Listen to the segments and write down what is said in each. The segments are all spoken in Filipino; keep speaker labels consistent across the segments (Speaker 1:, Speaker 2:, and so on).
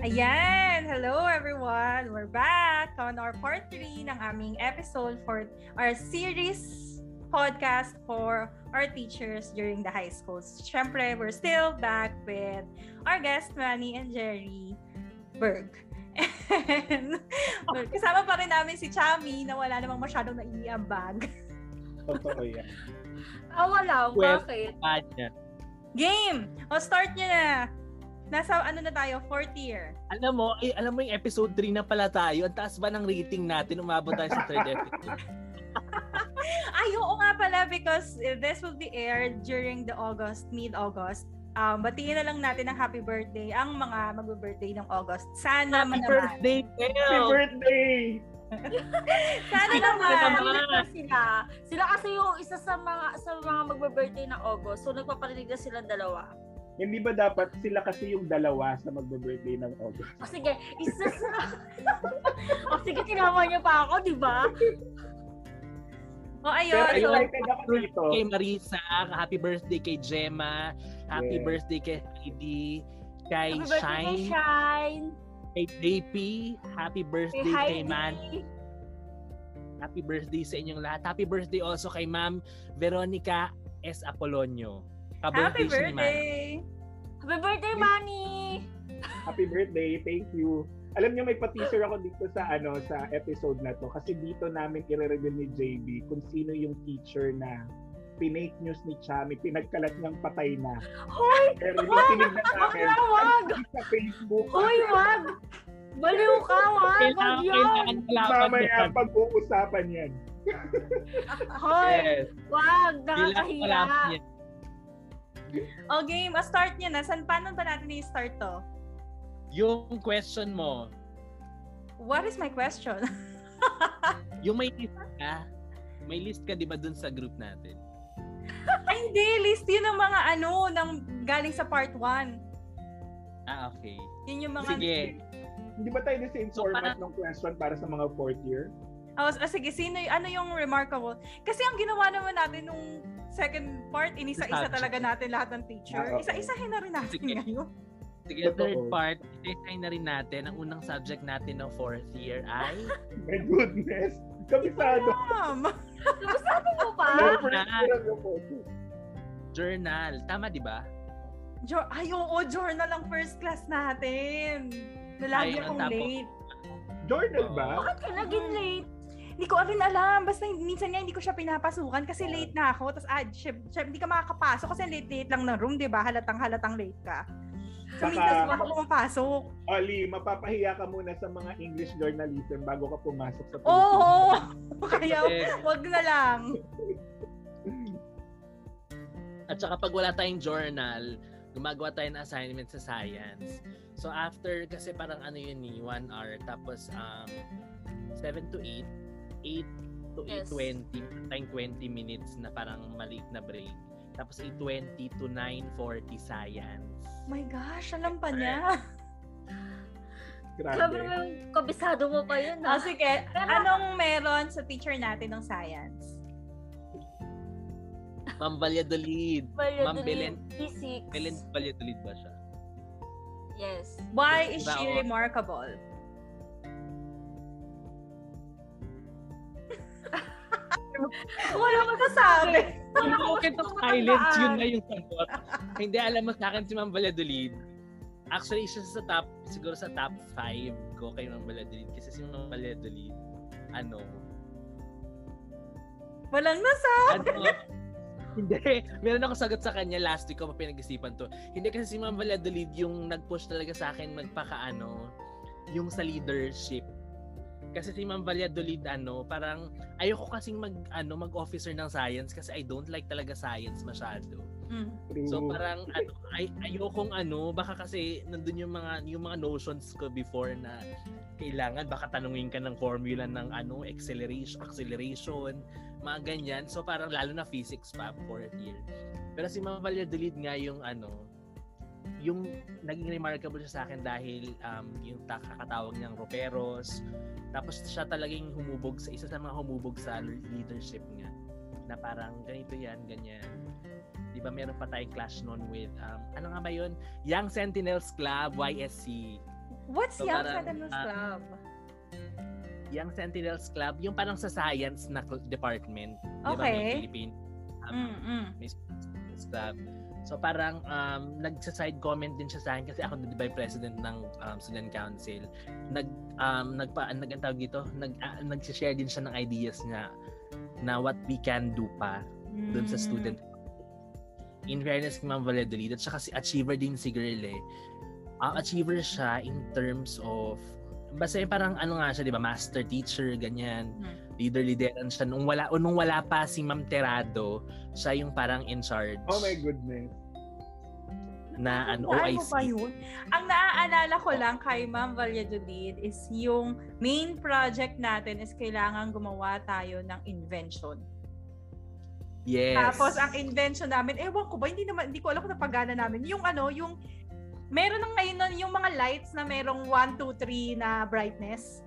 Speaker 1: Ayan! Hello everyone! We're back on our part 3 ng aming episode for our series podcast for our teachers during the high schools. Siyempre, we're still back with our guest, Manny and Jerry Berg. And kasama pa rin namin si Chami na wala namang masyadong naiiambag.
Speaker 2: Totoo yan.
Speaker 3: Awa lang,
Speaker 4: Well-
Speaker 3: bakit?
Speaker 4: Bad na.
Speaker 1: Game! O start nyo na! Nasa ano na tayo? Fourth year.
Speaker 4: Alam mo, ay, alam mo yung episode 3 na pala tayo. Ang taas ba ng rating natin? Umabot tayo sa third episode.
Speaker 1: Ay, oo nga pala because uh, this will be aired during the August, mid-August. Um, batiin na lang natin ng happy birthday ang mga mag-birthday ng August. Sana
Speaker 4: Happy
Speaker 1: naman.
Speaker 4: birthday,
Speaker 2: Happy
Speaker 4: Mel!
Speaker 2: birthday!
Speaker 1: Sana
Speaker 4: birthday
Speaker 1: naman.
Speaker 4: naman.
Speaker 3: Ano sila? Sila kasi yung isa sa mga sa mga magbe-birthday ng August. So nagpaparinig na silang dalawa.
Speaker 2: Hindi ba dapat sila kasi yung dalawa sa magbe-birthday ng August?
Speaker 3: O sige, isa sa... o sige, tinama niyo pa ako, di ba?
Speaker 1: O Oh, ayun.
Speaker 2: Pero
Speaker 1: so,
Speaker 2: excited ako dito.
Speaker 4: Kay Marisa, happy birthday kay Gemma, happy
Speaker 2: Yeah.
Speaker 4: birthday kay Heidi, kay
Speaker 3: Happy birthday kay
Speaker 4: Shine,
Speaker 3: Shine.
Speaker 4: kay JP, happy
Speaker 3: Kay
Speaker 4: birthday kay
Speaker 3: Heidi.
Speaker 4: Man, happy birthday sa inyong lahat. Happy birthday also kay Ma'am Veronica S. Apolonio.
Speaker 1: happy
Speaker 4: Ka-birthday siya ni Ma'am.
Speaker 1: birthday.
Speaker 3: Happy birthday, Manny!
Speaker 2: Happy birthday. Thank you. Alam niyo may pa-teaser ako dito sa ano sa episode na to kasi dito namin i-reveal ni JB kung sino yung teacher na pinake news ni Chami, pinagkalat ng patay na.
Speaker 3: Hoy!
Speaker 2: Pero nakinig na sa akin
Speaker 3: Wag! Wag!
Speaker 2: sa Facebook.
Speaker 3: Hoy, wag! Baliw ka, wag! Wag
Speaker 4: Kailangan,
Speaker 3: yun!
Speaker 4: kailangan kalaban
Speaker 2: Mamaya pag-uusapan yan.
Speaker 3: Hoy!
Speaker 4: Yes.
Speaker 3: Wag!
Speaker 4: Kailangan
Speaker 3: Nakakahiya!
Speaker 4: kalaban yan.
Speaker 1: O Oh, game, o start nyo na. San, paano ba natin i-start to?
Speaker 4: Yung question mo,
Speaker 1: What is my question?
Speaker 4: Yung may list ka, may list ka 'di ba dun sa group natin?
Speaker 1: Ay, hindi. List yun ng mga ano, ng galing sa part 1.
Speaker 4: Ah, okay.
Speaker 1: Yun yung mga...
Speaker 4: Sige.
Speaker 2: Hindi ba tayo the same
Speaker 4: So,
Speaker 2: format
Speaker 4: parang-
Speaker 2: ng question para sa mga fourth year?
Speaker 1: Oh, s- ah, sige, sino, y- ano yung remarkable? Kasi ang ginawa naman natin nung second part, inisa-isa
Speaker 4: Subject.
Speaker 1: talaga natin lahat ng teacher.
Speaker 2: Oo.
Speaker 1: Isa-isahin na rin natin
Speaker 4: Ah, Sige.
Speaker 1: ngayon.
Speaker 4: Sige,
Speaker 2: Totoo.
Speaker 4: third part, itay na rin natin. Ang unang subject natin ng fourth year ay...
Speaker 2: My goodness! Kabisado!
Speaker 1: Ma'am!
Speaker 3: Sabi mo
Speaker 2: Yung
Speaker 3: pa?
Speaker 2: first year ang yung focus.
Speaker 4: journal. Tama, di ba?
Speaker 1: Jo- Ay, oo, journal ang first class natin. Na lagi
Speaker 4: Ay,
Speaker 1: akong
Speaker 4: natapos.
Speaker 1: late.
Speaker 2: Journal ba?
Speaker 3: Bakit ka naging late?
Speaker 1: Hindi ko rin alam. Basta minsan niya hindi ko siya pinapasukan kasi late na ako. Tapos, ah, syem- syem- hindi ka makakapasok kasi late-late lang ng room, di ba? Halatang-halatang late ka. So,
Speaker 2: Saka-
Speaker 1: minsan ako pumapasok.
Speaker 3: Oh.
Speaker 2: Oli, mapapahiya ka muna sa mga English journalism bago ka pumasok sa
Speaker 1: Oo!
Speaker 3: Oh.
Speaker 1: oo.
Speaker 2: Philippines.
Speaker 1: Kaya,
Speaker 4: Eh,
Speaker 1: wag na lang.
Speaker 4: at saka pag wala tayong journal, gumagawa tayo ng assignment sa science. So after, kasi parang ano yun ni, one hour, tapos um, 7 to 8, 8 to
Speaker 3: Yes.
Speaker 4: 8.20, tayong 20 minutes na parang maliit na break. Tapos 8.20 to 9.40 science.
Speaker 1: My gosh, alam pa niya.
Speaker 3: Grabe
Speaker 2: Grabe.
Speaker 3: naman, kabisado mo pa yun,
Speaker 1: Ah,
Speaker 3: ha?
Speaker 1: sige.
Speaker 3: Pero-
Speaker 1: Anong meron sa teacher natin ng science?
Speaker 4: Ma'am Valladolid. Ma'am Belen,
Speaker 3: Physics.
Speaker 4: Belen Valladolid ba siya?
Speaker 3: Yes.
Speaker 1: Why is she
Speaker 4: Baon.
Speaker 1: remarkable? Wala masasabi.
Speaker 4: Okay, to silence. Yun na yung sagot. Hindi, alam mo sa akin si Ma'am Valladolid. Actually, siya sa top, siguro sa top 5 ko kay Ma'am Valladolid. Kasi si Ma'am Valladolid, ano,
Speaker 1: Walang nasabi.
Speaker 4: ano, hindi, meron ako sagot sa kanya last week ko pa pinag-isipan to. Hindi kasi si Ma'am Valladolid yung nag-push talaga sa akin magpakaano, yung sa leadership. Kasi si Ma'am Valladolid, ano, parang ayoko kasing mag, ano, mag-officer ng science kasi I don't like talaga science masyado.
Speaker 1: Hmm.
Speaker 2: True.
Speaker 4: So parang ano, ay, ayokong ano, baka kasi nandun yung mga yung mga notions ko before na kailangan baka tanungin ka ng formula ng ano acceleration acceleration mga ganyan so parang lalo na physics pa fourth year pero si Ma'am Valladolid nga yung ano yung naging remarkable siya sa akin dahil um, yung ta- kakatawag niyang roperos tapos siya talagang humubog sa isa sa mga humubog sa leadership niya na parang ganito yan ganyan di ba meron pa tayong clash noon with um, ano nga ba yun Young Sentinels Club YSC
Speaker 1: What's
Speaker 4: So,
Speaker 1: Young
Speaker 4: parang,
Speaker 1: Sentinels
Speaker 4: ah,
Speaker 1: Club?
Speaker 4: Young Sentinels Club, yung parang sa science na cl- department. Di ba,
Speaker 1: Okay.
Speaker 4: ng Philippine um, ah,
Speaker 1: Mm, mm.
Speaker 4: Sentinels Club. So parang um, nagsa-side comment din siya sa akin kasi ako na by president ng um, student council. Nag um, nagpa nag ang tawag dito, nag ah, nagsi-share din siya ng ideas niya na what we can do pa dun sa
Speaker 1: Mm.
Speaker 4: student. In fairness kay Ma'am Valladolid, at siya kasi achiever din si girl eh. Ah, achiever siya in terms of, basta yung parang ano nga siya, di ba, master teacher, ganyan.
Speaker 1: Hmm.
Speaker 4: Leader, lideran siya. Nung wala, o nung wala pa si Ma'am Terado, siya yung parang in charge
Speaker 2: Oh my goodness.
Speaker 4: na ano,
Speaker 1: Tandaan mo Hmm. ba
Speaker 4: OIC.
Speaker 1: yun? Ang naaalala ko lang kay Ma'am Valladolid is yung main project natin is kailangan gumawa tayo ng invention.
Speaker 4: Yes.
Speaker 1: Tapos ang invention namin, ewan ko ba, hindi naman, hindi ko alam kung napagana namin. Yung ano, yung, meron ng ngayon nun, yung mga lights na merong 1, 2, 3 na brightness.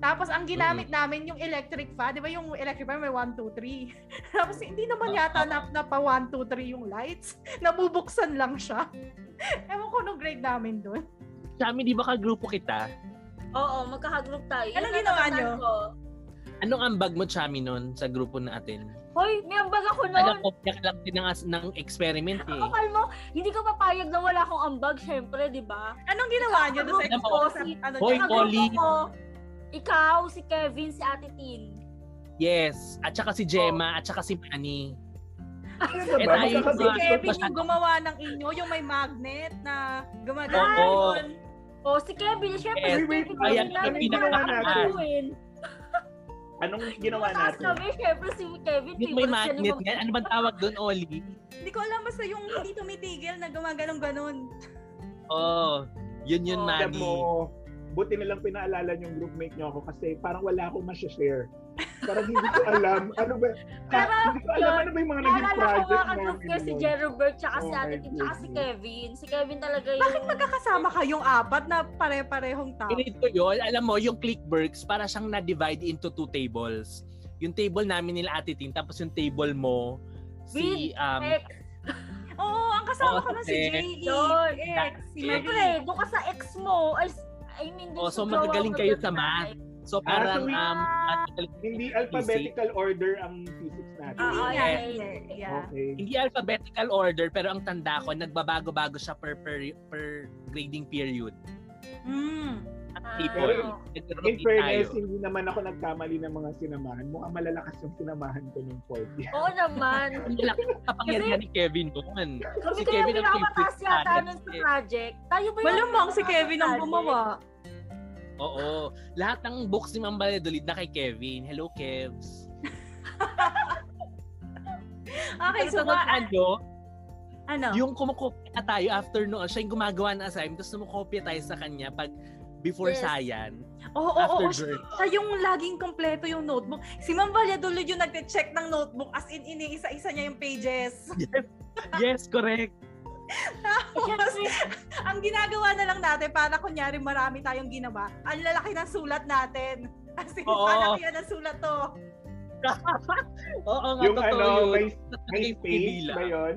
Speaker 1: Tapos ang ginamit namin yung electric fan, di ba yung electric fan may 1, 2, 3. Tapos hindi
Speaker 4: Ah.
Speaker 1: naman yata na, na pa 1, 2, 3 yung lights. Nabubuksan lang siya. Ewan ko nung grade namin doon.
Speaker 4: Kami, di ba kagrupo kita?
Speaker 3: Oo, magkakagroup tayo.
Speaker 1: Anong
Speaker 3: Yun ang
Speaker 1: ginawa nyo?
Speaker 3: natatandaan ko.
Speaker 4: Anong ambag mo, Chami, nun sa grupo natin?
Speaker 3: Hoy, may ambag ako noon.
Speaker 4: Nagkakopya ka lang din ng, as- ng experiment eh.
Speaker 3: Kapal mo, hindi ka papayag na wala akong ambag, syempre, di ba?
Speaker 1: Anong ginawa niyo doon sa
Speaker 4: Ano
Speaker 1: expo?
Speaker 4: po?
Speaker 1: Sa, ano, niyo?
Speaker 4: Hoy,
Speaker 3: Nagagrupo
Speaker 4: Polly.
Speaker 3: ko, Ikaw, si Kevin, si Ate Tin.
Speaker 4: Yes. At saka si Gemma, at saka si Manny.
Speaker 2: Ano na
Speaker 4: Eh,
Speaker 2: ba?
Speaker 4: tayo-
Speaker 1: si
Speaker 2: Magkakabit
Speaker 4: Kevin
Speaker 1: Kevin yung gumawa ng inyo, yung may magnet na gumagana.
Speaker 4: Oo.
Speaker 1: yun.
Speaker 3: O, si Kevin, syempre,
Speaker 4: Yes.
Speaker 3: si
Speaker 2: Wait,
Speaker 3: Kevin,
Speaker 2: wait,
Speaker 4: ayan,
Speaker 3: wala
Speaker 4: ang
Speaker 3: na-
Speaker 4: pinaka-
Speaker 3: wala na
Speaker 4: ang-
Speaker 3: gawin.
Speaker 2: Anong ginawa
Speaker 3: Mataas
Speaker 2: natin?
Speaker 3: kami, syempre, si Kevin,
Speaker 4: Yung may
Speaker 3: favorite siya ni
Speaker 4: magnet
Speaker 3: Ma'am
Speaker 4: nga. Ano bang tawag doon, Oli?
Speaker 1: Hindi ko alam basta yung hindi tumitigil na gumaganong-ganon.
Speaker 4: Oo. Oh, yun yun,
Speaker 3: Oh.
Speaker 2: Alam
Speaker 4: Manny.
Speaker 2: mo, buti nilang pinaalala yung groupmate niyo ako kasi parang wala akong masya-share. Parang hindi ko alam. Ano ba? Ha,
Speaker 3: Pero,
Speaker 2: hindi ko alam ano ba yung mga naging
Speaker 3: Naalala ko
Speaker 2: project
Speaker 3: nga ka-group ko si
Speaker 2: nun?
Speaker 3: Jerobert tsaka si
Speaker 2: Oh my
Speaker 3: Ate Tin tsaka si
Speaker 2: goodness.
Speaker 3: Kevin. Si Kevin talaga yung...
Speaker 1: Bakit magkakasama kayong apat na pare-parehong tao?
Speaker 4: Pinate ko yun. Alam mo, yung clickworks, para siyang na-divide into two tables. Yung table namin nila Ate Tin, tapos yung table mo, si, um,
Speaker 3: X.
Speaker 1: Oo, ang kasama
Speaker 4: Oo,
Speaker 1: ko nun si
Speaker 4: eh.
Speaker 1: J.E.
Speaker 3: Yun.
Speaker 1: X, E. si
Speaker 3: Siyempre,
Speaker 1: Marie.
Speaker 3: doon ka sa ex mo. Ay, s- I mean,
Speaker 4: Oh,
Speaker 3: doon
Speaker 4: so
Speaker 3: sa jowa
Speaker 4: magagaling
Speaker 3: mo
Speaker 4: kayo
Speaker 3: doon
Speaker 4: sa
Speaker 3: na-
Speaker 4: math. so
Speaker 2: Ah,
Speaker 4: parang,
Speaker 2: so
Speaker 4: um,
Speaker 1: Ah.
Speaker 2: Hindi alphabetical order ang physics natin.
Speaker 1: Hindi
Speaker 3: Ah,
Speaker 1: nga,
Speaker 4: yes.
Speaker 1: hindi. Yeah.
Speaker 2: Okay.
Speaker 4: hindi alphabetical order, pero ang tanda ko, nagbabago-bago siya per, per, per grading period.
Speaker 1: Mm.
Speaker 4: At
Speaker 3: Ah,
Speaker 4: table.
Speaker 3: oo.
Speaker 2: In
Speaker 4: Nag-rotate
Speaker 2: fairness,
Speaker 4: tayo.
Speaker 2: hindi naman ako nagkamali ng mga sinamahan. Mukhang malalakas yung sinamahan ko nung 40.
Speaker 3: Oo naman.
Speaker 4: Ang laki ng kapangyarihan ni Kevin noon.
Speaker 3: Kami
Speaker 4: Si
Speaker 3: kaya
Speaker 4: Kevin ang
Speaker 3: pinakamataas
Speaker 4: favorite
Speaker 3: yata
Speaker 4: talent
Speaker 3: nun sa
Speaker 4: eh.
Speaker 3: project. Tayo ba yung
Speaker 1: Malamang si
Speaker 3: pinakamataas
Speaker 1: Kevin
Speaker 3: sa
Speaker 1: ang
Speaker 3: project?
Speaker 1: gumawa.
Speaker 4: Oo. Lahat ng books ni Ma'am Valladolid na kay Kevin. Hello, Kevs.
Speaker 1: Okay,
Speaker 4: Pero
Speaker 1: so
Speaker 4: tungkol
Speaker 1: ba,
Speaker 4: ano,
Speaker 1: ano?
Speaker 4: yung kumukopya na tayo after noon, siya yung gumagawa ng assignment, tapos namukopya tayo sa kanya pag before
Speaker 3: Yes.
Speaker 4: science,
Speaker 1: Oo, oo,
Speaker 4: after E.
Speaker 1: oo.
Speaker 4: girl.
Speaker 1: Siya yung laging kompleto yung notebook. Si Ma'am Valladolid yung nagte-check ng notebook as in iniisa-isa niya yung pages.
Speaker 4: Yes, yes, correct.
Speaker 1: Tapos, ang ginagawa na lang natin, para kunyari marami tayong ginawa, ang lalaki ng sulat natin. As in,
Speaker 4: Oo.
Speaker 1: malaki yan ang sulat to.
Speaker 4: Oo nga,
Speaker 2: Yung
Speaker 4: totoo yun.
Speaker 2: ano, may, may
Speaker 4: Naging
Speaker 2: space
Speaker 4: pila.
Speaker 2: ba yun?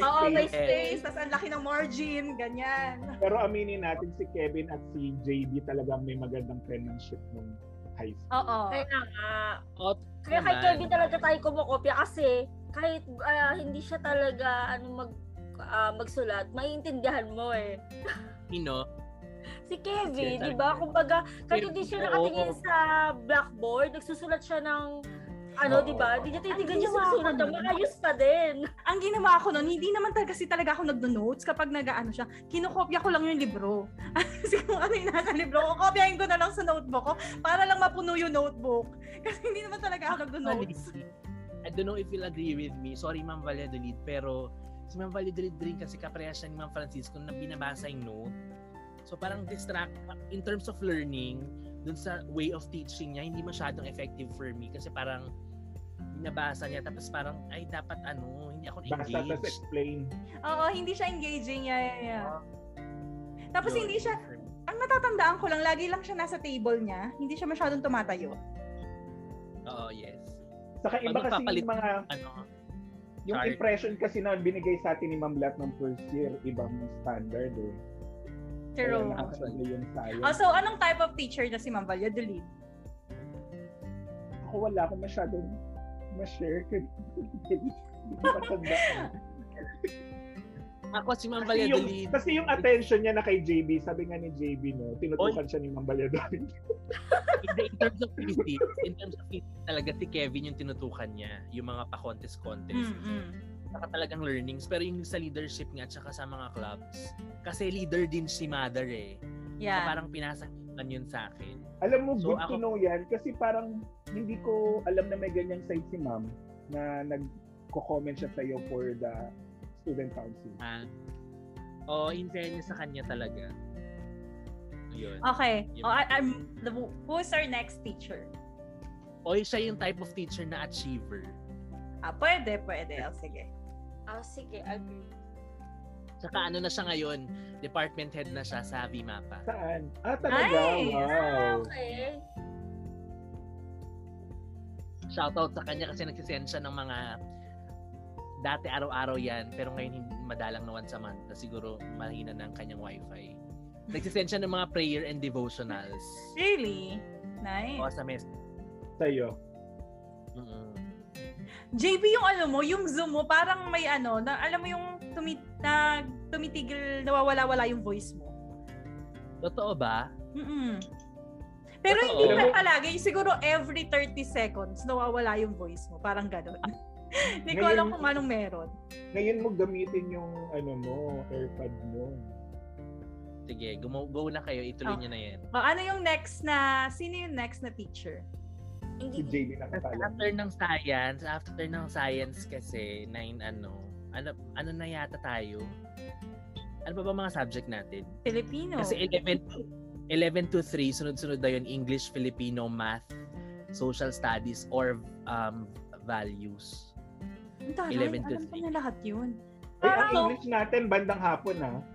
Speaker 3: Oo, may
Speaker 4: Yes.
Speaker 1: Space,
Speaker 3: space.
Speaker 1: tas ang laki ng margin, ganyan.
Speaker 2: Pero aminin natin si Kevin at si JB talagang may magandang friendship nung high school.
Speaker 1: Oo.
Speaker 3: Kaya nga.
Speaker 4: Oo,
Speaker 3: Kaya kay
Speaker 4: Oh, naman.
Speaker 3: Kevin talaga tayo kumukopya kasi kahit ah, hindi siya talaga ano mag ah, magsulat, maiintindihan mo eh.
Speaker 4: You know,
Speaker 3: Si Kevin,
Speaker 4: Kevin.
Speaker 3: di ba? Kumbaga, kahit
Speaker 4: Kevin,
Speaker 3: hindi siya
Speaker 4: oo.
Speaker 3: nakatingin sa blackboard, nagsusulat siya ng ano,
Speaker 2: Oo.
Speaker 3: di ba? Hindi niya
Speaker 1: Ang
Speaker 3: tinitignan yung
Speaker 1: ginawa ko
Speaker 3: susulat niya.
Speaker 1: nun-
Speaker 3: Maayos pa din.
Speaker 1: Ang ginawa ko noon, hindi naman talaga kasi talaga ako nagno-notes kapag nag-ano siya. Kinokopya ko lang yung libro. kasi kung ano yung nasa libro ko, kopyahin ko na lang sa notebook ko para lang mapuno yung notebook. Kasi hindi naman talaga ako nagno-notes.
Speaker 4: I don't know if you'll agree with me. Sorry, Ma'am Valladolid, pero si Ma'am Valladolid rin kasi kapareha siya ni Ma'am Francisco na binabasa yung note. So parang distract, in terms of learning, dun sa way of teaching niya, hindi masyadong effective for me kasi parang binabasa niya tapos parang, ay dapat ano, hindi ako
Speaker 2: Basta tas
Speaker 4: engaged.
Speaker 2: explain.
Speaker 1: Oo, hindi siya engaging. Yeah, yeah, yeah. Tapos
Speaker 4: Yun,
Speaker 1: hindi siya,
Speaker 4: for me.
Speaker 1: ang natatandaan ko lang, lagi lang siya nasa table niya. Hindi siya masyadong tumatayo.
Speaker 4: Oo, yes.
Speaker 2: Saka iba kasi
Speaker 4: Magpapalit-
Speaker 2: yung mga,
Speaker 4: Ano,
Speaker 2: yung
Speaker 4: Sorry.
Speaker 2: impression kasi na binigay sa atin ni Ma'am Lat ng first year, ibang standard eh.
Speaker 1: True.
Speaker 2: Kaya nakasabay yung science.
Speaker 1: Oh,
Speaker 3: Ah.
Speaker 1: so, anong type of teacher na si Ma'am Valladolid?
Speaker 2: Ako wala akong masyadong ma-share. Hindi ko matandaan.
Speaker 4: Ako si Ma'am
Speaker 2: Kasi yung,
Speaker 4: Valladolid.
Speaker 2: kasi yung attention niya na kay JB, sabi nga ni JB, no, tinutukan siya ni Ma'am Valladolid.
Speaker 4: in, in terms of physics, in terms of physics talaga si Kevin yung tinutukan niya, yung mga pa-contest-contest,
Speaker 1: Mm-mm.
Speaker 4: saka talagang learnings. Pero yung sa leadership nga, at saka sa mga clubs, kasi leader din si Mother eh. So,
Speaker 1: Yeah.
Speaker 4: parang pinasakitan yun sa akin.
Speaker 2: Alam mo,
Speaker 4: So,
Speaker 2: good
Speaker 4: ako-
Speaker 2: to know yan kasi parang hindi ko alam na may ganyang side si Ma'am na nagko-comment siya sa'yo for the student council.
Speaker 4: Ah, oh, in fairness sa kanya talaga. Yun.
Speaker 1: Okay.
Speaker 4: Yun.
Speaker 1: Oh, I, I'm, the, who's our next teacher?
Speaker 4: O Oh, siya yung type of teacher na achiever.
Speaker 1: Ah, pwede, pwede. Oh, sige.
Speaker 3: Ah, sige, agree.
Speaker 4: Saka ano na siya ngayon, department head na siya sa Vimapa.
Speaker 2: Saan? Ah, talaga?
Speaker 1: Nice!
Speaker 3: Ah,
Speaker 2: Wow!
Speaker 3: okay.
Speaker 4: Shoutout sa kanya kasi nagsisend siya ng mga dati araw-araw yan, pero ngayon hindi- madalang na once a month na siguro mahina na ang kanyang wifi. Nagsisend siya ng mga prayer and devotionals.
Speaker 1: Really?
Speaker 4: O
Speaker 1: Nice.
Speaker 4: sa mm. mess.
Speaker 2: Sa'yo.
Speaker 4: Mm-mm.
Speaker 1: JB, yung ano mo, yung Zoom mo, parang may ano, na, alam mo yung tumi, na, tumitigil, nawawala-wala yung voice mo.
Speaker 4: Totoo ba?
Speaker 1: Mm-mm. Pero
Speaker 4: Totoo.
Speaker 1: hindi
Speaker 2: Alam
Speaker 1: pa
Speaker 2: mo-
Speaker 1: palagi. Siguro every 30 seconds, nawawala yung voice mo. Parang ganun. Hindi ko
Speaker 2: Ngayon-
Speaker 1: alam kung anong meron.
Speaker 2: Ngayon mo gamitin yung ano mo, airpod mo.
Speaker 4: Sige, gumo- go na kayo, ituloy
Speaker 1: Oh.
Speaker 4: niyo na yan.
Speaker 1: O, ano yung next na, sino yung next na teacher?
Speaker 3: Hindi
Speaker 2: Si JB nakatala.
Speaker 4: after ng science, after ng science kasi, nine ano, ano, ano na yata tayo? Ano pa ba mga subject natin?
Speaker 1: Filipino.
Speaker 4: Kasi 11, to- 11 to 3, sunod-sunod na yun, English, Filipino, Math, Social Studies, or um, Values.
Speaker 1: Ang taray,
Speaker 4: 11 to
Speaker 1: alam ko na lahat yun.
Speaker 2: Ay, ang
Speaker 3: Parang-
Speaker 2: English natin, bandang hapon ah. ha.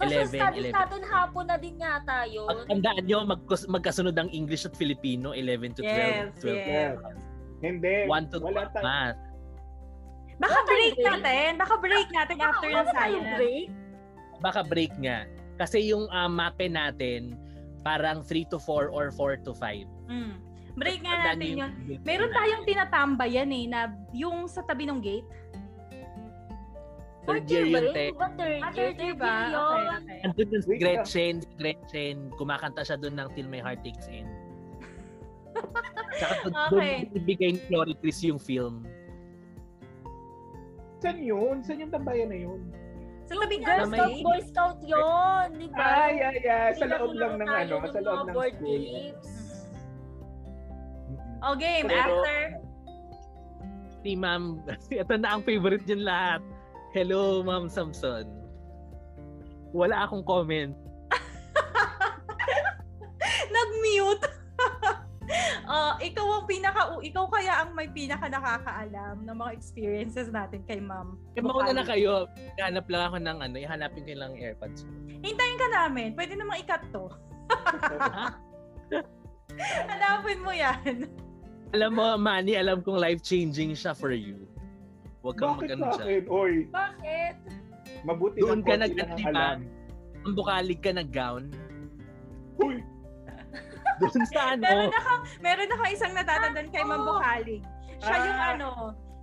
Speaker 3: Social
Speaker 4: 11,
Speaker 3: studies
Speaker 4: 11.
Speaker 3: natin hapon na din yata yun.
Speaker 1: Oh.
Speaker 4: At tandaan nyo, magkus- magkasunod ang English at Filipino, 11 to 12.
Speaker 1: Yes,
Speaker 4: 12
Speaker 1: yes.
Speaker 2: Hindi.
Speaker 4: 1 to 12
Speaker 2: wala tayo.
Speaker 4: math.
Speaker 1: Baka
Speaker 3: Baka
Speaker 1: break
Speaker 3: break?
Speaker 1: natin. Baka break natin after
Speaker 3: Ano
Speaker 1: ng
Speaker 3: tayong
Speaker 1: science.
Speaker 3: break?
Speaker 4: Baka break nga. Kasi yung uh, mape natin, parang 3 to 4 or 4 to 5.
Speaker 1: Mm. Break nga
Speaker 4: Tandaan
Speaker 1: natin
Speaker 4: nyo
Speaker 1: yun.
Speaker 4: yung-
Speaker 1: Meron tayong tinatambay yan eh, na yung sa tabi ng gate.
Speaker 4: Third year
Speaker 3: ba
Speaker 4: yun,
Speaker 3: rin?
Speaker 4: te.
Speaker 3: Di ba Third
Speaker 1: Ah,
Speaker 3: year,
Speaker 1: third year
Speaker 3: third
Speaker 1: ba?
Speaker 3: year
Speaker 1: Okay,
Speaker 3: yun.
Speaker 1: okay.
Speaker 4: Andun yung si
Speaker 2: Wait lang.
Speaker 4: Gretchen, si Gretchen, kumakanta siya doon ng Till My Heart Takes In. Saka doon
Speaker 1: Okay.
Speaker 4: okay. ibigay ni Chloe Chris yung film.
Speaker 2: Saan yun? Saan yung tambayan na yun?
Speaker 1: Sa tabi ng
Speaker 3: Girl
Speaker 4: Tama
Speaker 3: Scout,
Speaker 1: gate.
Speaker 4: yun.
Speaker 3: Boy Scout yun, di ba?
Speaker 2: Ay, ay, ay. Sa
Speaker 3: Sila
Speaker 2: loob lang ng
Speaker 3: tayo
Speaker 2: ano,
Speaker 3: ng
Speaker 2: sa loob
Speaker 3: mga
Speaker 2: ng
Speaker 3: board
Speaker 2: school.
Speaker 3: games.
Speaker 1: O
Speaker 2: Mm-mm.
Speaker 1: Mm-hmm. Oh, game,
Speaker 4: Pero-
Speaker 1: after.
Speaker 4: Si Ma'am, ito na ang favorite niyan lahat. Hello, Ma'am Samson. Wala akong comment.
Speaker 1: Nag-mute. Ah, ikaw ang pinaka ikaw kaya ang may pinaka nakakaalam ng mga experiences natin kay Ma'am.
Speaker 4: E, mauna na
Speaker 1: Bukawi.
Speaker 4: kayo. Hanap lang ako ng ano, ihanapin ko lang airpods. ko.
Speaker 1: Hintayin ka namin. Pwede namang ikat to. Hanapin mo yan.
Speaker 4: Alam mo, Manny, alam kong life-changing siya for you. Huwag kang
Speaker 2: Bakit
Speaker 4: mag-ano dyan.
Speaker 2: sa akin? Oy,
Speaker 3: Bakit?
Speaker 2: mabuti
Speaker 4: Doon
Speaker 2: ng
Speaker 4: ka ah.
Speaker 2: konti lang ang
Speaker 4: nag-diba?
Speaker 2: alam.
Speaker 4: Ang bukalig ka ng gown.
Speaker 2: Uy,
Speaker 4: Doon sa ano.
Speaker 3: Oh.
Speaker 1: Meron ako, meron ako isang natatandaan kay Ma'am
Speaker 3: oo.
Speaker 1: Bukalig. Siya yung
Speaker 2: Ah.
Speaker 1: ano,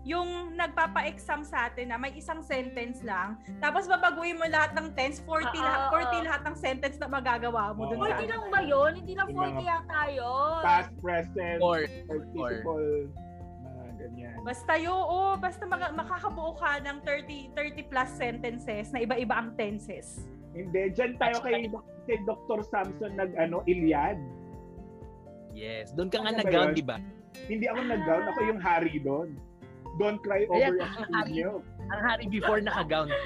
Speaker 1: yung nagpapa-exam sa atin na may isang sentence lang, tapos babaguhin mo lahat ng tense, 40,
Speaker 3: Ah,
Speaker 1: lahat,
Speaker 3: ah,
Speaker 1: 40 lahat ng sentence na magagawa mo dun
Speaker 2: Oo.
Speaker 1: sa ano.
Speaker 3: 40 lang ba yun? Hindi lang
Speaker 2: Yung
Speaker 3: 40
Speaker 2: mga
Speaker 3: yata yun.
Speaker 2: past, present,
Speaker 4: Or,
Speaker 2: participle, mga ganyan.
Speaker 1: Basta yun, oo. Basta mag- makakabuo ka ng 30, 30 plus sentences na iba-iba ang tenses.
Speaker 2: Hindi, dyan tayo kay, kay Dr. Samson nag ano, Iliad.
Speaker 4: yes. Doon ka nga
Speaker 2: Ano ba
Speaker 4: nag-gown, diba?
Speaker 2: yun?
Speaker 4: di ba?
Speaker 2: Hindi ako
Speaker 1: Ah.
Speaker 2: nag-gown, ako yung hari doon. Don't cry
Speaker 4: Ayan,
Speaker 2: over a
Speaker 4: ang
Speaker 2: spoon
Speaker 4: hari.
Speaker 2: niyo.
Speaker 4: Ang hari before naka-gown.
Speaker 1: Yan,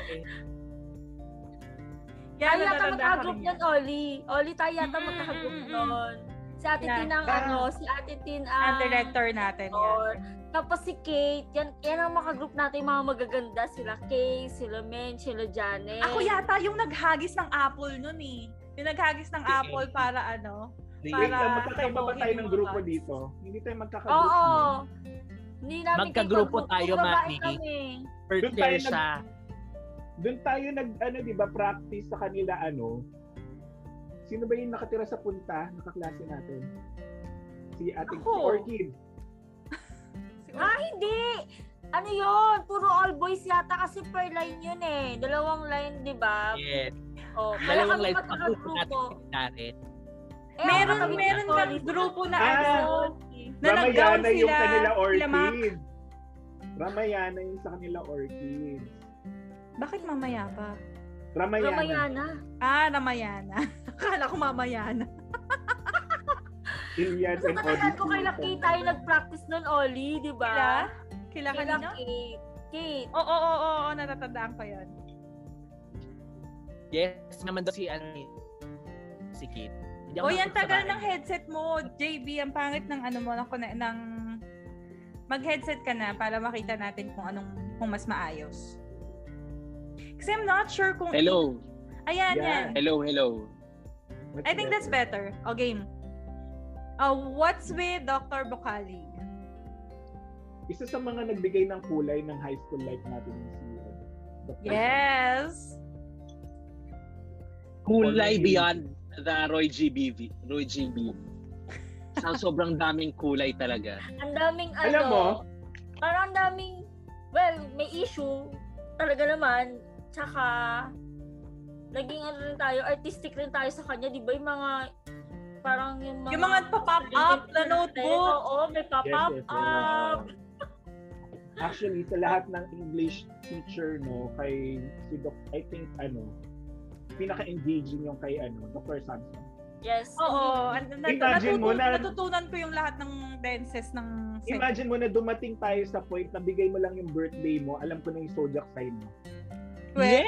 Speaker 3: Tayo yata
Speaker 1: natatanda ko
Speaker 3: magkagroup
Speaker 1: rin
Speaker 3: nun, Oli. Oli, tayo yata
Speaker 1: Mm,
Speaker 3: magkakagroup
Speaker 1: mm, mm, mm.
Speaker 3: nun. Si Ate
Speaker 1: Yeah.
Speaker 3: Tin ang
Speaker 2: Ah.
Speaker 3: ano, si Ate Tin ang...
Speaker 1: Ang director natin yan.
Speaker 3: Or, tapos si Kate, yan, yan ang makagroup natin, yung mga magaganda. Sila Kay, sila Men, sila Janet.
Speaker 1: Ako yata yung naghagis ng apple nun eh. Yung naghagis ng
Speaker 4: Sige.
Speaker 1: apple para ano.
Speaker 2: Wait
Speaker 1: Para
Speaker 2: lang, magkakaiba ba
Speaker 1: tayo
Speaker 2: tayo ng grupo
Speaker 1: bukas.
Speaker 2: dito? Hindi tayo
Speaker 3: Oo.
Speaker 2: magkakagrupo.
Speaker 3: Hindi namin
Speaker 4: Magkagrupo
Speaker 3: kayo
Speaker 4: tayo,
Speaker 3: Babae
Speaker 4: Mati.
Speaker 3: kami.
Speaker 4: First
Speaker 2: Doon tayo
Speaker 4: year
Speaker 2: nag-
Speaker 4: siya.
Speaker 2: Doon tayo nag, ano, di ba, practice sa kanila, ano, Sino ba yung nakatira sa punta? Nakaklase natin. Si ating
Speaker 1: Ako.
Speaker 2: si Orchid.
Speaker 1: Si
Speaker 3: Ah, hindi! Ano yun? Puro all boys yata kasi per line yun eh. Dalawang line, di ba?
Speaker 5: Yes.
Speaker 3: Oh, kaya
Speaker 5: Dalawang
Speaker 3: kami
Speaker 5: live pa po
Speaker 3: magkakagrupo.
Speaker 5: natin si Darren.
Speaker 3: Eh,
Speaker 1: meron
Speaker 3: ang katabi ni
Speaker 1: meron
Speaker 3: Nicole
Speaker 1: kang
Speaker 3: is-
Speaker 1: grupo na
Speaker 2: Oh, Ah.
Speaker 1: ano na nag-gown
Speaker 2: Ramayana yung
Speaker 1: sila,
Speaker 2: kanila
Speaker 1: sila Mac.
Speaker 2: Orchid. Ramayana yung sa kanila Orchid.
Speaker 1: Bakit mamaya pa?
Speaker 2: Ramayana.
Speaker 3: Ramayana.
Speaker 1: Ah, Ramayana. Akala ko mamayana.
Speaker 2: Iliad
Speaker 3: Sa
Speaker 2: and
Speaker 3: katalan ko
Speaker 2: Odyssey.
Speaker 3: kay Lucky
Speaker 2: ano
Speaker 3: tayo nag-practice nun, Oli, di
Speaker 1: Kila?
Speaker 3: ba?
Speaker 1: Kila
Speaker 3: Kay
Speaker 1: kanina?
Speaker 3: Lucky. Kate.
Speaker 1: Oo, oo, oo, oo, natatandaan ko yun.
Speaker 5: Yes, naman daw si ano eh, si Kate. Hindi ako
Speaker 1: O yan,
Speaker 5: nakapag-
Speaker 1: tagal
Speaker 5: sa
Speaker 1: ng
Speaker 5: Darren.
Speaker 1: headset mo, JB. Ang pangit ng ano mo, ng, ng mag-headset ka na para makita natin kung anong kung mas maayos. Kasi I'm not sure kung...
Speaker 4: Hello.
Speaker 1: Ayan,
Speaker 2: Yan.
Speaker 1: yan.
Speaker 4: Hello, hello.
Speaker 2: Much
Speaker 1: I think that's better. O, game. Uh, what's with Dr. Bocali?
Speaker 2: Isa sa mga nagbigay ng kulay ng high school life natin yung si Dr.
Speaker 1: Yes!
Speaker 4: Kulay
Speaker 2: Kulay.
Speaker 4: beyond the Roy G. BV. Roy G. BV. Sa sobrang daming kulay talaga.
Speaker 3: Ang daming ano.
Speaker 2: Alam mo?
Speaker 3: Parang ang daming, well, may issue. Talaga naman. Tsaka, naging ano rin tayo, artistic rin tayo sa kanya, di ba? Yung mga, parang yung mga...
Speaker 1: Yung mga pop-up na notebook.
Speaker 3: Oo, may pop-up
Speaker 2: Yes, yes, yes.
Speaker 3: up.
Speaker 2: Actually, sa lahat ng English teacher, no, kay si Doc, I think, ano, pinaka-engaging yung kay, ano, Dr. Samson.
Speaker 3: Yes.
Speaker 1: Oo. ano? An- nat-
Speaker 2: Mm-hmm. Imagine mo
Speaker 1: natutun-
Speaker 2: na-
Speaker 1: Natutunan ko yung lahat ng dances ng set.
Speaker 2: Imagine mo na dumating tayo sa point na bigay mo lang yung birthday mo, alam ko na yung zodiac sign mo.
Speaker 1: Well,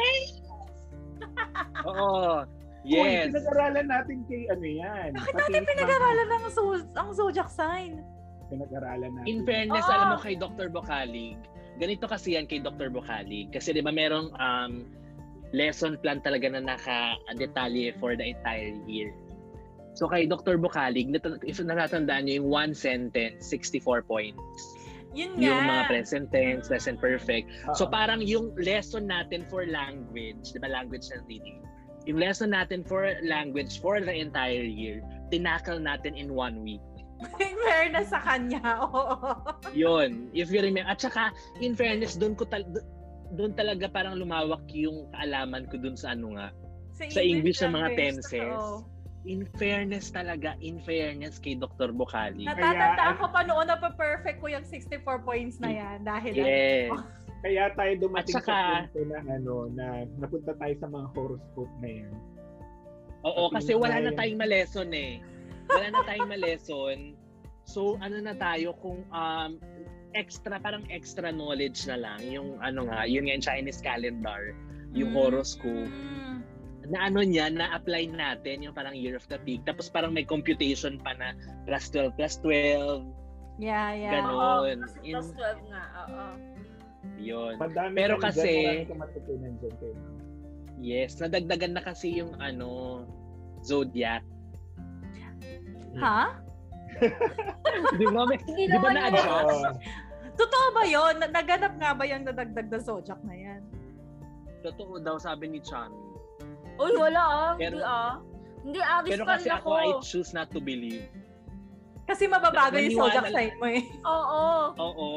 Speaker 4: Oo.
Speaker 2: Uy,
Speaker 4: Yes.
Speaker 2: pinag-aralan natin kay, ano yan.
Speaker 1: Bakit
Speaker 2: pati
Speaker 1: natin
Speaker 2: yung-
Speaker 1: pinag-aralan ng zo- ang zodiac sign?
Speaker 2: Pinag-aralan natin.
Speaker 4: In fairness,
Speaker 3: Oo.
Speaker 4: alam mo kay Dr. Bocalig, ganito kasi yan kay Dr. Bocalig. Kasi di ba merong um, lesson plan talaga na naka-detalye for the entire year. So kay Dr. Bocalig, nat- if natatandaan niyo yung one sentence, 64 points.
Speaker 1: Yun nga.
Speaker 4: Yung mga present tense, present perfect.
Speaker 2: Oo.
Speaker 4: So parang yung lesson natin for language, di ba language and reading, yung lesson natin for language for the entire year, tinakal natin in one week.
Speaker 1: In fairness sa kanya, oo.
Speaker 4: Yun, if you remember. At saka, in fairness, doon ko tal- do- doon talaga parang lumawak yung kaalaman ko doon sa ano nga. Sa English ng mga
Speaker 1: language,
Speaker 4: tenses.
Speaker 1: totoo.
Speaker 4: In fairness talaga, in fairness kay Dr. Bocali.
Speaker 1: Natatandaan
Speaker 2: Kaya-
Speaker 1: ko pa noon na pa-perfect ko yung 64 points na yan dahil
Speaker 4: Yes.
Speaker 2: Kaya tayo dumating
Speaker 4: At saka-
Speaker 2: sa punto na, ano, na napunta tayo sa mga horoscope na yan.
Speaker 4: Oo,
Speaker 2: At
Speaker 4: kasi
Speaker 2: yun
Speaker 4: wala na
Speaker 2: tayo.
Speaker 4: tayong ma-lesson eh. Wala na tayong ma-lesson. So, ano na tayo kung um, extra, parang extra knowledge na lang. Yung ano nga, yun nga yung Chinese calendar,
Speaker 1: Mm.
Speaker 4: yung horoscope.
Speaker 1: Mm.
Speaker 4: na ano niya, na-apply natin yung parang Year of the Pig. Tapos parang may computation pa na plus 12, plus 12,
Speaker 1: Yeah, yeah.
Speaker 4: Ganon.
Speaker 3: Oo,
Speaker 4: Yun.
Speaker 3: plus, plus 12 nga, oo.
Speaker 4: yun.
Speaker 2: Madami
Speaker 4: Pero
Speaker 2: kami dyan,
Speaker 4: kasi-
Speaker 2: marami kang matutunan dyan kayo.
Speaker 4: Yes, nadagdagan na kasi yung ano, Zodiac.
Speaker 1: Ha?
Speaker 4: Di ba, may,
Speaker 3: Hindi
Speaker 4: di ba
Speaker 3: naman
Speaker 4: na-adjust?
Speaker 2: Oo.
Speaker 1: Totoo ba yun? Na- Naganap nga ba yung nadagdag na zodiac na yan?
Speaker 4: Totoo daw sabi ni Chami.
Speaker 3: Uy, wala ah.
Speaker 4: Pero-
Speaker 3: hindi ah. Hindi ah,
Speaker 4: Pero
Speaker 3: respond
Speaker 4: kasi
Speaker 3: ako.
Speaker 4: ako, I choose not to believe.
Speaker 1: Kasi mababago yung
Speaker 4: Naniwala
Speaker 1: zodiac
Speaker 4: lang.
Speaker 1: sign mo eh.
Speaker 3: Oo.
Speaker 4: Oo.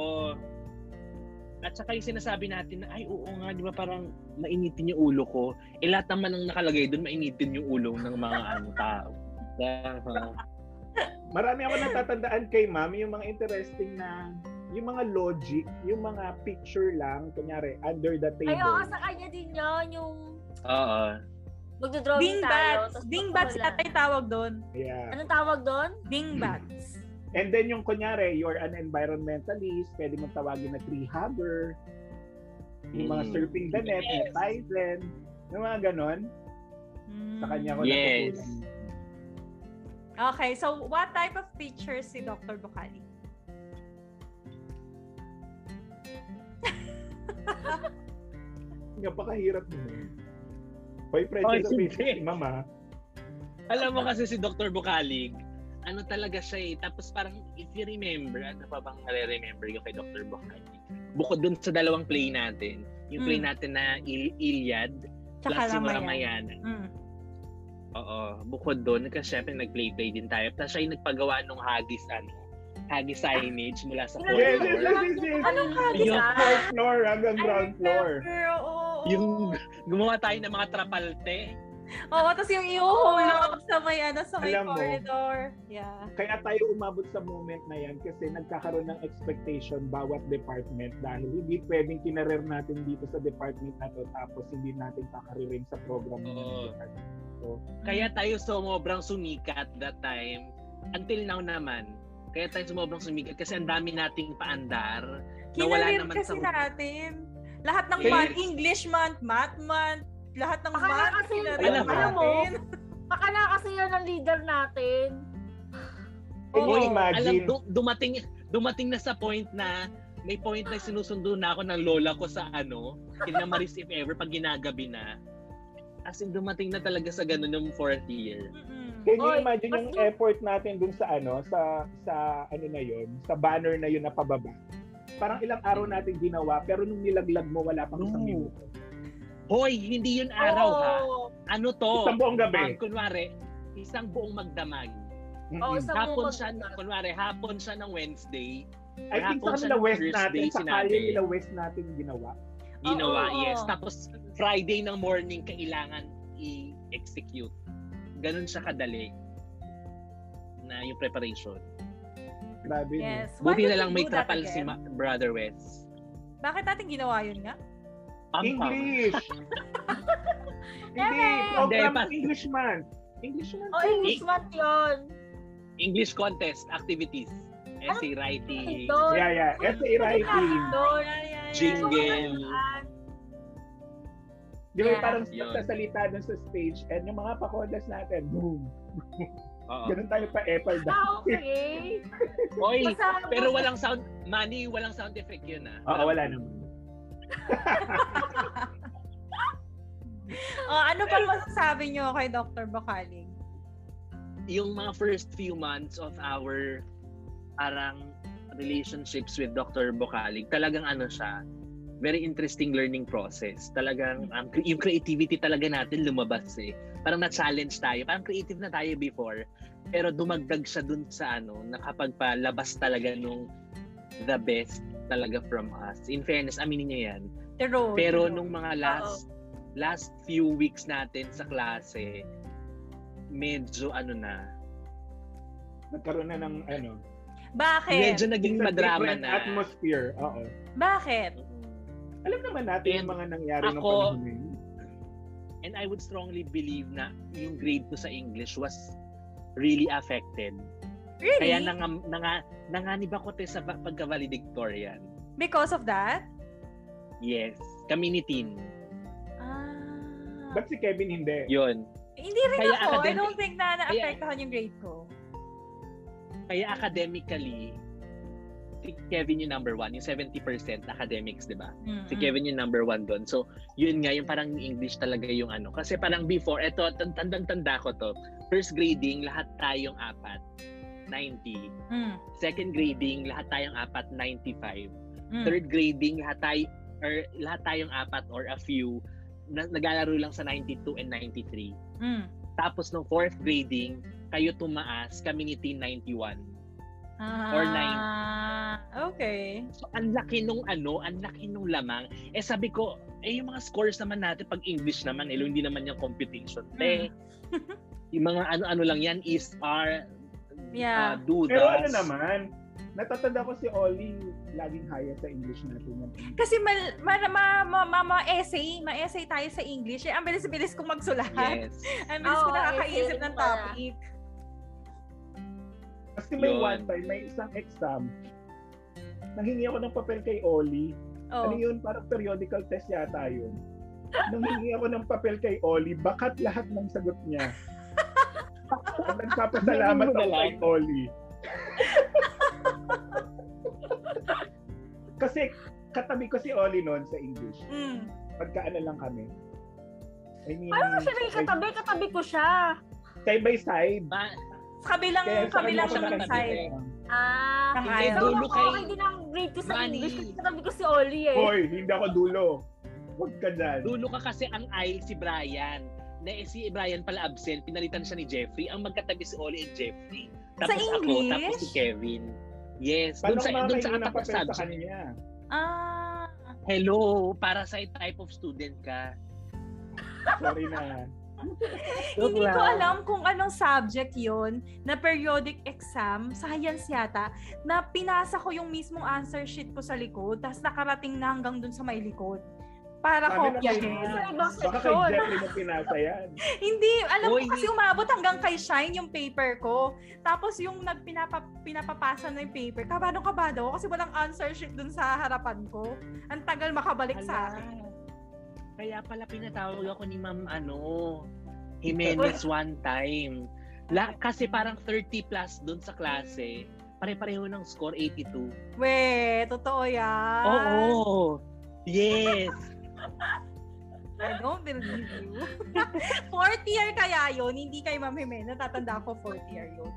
Speaker 4: At saka yung sinasabi natin na, ay oo nga, di ba parang mainitin yung ulo ko. Eh lahat naman ang nakalagay doon, mainitin yung ulo ng mga ano, tao. Ah,
Speaker 2: Marami ako natatandaan kay ma'am, yung mga interesting na, yung mga logic, yung mga picture lang, kunyari, under the
Speaker 3: Ay, oo,
Speaker 2: table.
Speaker 3: sa kanya din yun, yung
Speaker 4: Oo.
Speaker 3: magdodrawing tayo.
Speaker 1: Dingbats.
Speaker 3: tapos
Speaker 1: Dingbats
Speaker 3: tutulungan.
Speaker 1: yata yung tawag doon.
Speaker 2: Yeah.
Speaker 3: Anong tawag doon?
Speaker 1: Dingbats.
Speaker 2: And then yung kunyari, you're an environmentalist, pwede mong tawagin na tree hugger, yung mga
Speaker 4: Mm.
Speaker 2: surfing eh, the net, yes.
Speaker 4: Yes.
Speaker 2: Thailand, yung mga ganon,
Speaker 1: Mm.
Speaker 2: sa kanya ko
Speaker 4: Yes.
Speaker 2: natutunan.
Speaker 1: Hmm. Okay, so what type of teacher si Dr. Bocali?
Speaker 2: Napakahirap mo. Hoy,
Speaker 4: Ay,
Speaker 2: precious sa
Speaker 4: hindi.
Speaker 2: Facebook, mama.
Speaker 4: Alam mo kasi si Dr. Bukalig, ano talaga siya eh. Tapos parang if you remember, ano pa bang nare-remember ko kay Dr. Bukalig? Bukod dun sa dalawang play natin, yung play
Speaker 1: Mm.
Speaker 4: natin na Il- Iliad
Speaker 1: Tsaka Hmm.
Speaker 4: plus yung
Speaker 1: Ramayan.
Speaker 4: Ramayana.
Speaker 1: Mm.
Speaker 4: Oo. Bukod doon, kasi syempre nag-play-play din tayo. Tapos siya yung nagpagawa nung haggis, ano, haggis signage mula sa
Speaker 1: Yes,
Speaker 2: Yes,
Speaker 4: corridor.
Speaker 2: yes, yes, yes, yes.
Speaker 3: Anong kagis
Speaker 4: Yung-
Speaker 3: ah?
Speaker 2: Fourth floor hanggang ground floor.
Speaker 1: Girl, oo.
Speaker 4: Yung gumawa tayo ng mga trapalte.
Speaker 1: Oo, tapos yung iuhulog sa may, ano, sa may
Speaker 2: Alam mo.
Speaker 1: corridor. Yeah.
Speaker 2: Kaya tayo umabot sa moment na yan kasi nagkakaroon ng expectation bawat department dahil hindi pwedeng kinarer natin dito sa department na to tapos hindi natin pakaririn sa program na
Speaker 4: Oo.
Speaker 2: department.
Speaker 4: Kaya tayo sobrang sumikat that time. Until now naman. Kaya tayo sobrang sumikat kasi ang dami nating paandar. Nawala
Speaker 1: Kinalir
Speaker 4: naman
Speaker 1: kasi
Speaker 4: sa-
Speaker 1: natin. Lahat ng
Speaker 4: Yes.
Speaker 1: month, English month, math month, lahat ng
Speaker 3: Akala
Speaker 1: month,
Speaker 3: kasi-
Speaker 1: kinarir
Speaker 4: Alam mo.
Speaker 1: natin.
Speaker 3: Akala kasi yun ang leader natin.
Speaker 2: Can you
Speaker 1: Oo.
Speaker 2: imagine?
Speaker 4: Alam, du- dumating, dumating na sa point na may point na sinusundo na ako ng lola ko sa ano, kina Maris if ever, pag ginagabi na. As in, dumating na talaga sa ganun yung fourth year.
Speaker 1: Mm-mm.
Speaker 2: Can you
Speaker 3: Oy,
Speaker 2: imagine
Speaker 3: mas
Speaker 2: yung
Speaker 3: dun-
Speaker 2: effort natin dun sa ano, sa sa ano na yun, sa banner na yun na pababa? Parang ilang araw natin ginawa pero nung nilaglag mo wala pang isang
Speaker 4: Mm. No.
Speaker 2: minuto.
Speaker 4: Hoy, hindi yun araw ha.
Speaker 3: Oo.
Speaker 4: Ano to?
Speaker 2: Isang buong
Speaker 4: Um,
Speaker 2: gabi.
Speaker 4: kunwari, isang buong magdamag.
Speaker 3: Oo,
Speaker 2: Mm-mm.
Speaker 3: isang
Speaker 4: Hapon
Speaker 3: buong
Speaker 4: siya, na,
Speaker 3: magdamag.
Speaker 4: kunwari, hapon siya ng Wednesday.
Speaker 2: I think
Speaker 4: Hapon siya
Speaker 2: sa kanila
Speaker 4: ng
Speaker 2: West
Speaker 4: first
Speaker 2: natin,
Speaker 4: day
Speaker 2: sa
Speaker 4: sinabi.
Speaker 2: Kali nila West natin ginawa.
Speaker 4: Ginawa,
Speaker 1: Oo.
Speaker 4: ah, yes. Tapos, Friday ng morning, kailangan i-execute. Ganun siya kadali na yung preparation.
Speaker 2: Grabe. no?
Speaker 1: Yes. Why
Speaker 4: Buti
Speaker 1: would
Speaker 4: na lang
Speaker 1: you
Speaker 4: may
Speaker 1: do that
Speaker 4: trapal si
Speaker 1: again?
Speaker 4: Ma- Brother Wes.
Speaker 1: Bakit natin ginawa yun nga?
Speaker 4: Pam-pam.
Speaker 2: English! Hindi,
Speaker 3: Yay!
Speaker 2: program
Speaker 4: Hindi, pa-
Speaker 2: English month. English month.
Speaker 3: Oh, English what yun?
Speaker 4: English contest activities. Essay writing.
Speaker 3: Ito.
Speaker 2: Yeah, yeah. Essay writing.
Speaker 3: Doon.
Speaker 1: Yeah, yeah, yeah.
Speaker 4: Jingle.
Speaker 2: Di ba
Speaker 1: Yeah.
Speaker 2: parang
Speaker 4: Yun.
Speaker 2: sasalita dun sa stage and yung mga pakodas natin, boom.
Speaker 4: Oo.
Speaker 2: Ganun tayo pa epal dahil.
Speaker 3: Ah, okay. ano,
Speaker 4: Oy,
Speaker 3: Masama.
Speaker 4: pero walang sound, Manny, walang sound effect yun ah.
Speaker 2: Oo, wala naman.
Speaker 1: Oh, ano pa masasabi nyo kay Dr. Bocaling?
Speaker 4: Yung mga first few months of our arang relationships with Dr. Bocalig, talagang ano siya, very interesting learning process. Talagang um, cre- yung creativity talaga natin lumabas eh. Parang na-challenge tayo. Parang creative na tayo before. Pero dumagdag siya dun sa ano, nakapagpalabas talaga nung the best talaga from us. In fairness, aminin niyo yan.
Speaker 1: The road.
Speaker 4: Pero
Speaker 1: the road.
Speaker 4: nung mga last last few weeks natin sa klase, medyo ano na,
Speaker 2: Nagkaroon na ng ano.
Speaker 1: Bakit?
Speaker 4: medyo naging
Speaker 2: it's a
Speaker 4: madrama
Speaker 2: different
Speaker 4: na.
Speaker 2: Atmosphere, oo.
Speaker 1: Bakit?
Speaker 2: Alam naman natin yung mga nangyari ng
Speaker 4: Ako-
Speaker 2: panahon na yun.
Speaker 4: And I would strongly believe na yung grade ko sa English was really affected.
Speaker 1: Really?
Speaker 4: Kaya nang, nang, nanganib ako te sa ba- pagka-valedictorian.
Speaker 1: Because of that?
Speaker 4: Yes, kami ni Tin.
Speaker 1: Ah.
Speaker 2: Ba't si Kevin hindi?
Speaker 4: Yun.
Speaker 1: Hindi rin ako.
Speaker 4: Kaya
Speaker 1: I
Speaker 4: academic-
Speaker 1: don't think na naapektuhan yung grade ko.
Speaker 4: Kaya academically, si Kevin yung number one, yung 70% academics, di ba?
Speaker 1: Mm-mm.
Speaker 4: Si
Speaker 2: Mm.
Speaker 4: Kevin yung number one doon. So, yun nga, yung parang English talaga yung ano. Kasi parang before, eto, tan- tandang-tanda ko to. First grading, lahat tayong apat, 90.
Speaker 1: Mm,
Speaker 4: Second grading, lahat tayong apat, 95.
Speaker 1: mm.
Speaker 4: Third grading, lahat, tayo, or, lahat tayong apat or a few, na, naglalaro lang sa 92 and 93.
Speaker 1: Mm.
Speaker 4: Tapos nung fourth grading, kayo tumaas, kami ni Team 91.
Speaker 1: Ah,
Speaker 4: Or nine.
Speaker 1: Okay.
Speaker 4: So, ang laki nung ano, ang laki nung lamang. Eh, sabi ko, eh, yung mga scores naman natin, pag English naman, eh, hindi naman yung competition. Eh, yung mga ano-ano lang yan is ah, are,
Speaker 1: Yeah.
Speaker 4: uh, do
Speaker 2: Pero ano
Speaker 4: thus.
Speaker 2: naman, natatanda ko si Ollie laging haya sa English natin. yan.
Speaker 1: Kasi mal, ma, ma, ma, ma, ma, essay, ma-essay tayo sa English. Eh, ang bilis-bilis kong magsulat.
Speaker 4: Yes.
Speaker 1: Ang bilis ko
Speaker 3: Oo,
Speaker 1: nakakaisip
Speaker 3: essay
Speaker 1: ng
Speaker 3: pala.
Speaker 1: topic.
Speaker 2: Kasi may
Speaker 4: Yun.
Speaker 2: one time, may isang exam, nanghingi ako ng papel kay Ollie.
Speaker 1: Oh.
Speaker 2: Ano yun? Parang periodical test yata yun. Nanghingi ako ng papel kay Ollie, bakat lahat ng sagot niya. At Nagpapasalamat
Speaker 4: Ganun mo na
Speaker 2: ako kay
Speaker 4: lang.
Speaker 2: Ollie. Kasi katabi ko si Ollie noon sa English.
Speaker 1: Mm.
Speaker 2: Pagkaano lang kami. I mean,
Speaker 3: Paano siya naging katabi? Katabi ko siya.
Speaker 2: Side by side.
Speaker 4: Ba,
Speaker 1: Sa kabilang,
Speaker 2: Kaya sa
Speaker 1: kabilang
Speaker 2: kanya ako
Speaker 1: side.
Speaker 2: nakatira.
Speaker 3: Ah.
Speaker 1: Ang
Speaker 4: Hindi,
Speaker 1: ayaw.
Speaker 3: So,
Speaker 4: dulo
Speaker 3: ako
Speaker 4: kay-
Speaker 3: okay din ang grade ko sa
Speaker 4: Manny.
Speaker 3: English kasi katabi ko si Ollie eh.
Speaker 2: Hoy, hindi ako dulo. Huwag ka dyan.
Speaker 4: dulo ka kasi ang aisle si Brian. na eh, si Brian pala absent, pinalitan siya ni Jeffrey. Ang magkatabi si Ollie and Jeffrey.
Speaker 1: Sa
Speaker 4: Tapos ako,
Speaker 1: English?
Speaker 4: tapos si Kevin. Yes, doon
Speaker 2: Paano
Speaker 4: sa,
Speaker 2: kumakain
Speaker 4: doon sa
Speaker 2: ng
Speaker 4: attack na
Speaker 2: papel sa
Speaker 4: subject.
Speaker 2: kanya?
Speaker 1: Ah,
Speaker 4: Hello, para sa type of student ka.
Speaker 2: Sorry na.
Speaker 1: hindi ko alam kung anong subject yon na periodic exam, science yata, na pinasa ko yung mismong answer sheet ko sa likod, tapos nakarating na hanggang dun sa may likod. Para
Speaker 2: Sabi na
Speaker 1: kopya
Speaker 2: kayo
Speaker 1: din.
Speaker 2: na.
Speaker 3: Sa ibang
Speaker 2: Baka kay
Speaker 3: section.
Speaker 2: Jeffrey mo pinasa yan.
Speaker 1: Hindi, alam
Speaker 4: Oy.
Speaker 1: ko kasi umabot hanggang kay Shine yung paper ko. Tapos yung nagpinapa, pinapapasa na yung paper, kabado kabado ako kasi walang answer sheet dun sa harapan ko. Ang tagal makabalik sa akin.
Speaker 4: Kaya pala pinatawag ako ni Ma'am ano, Jimenez one time. La, kasi parang 30 plus doon sa klase. Pare-pareho ng score 82.
Speaker 1: We, totoo yan.
Speaker 4: Oo. Yes.
Speaker 1: I don't believe you. fourth year kaya yun, hindi kay Ma'am Jimena. Tatanda ko fourth year yun.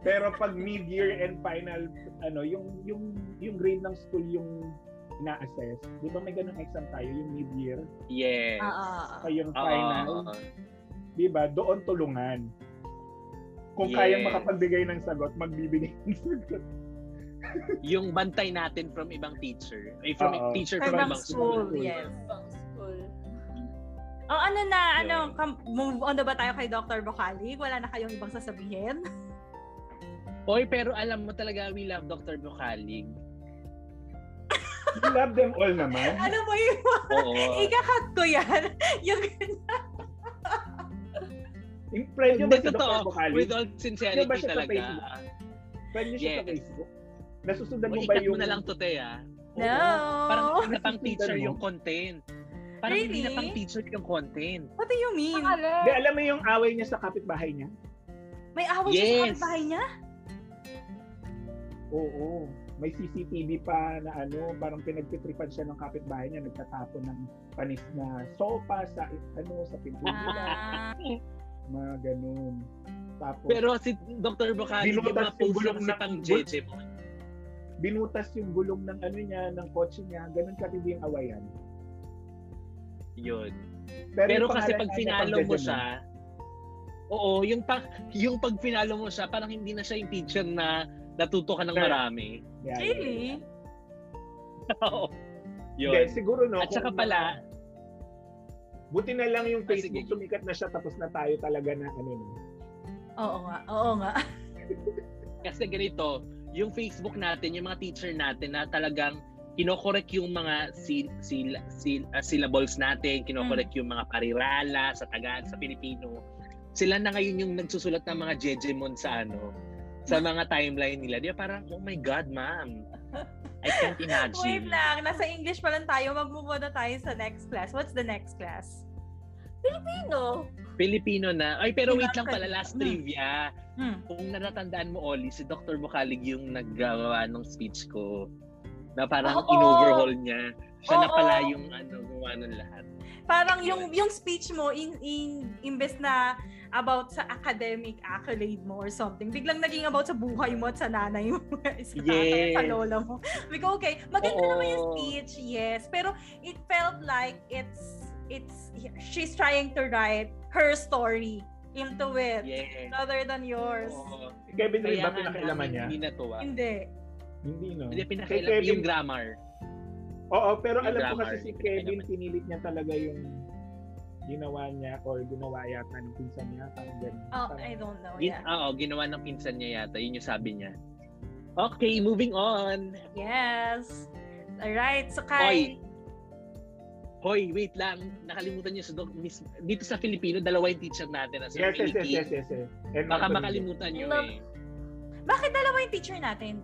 Speaker 2: Pero pag mid-year and final, ano, yung yung yung grade ng school yung ina-assess. Di ba may ganung exam tayo, yung mid-year,
Speaker 4: Yes.
Speaker 1: Ah, ah, ah.
Speaker 2: kaya yung
Speaker 4: Oo.
Speaker 2: final, di ba? Doon tulungan. Kung
Speaker 4: Yes.
Speaker 2: kayang makapagbigay ng sagot, magbibigay ng sagot.
Speaker 4: yung bantay natin from ibang teacher. Ay, from
Speaker 2: Oo.
Speaker 4: teacher
Speaker 1: Kay
Speaker 4: from
Speaker 1: Ma'am
Speaker 4: ibang school.
Speaker 1: School, yes.
Speaker 3: Ibang school.
Speaker 1: O ano na, ano, kam- move on na ba tayo kay Dr. Bocali? Wala na kayong ibang sasabihin?
Speaker 4: Oy, pero alam mo talaga, we love Dr. Bucalig.
Speaker 2: You love them all naman.
Speaker 1: Alam mo Ano yung
Speaker 4: Oo.
Speaker 1: ikakat ko yan. yung
Speaker 2: Yung friend nyo ba
Speaker 4: Hindi,
Speaker 2: si Dr.
Speaker 4: totoo.
Speaker 2: Bocali?
Speaker 4: With all
Speaker 2: Yun ba
Speaker 4: sincerity
Speaker 2: siya sa
Speaker 4: talaga.
Speaker 2: Facebook? Friend nyo siya sa
Speaker 4: Yes.
Speaker 2: Facebook? Nasusundan mo
Speaker 4: Oy,
Speaker 2: ba
Speaker 4: ikat
Speaker 2: yung...
Speaker 4: mo na lang to, Te, ah. Oo.
Speaker 1: No.
Speaker 4: Parang hindi na pang teacher
Speaker 2: Nasusundan mo?
Speaker 4: yung content. Parang hindi na
Speaker 1: Really?
Speaker 4: pang teacher yung content.
Speaker 1: What do you mean?
Speaker 3: Akala.
Speaker 2: Di, alam mo yung away niya sa kapitbahay niya?
Speaker 1: May away siya
Speaker 4: Yes.
Speaker 1: sa bahay niya?
Speaker 2: Oo. May CCTV pa na ano, parang pinagtitripan siya ng kapitbahay niya, nagtatapon ng panis na sopa sa ano sa pintuan.
Speaker 1: Ah,
Speaker 2: mga ganun. Tapos
Speaker 4: Pero si Dr. Bucalig, yung mga
Speaker 2: Binutas yung
Speaker 4: post
Speaker 2: bulong
Speaker 4: kasi
Speaker 2: ng-
Speaker 4: pang JJ mo.
Speaker 2: binutas yung gulong ng ano niya, ng kotse niya, ganun katindi yung awayan.
Speaker 4: Yun.
Speaker 2: yung
Speaker 4: Pero kasi
Speaker 2: pangalan
Speaker 4: pag
Speaker 2: niya,
Speaker 4: finalo mo
Speaker 2: pangjajan
Speaker 4: siya, oo, yung pag yung pag finalo mo siya, parang hindi na siya yung teacher na natuto ka ng
Speaker 2: Correct.
Speaker 4: marami.
Speaker 2: nun. Yeah, yeah, yeah.
Speaker 1: really?
Speaker 4: Oo. Yun.
Speaker 2: Hindi, siguro no.
Speaker 4: At
Speaker 2: kung-
Speaker 4: saka pala,
Speaker 2: buti na lang yung
Speaker 4: Ah,
Speaker 2: Facebook,
Speaker 4: sige.
Speaker 2: sumikat na siya, tapos na tayo talaga na ano. no.
Speaker 1: Oo nga, oo nga.
Speaker 4: kasi ganito, yung Facebook natin, yung mga teacher natin na talagang kinokorek yung mga sil, sil, sil, ah, syllables natin,
Speaker 1: Mm.
Speaker 4: kinokorek yung mga parirala sa Tagalog, sa Pilipino. Sila na ngayon yung nagsusulat ng mga jejemon sa ano, sa mga timeline nila. Di ba parang, oh my God, ma'am. I can't
Speaker 1: Wait
Speaker 4: imagine.
Speaker 1: lang, nasa English pa lang tayo. Mag-move on na tayo sa next class. What's the next class?
Speaker 3: Sino?
Speaker 4: Filipino na. Ay, pero wait
Speaker 1: Diba,
Speaker 4: lang pala,
Speaker 1: Fred?
Speaker 4: last
Speaker 1: Hmm.
Speaker 4: trivia.
Speaker 1: Hmm.
Speaker 4: Kung natatandaan mo, Oli, si Dr. Bucalig yung naggawa ng speech ko na parang
Speaker 1: Oo.
Speaker 4: in-overhaul niya. Siya na
Speaker 1: Oo.
Speaker 4: pala yung ano, gumawa ng lahat.
Speaker 1: Parang yung yung speech mo in in imbes na about sa academic accolade mo or something, biglang naging about sa buhay mo at sa nanay mo, sa tatay, sa
Speaker 4: Yes.
Speaker 1: lola mo. Like, okay, maganda
Speaker 4: Oo.
Speaker 1: naman yung speech, yes. Pero it felt like it's it's she's trying to write her story into it
Speaker 4: Yes.
Speaker 1: rather than yours.
Speaker 4: Oo.
Speaker 2: Si Kevin Ray
Speaker 4: Kaya
Speaker 2: ba
Speaker 4: nga
Speaker 2: pinakailaman
Speaker 4: namin
Speaker 2: niya?
Speaker 4: Hindi natuwa.
Speaker 1: Hindi.
Speaker 2: Hindi, no?
Speaker 4: Hindi
Speaker 2: Kay
Speaker 4: pinakailaman.
Speaker 2: Kevin,
Speaker 4: Yung grammar.
Speaker 2: oo, pero
Speaker 4: yung
Speaker 2: alam ko
Speaker 4: grammar,
Speaker 2: kasi si
Speaker 4: hindi
Speaker 2: Kevin,
Speaker 4: pinakailaman.
Speaker 2: pinilit niya talaga yung ginawa niya or ginawa yata ng pinsan niya, parang ganun.
Speaker 1: Oh,
Speaker 2: Parang-
Speaker 1: I don't know.
Speaker 4: Gin-
Speaker 1: Yeah.
Speaker 4: Oo, ah, oh, ginawa ng pinsan niya yata. Yun yung sabi niya. Okay, moving on.
Speaker 1: Yes. All right. So kay
Speaker 4: Hoy, wait lang. Nakalimutan niyo sa doc- Miss, dito sa Filipino, dalawa yung teacher natin. ah, Sir
Speaker 2: yes, yes, yes,
Speaker 4: Ricky.
Speaker 2: yes, yes, yes. And
Speaker 4: Baka
Speaker 2: Anthony.
Speaker 4: makalimutan niyo
Speaker 3: Ma'am.
Speaker 4: eh.
Speaker 1: bakit dalawa yung teacher natin?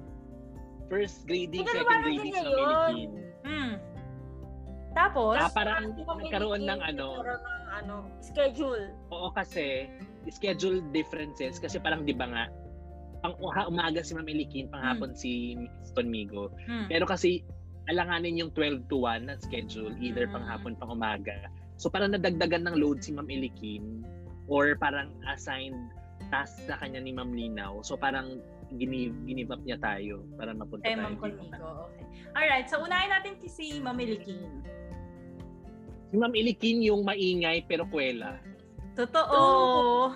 Speaker 4: First grading,
Speaker 3: Ang
Speaker 4: second
Speaker 3: dalawa lang
Speaker 4: grading
Speaker 3: din
Speaker 4: sa
Speaker 3: yun.
Speaker 4: Manikin.
Speaker 1: Hmm. Tapos,
Speaker 4: Ah, parang
Speaker 3: Hindi kami
Speaker 4: nagkaroon ng
Speaker 3: naging-
Speaker 4: ano,
Speaker 3: nagkaroon ng ano, schedule.
Speaker 4: oo kasi, schedule differences. Kasi parang di ba nga, pang uha- umaga si Ma'am Elikin, panghapon si Miss Tonmigo.
Speaker 1: Hmm.
Speaker 4: Pero kasi, alanganin yung 12 to 1 na schedule, either
Speaker 1: Mm.
Speaker 4: panghapon, pang umaga. So parang nadagdagan ng load si Ma'am Elikin or parang assigned task sa kanya ni Ma'am Linaw. So parang ginive, give up niya tayo para mapunta
Speaker 1: Kay
Speaker 4: tayo.
Speaker 1: Ma'am
Speaker 4: dito.
Speaker 1: Conmigo. Okay. Alright, so unahin natin si- si Ma'am Ilikin.
Speaker 4: Si Ma'am Ilikin yung maingay pero kwela.
Speaker 1: Totoo.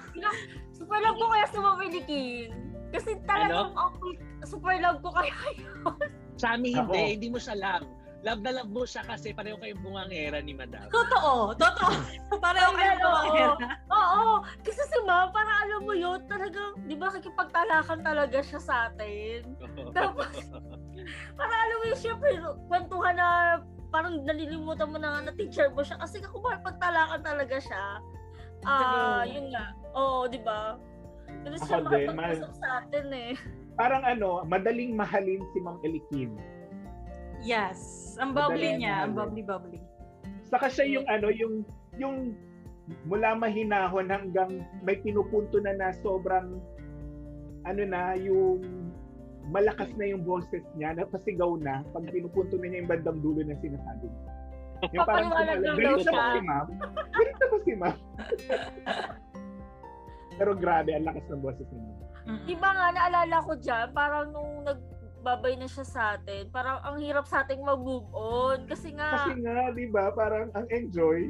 Speaker 3: Super love ko kaya sumabay ni Kim. Kasi talagang
Speaker 4: Ano?
Speaker 3: awkward. Super love ko kaya yun.
Speaker 4: Sa amin,
Speaker 2: Ako.
Speaker 4: hindi. Hindi mo siya love. Love na love mo siya kasi pareho kayong bungangera ni Madam.
Speaker 1: Totoo. Totoo. Pareho
Speaker 3: Ay,
Speaker 1: kayo
Speaker 3: ano,
Speaker 1: kumakera.
Speaker 3: Oo, kasi si ma'am, para alam mo yun, talagang, di ba kikipagtalakan talaga siya sa atin. Tapos, Para alam mo yun, syempre, kwentuhan na parang nalilimutan mo na nga na teacher mo siya kasi kung pagtalakan talaga siya. Ah,
Speaker 1: True.
Speaker 3: yun nga. Oo, di ba? Pero siya
Speaker 2: Ako din,
Speaker 3: makapag-usap sa atin eh.
Speaker 2: Parang ano, madaling mahalin si Ma'am Elikin.
Speaker 1: Yes. Ang bubbly
Speaker 2: Madali,
Speaker 1: niya. Ang
Speaker 2: madali.
Speaker 1: bubbly-bubbly.
Speaker 2: Saka siya yung ano, yung yung mula mahinahon hanggang may pinupunto na na sobrang ano na, yung malakas na yung boses niya, napasigaw na pag pinupunto na niya yung bandang dulo ng sinasabi niya. Yung parang
Speaker 3: Papaliwanag
Speaker 2: kumala,
Speaker 3: lang
Speaker 4: daw
Speaker 2: galit na ba
Speaker 4: siya."
Speaker 2: si ma'am? Galit na ba si ma'am? Pero grabe, ang lakas ng boses niya.
Speaker 1: Mm-mm.
Speaker 3: Di ba nga, naalala ko dyan, parang nung nagbabay na siya sa atin, parang ang hirap sa ating mag-move on. Kasi nga,
Speaker 2: Kasi nga, di ba, parang ang enjoy.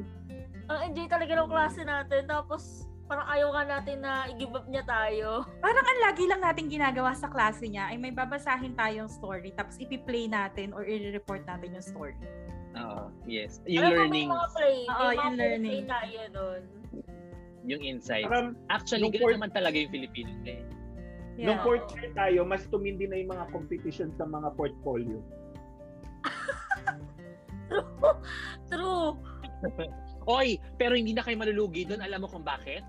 Speaker 3: ang enjoy talaga ng klase natin. Tapos, parang ayaw nga natin na i-give up niya tayo.
Speaker 1: Parang ang lagi lang natin ginagawa sa klase niya ay may babasahin tayong story tapos ipi-play natin or i-report natin yung story.
Speaker 4: Oo, yes. Yung
Speaker 3: Alam mo,
Speaker 4: learning,
Speaker 3: May mga play.
Speaker 1: Oo,
Speaker 3: may mga
Speaker 1: yung learning.
Speaker 3: play tayo nun.
Speaker 4: yung insight.
Speaker 2: Saka,
Speaker 4: Actually,
Speaker 2: Yung
Speaker 4: ganun
Speaker 2: fourth-
Speaker 4: naman talaga yung Filipino. Eh.
Speaker 1: Yeah.
Speaker 2: Nung fourth year tayo, mas tumindi na yung mga competition sa mga portfolio.
Speaker 3: True.
Speaker 4: Oy, pero hindi na kayo malulugi doon. Alam mo kung bakit?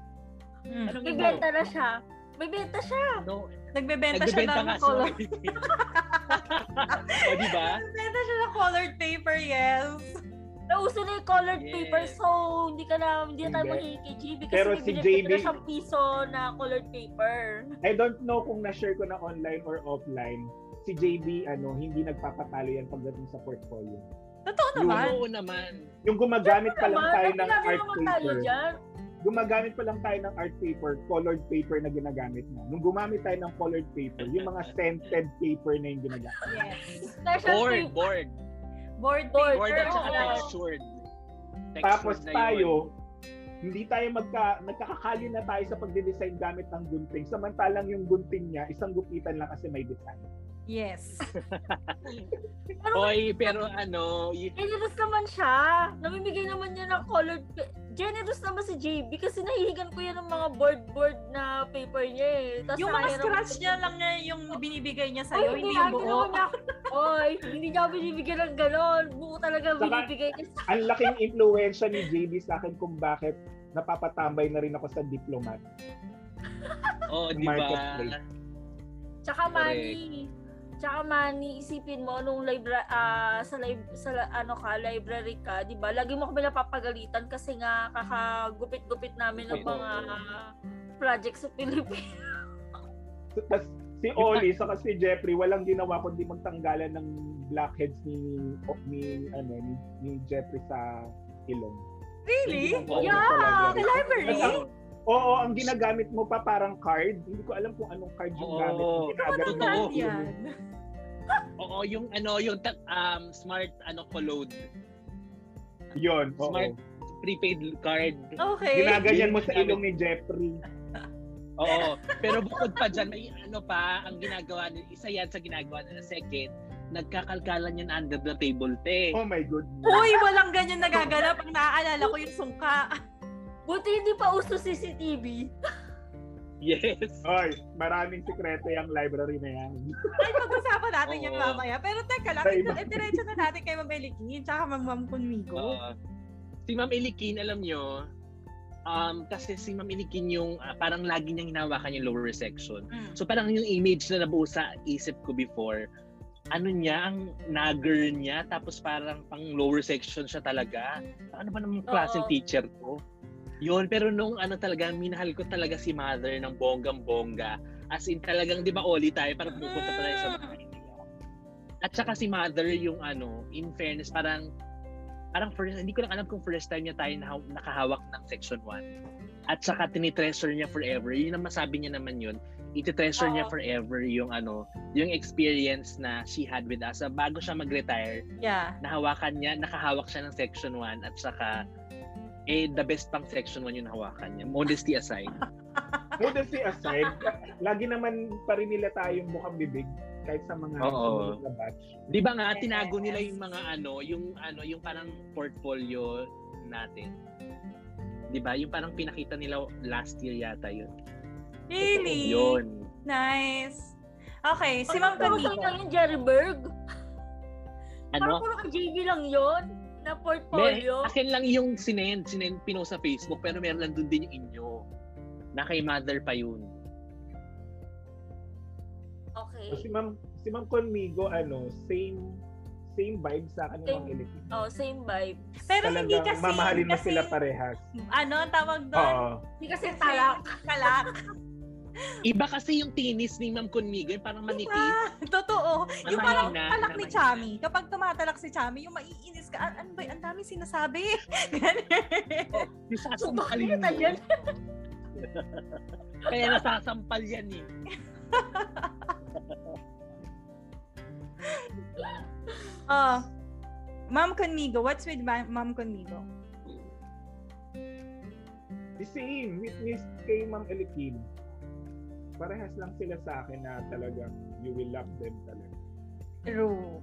Speaker 1: Mm.
Speaker 4: Anong
Speaker 3: May
Speaker 4: ano?
Speaker 3: benta na siya. May benta siya.
Speaker 4: No,
Speaker 1: Nagbebenta siya
Speaker 4: nagbebenta
Speaker 1: daw
Speaker 4: ka.
Speaker 1: ng color.
Speaker 4: sorry. o, di ba?
Speaker 1: Nagbebenta siya ng colored paper, yes.
Speaker 3: Nauso na yung colored
Speaker 4: Yes.
Speaker 3: paper so hindi ka na, hindi na tayo
Speaker 2: Hindi.
Speaker 3: mahingi kay JB kasi
Speaker 2: Pero
Speaker 3: Pero
Speaker 2: si
Speaker 3: bibili
Speaker 2: JB
Speaker 3: ko na siyang piso na colored paper.
Speaker 2: I don't know kung na-share ko na online or offline. Si JB, ano, hindi nagpapatalo yan pagdating sa portfolio.
Speaker 1: Totoo
Speaker 2: Yun.
Speaker 1: naman.
Speaker 4: Oo naman.
Speaker 2: Yung gumagamit pa lang tayo ng
Speaker 3: Nagpilagay
Speaker 2: art
Speaker 3: Ano naman tayo
Speaker 2: paper.
Speaker 3: dyan.
Speaker 2: Gumagamit pa lang tayo ng art paper, colored paper na ginagamit na. Nung gumamit tayo ng colored paper, yung mga scented paper na yung ginagamit.
Speaker 1: Yes.
Speaker 3: Special
Speaker 4: Board,
Speaker 3: paper.
Speaker 4: board.
Speaker 1: Board paper.
Speaker 3: Board.
Speaker 4: Board at saka
Speaker 3: oo.
Speaker 4: textured. Textured
Speaker 2: Tapos
Speaker 4: na yun.
Speaker 2: tayo, hindi tayo magka, nagkakakali na tayo sa pagde-design gamit ng gunting. Samantalang yung gunting niya, isang gupitan lang kasi may design.
Speaker 1: Yes.
Speaker 3: Pero
Speaker 4: Oy, pero ano, y-
Speaker 3: generous naman siya. Namimigay naman niya ng colored pa- Generous naman si JB kasi nahihigan ko yan ng mga board-board na paper niya eh. Tas
Speaker 1: yung mga
Speaker 3: sayang naman
Speaker 1: scratch
Speaker 3: siya.
Speaker 1: niya lang niya yung binibigay niya
Speaker 3: Ay,
Speaker 1: sa'yo, hindi
Speaker 3: nga,
Speaker 1: yung buo.
Speaker 3: ginawa niya. Oy, hindi niya ako binibigyan ng ganon. Buo talaga
Speaker 2: Saka-
Speaker 3: binibigay niya sa
Speaker 2: ang laking impluensya ni JB sa akin kung bakit napapatambay na rin ako sa diplomat.
Speaker 4: oh, di ba?
Speaker 2: Marketplace.
Speaker 3: Tsaka
Speaker 4: Correct.
Speaker 3: money. Tsaka money, isipin mo nung libra ah, sa lib- sa la- ano ka, library ka, 'di ba? Lagi mo kami napapagalitan kasi nga kakagupit-gupit namin ng
Speaker 4: Oo.
Speaker 3: mga project sa Pilipinas.
Speaker 2: So, tas si Oli sa si Jeffrey walang ginawa kundi magtanggalan ng blackheads ni o- ni ano ni, ni Jeffrey sa ilong.
Speaker 1: Really?
Speaker 4: Oo.
Speaker 3: Yeah!
Speaker 2: Sa
Speaker 1: The
Speaker 2: library.
Speaker 1: library?
Speaker 2: Oo, ang ginagamit mo pa parang card. Hindi ko alam kung anong card yung
Speaker 4: Oo.
Speaker 2: gamit mo. Ginagamit
Speaker 1: Ano
Speaker 4: Totoo.
Speaker 1: brand
Speaker 2: mo.
Speaker 1: yan?
Speaker 4: Oo, yung ano, yung ta- um, smart ano collode,
Speaker 2: Yun, oo.
Speaker 4: Smart. prepaid card.
Speaker 1: Okay.
Speaker 2: Ginaganyan mo sa ilong ni Jeffrey.
Speaker 4: Oo. Pero bukod pa dyan, may ano pa, ang ginagawa nila, isa yan sa ginagawa nila. Second, nagkakalkalan yan under the table, te.
Speaker 2: Oh my goodness.
Speaker 1: Uy, walang ganyan nagaganap. Ang naaalala ko yung sungka.
Speaker 3: Buti hindi pa uso CCTV.
Speaker 4: Yes.
Speaker 2: Oy, maraming sikreto yung library na yan.
Speaker 1: Ay, pag-usapan natin yan
Speaker 4: Oo.
Speaker 1: mamaya. Pero teka lang,
Speaker 2: Sa
Speaker 1: ito,
Speaker 2: iba.
Speaker 1: eh, diretso na natin kay Ma'am Elikin, tsaka Ma'am Ma'am Conmigo.
Speaker 4: Oo. si Ma'am Ilikin, alam nyo, um, kasi si Ma'am Ilikin yung ah, parang lagi niyang hinawakan yung lower section.
Speaker 1: Mm.
Speaker 4: So parang yung image na nabuo sa isip ko before, ano niya, ang nagger niya, tapos parang pang lower section siya talaga. Ano ba namang klaseng
Speaker 3: Oo.
Speaker 4: teacher ko? Yun, pero nung ano talaga, minahal ko talaga si mother ng bonggang-bongga. As in talagang, di ba, Oli tayo, parang pupunta tayo sa bahay nila. At saka si mother yung ano, in fairness, parang parang first, hindi ko lang alam kung first time niya tayo nahaw- nakahawak ng section 1. At saka
Speaker 1: Mm.
Speaker 4: tinitreasure niya forever. Yun ang masabi niya naman yun. Ititreasure niya
Speaker 3: Oo.
Speaker 4: forever yung ano, yung experience na she had with us. Ah, Bago siya mag-retire,
Speaker 1: Yeah.
Speaker 4: nahawakan niya, nakahawak siya ng section 1 at saka eh, the best pang section 1 yung nahawakan niya. Modesty aside.
Speaker 2: Modesty aside, lagi naman pa rin nila tayong mukhang bibig kahit sa mga
Speaker 4: Oo.
Speaker 2: sumunod na batch.
Speaker 4: Di ba nga, tinago
Speaker 1: Yes.
Speaker 4: nila yung mga ano, yung ano, yung parang portfolio natin. Di ba? Yung parang pinakita nila last year yata yun.
Speaker 1: Really?
Speaker 4: Yun.
Speaker 1: Nice. Okay, si Ma'am
Speaker 3: Parang puro
Speaker 1: Kaniko.
Speaker 3: kayo lang yung Jerry Berg. Parang
Speaker 4: Ano?
Speaker 3: puro kay JB lang yon
Speaker 1: Oh,
Speaker 3: na
Speaker 4: May,
Speaker 3: portfolio.
Speaker 4: akin lang yung sinend, sinend pino sa Facebook, pero meron lang dun din yung inyo. Na kay mother pa yun.
Speaker 3: Okay.
Speaker 2: So, si Ma'am si Ma'am Conmigo ano, same same vibe sa akin ng
Speaker 3: Same.
Speaker 2: mga elitist.
Speaker 3: Oh, same vibe.
Speaker 1: Pero hindi
Speaker 2: Talagang
Speaker 1: kasi,
Speaker 2: mamahalin mo
Speaker 1: kasi,
Speaker 2: sila parehas.
Speaker 1: ano ang tawag doon?
Speaker 2: Oo.
Speaker 3: Hindi kasi talak.
Speaker 1: Kalak.
Speaker 4: Iba kasi yung tinis ni Ma'am Conmigo, yung parang manipis.
Speaker 1: Ah, totoo. Yung parang
Speaker 4: Mamahina,
Speaker 1: talak ni
Speaker 4: mamahina.
Speaker 1: Chami. Kapag tumatalak si Chami, yung maiinis ka, "Ah, ano ba, ang dami sinasabi. Ganun.
Speaker 4: Yung sasampal
Speaker 3: Bakit na yan?
Speaker 4: Kaya nasasampal yan eh.
Speaker 1: oh, Ma'am Conmigo, what's with Ma- Ma'am Conmigo?
Speaker 2: The same, witness kay Ma'am Elikin. Parehas lang sila sa akin na talagang you will love them talaga.
Speaker 1: True.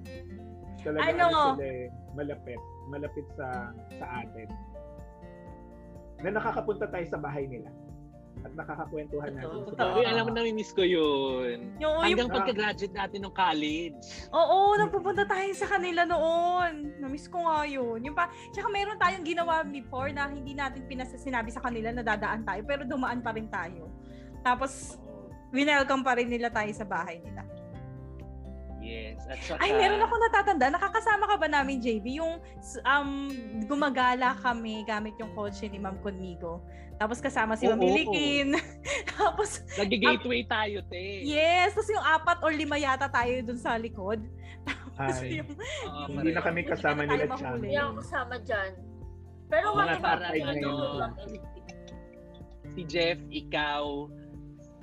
Speaker 2: Talaga
Speaker 1: Ano?
Speaker 2: sila eh, malapit. Malapit sa sa atin. Na nakakapunta tayo sa bahay nila. At nakakakwentuhan natin.
Speaker 1: Totoo.
Speaker 2: sa bahay.
Speaker 4: Uy, alam mo na miss ko yun.
Speaker 1: Oh, Yung, yung,
Speaker 2: Ah.
Speaker 4: Hanggang pagka-graduate natin ng college.
Speaker 1: Oo, nagpupunta tayo sa kanila noon. Namiss ko nga yun. Yung pa, tsaka meron tayong ginawa before na hindi natin pinasasinabi sa kanila na dadaan tayo, pero dumaan pa rin tayo. Tapos, winelcome pa rin nila tayo sa bahay nila.
Speaker 4: Yes. At saka,
Speaker 1: Ay, meron ako natatanda. Nakakasama ka ba namin, JB? Yung s- um, gumagala kami gamit yung kotse ni Ma'am Conmigo. Tapos kasama si Ma'am
Speaker 4: Oo.
Speaker 1: Ilikin. Tapos,
Speaker 4: Nag-gateway tayo, te.
Speaker 1: yes. Tapos yung apat or lima yata tayo dun sa likod. Tapos
Speaker 2: Ay.
Speaker 1: yung,
Speaker 4: Oo,
Speaker 2: Hindi na
Speaker 4: pare.
Speaker 2: kami kasama nila
Speaker 1: Hindi na tayo
Speaker 2: Chami.
Speaker 3: Hindi ako kasama dyan. Pero
Speaker 4: Oo,
Speaker 3: wala
Speaker 4: nga, para
Speaker 3: naman
Speaker 2: ano.
Speaker 4: Si Jeff, ikaw,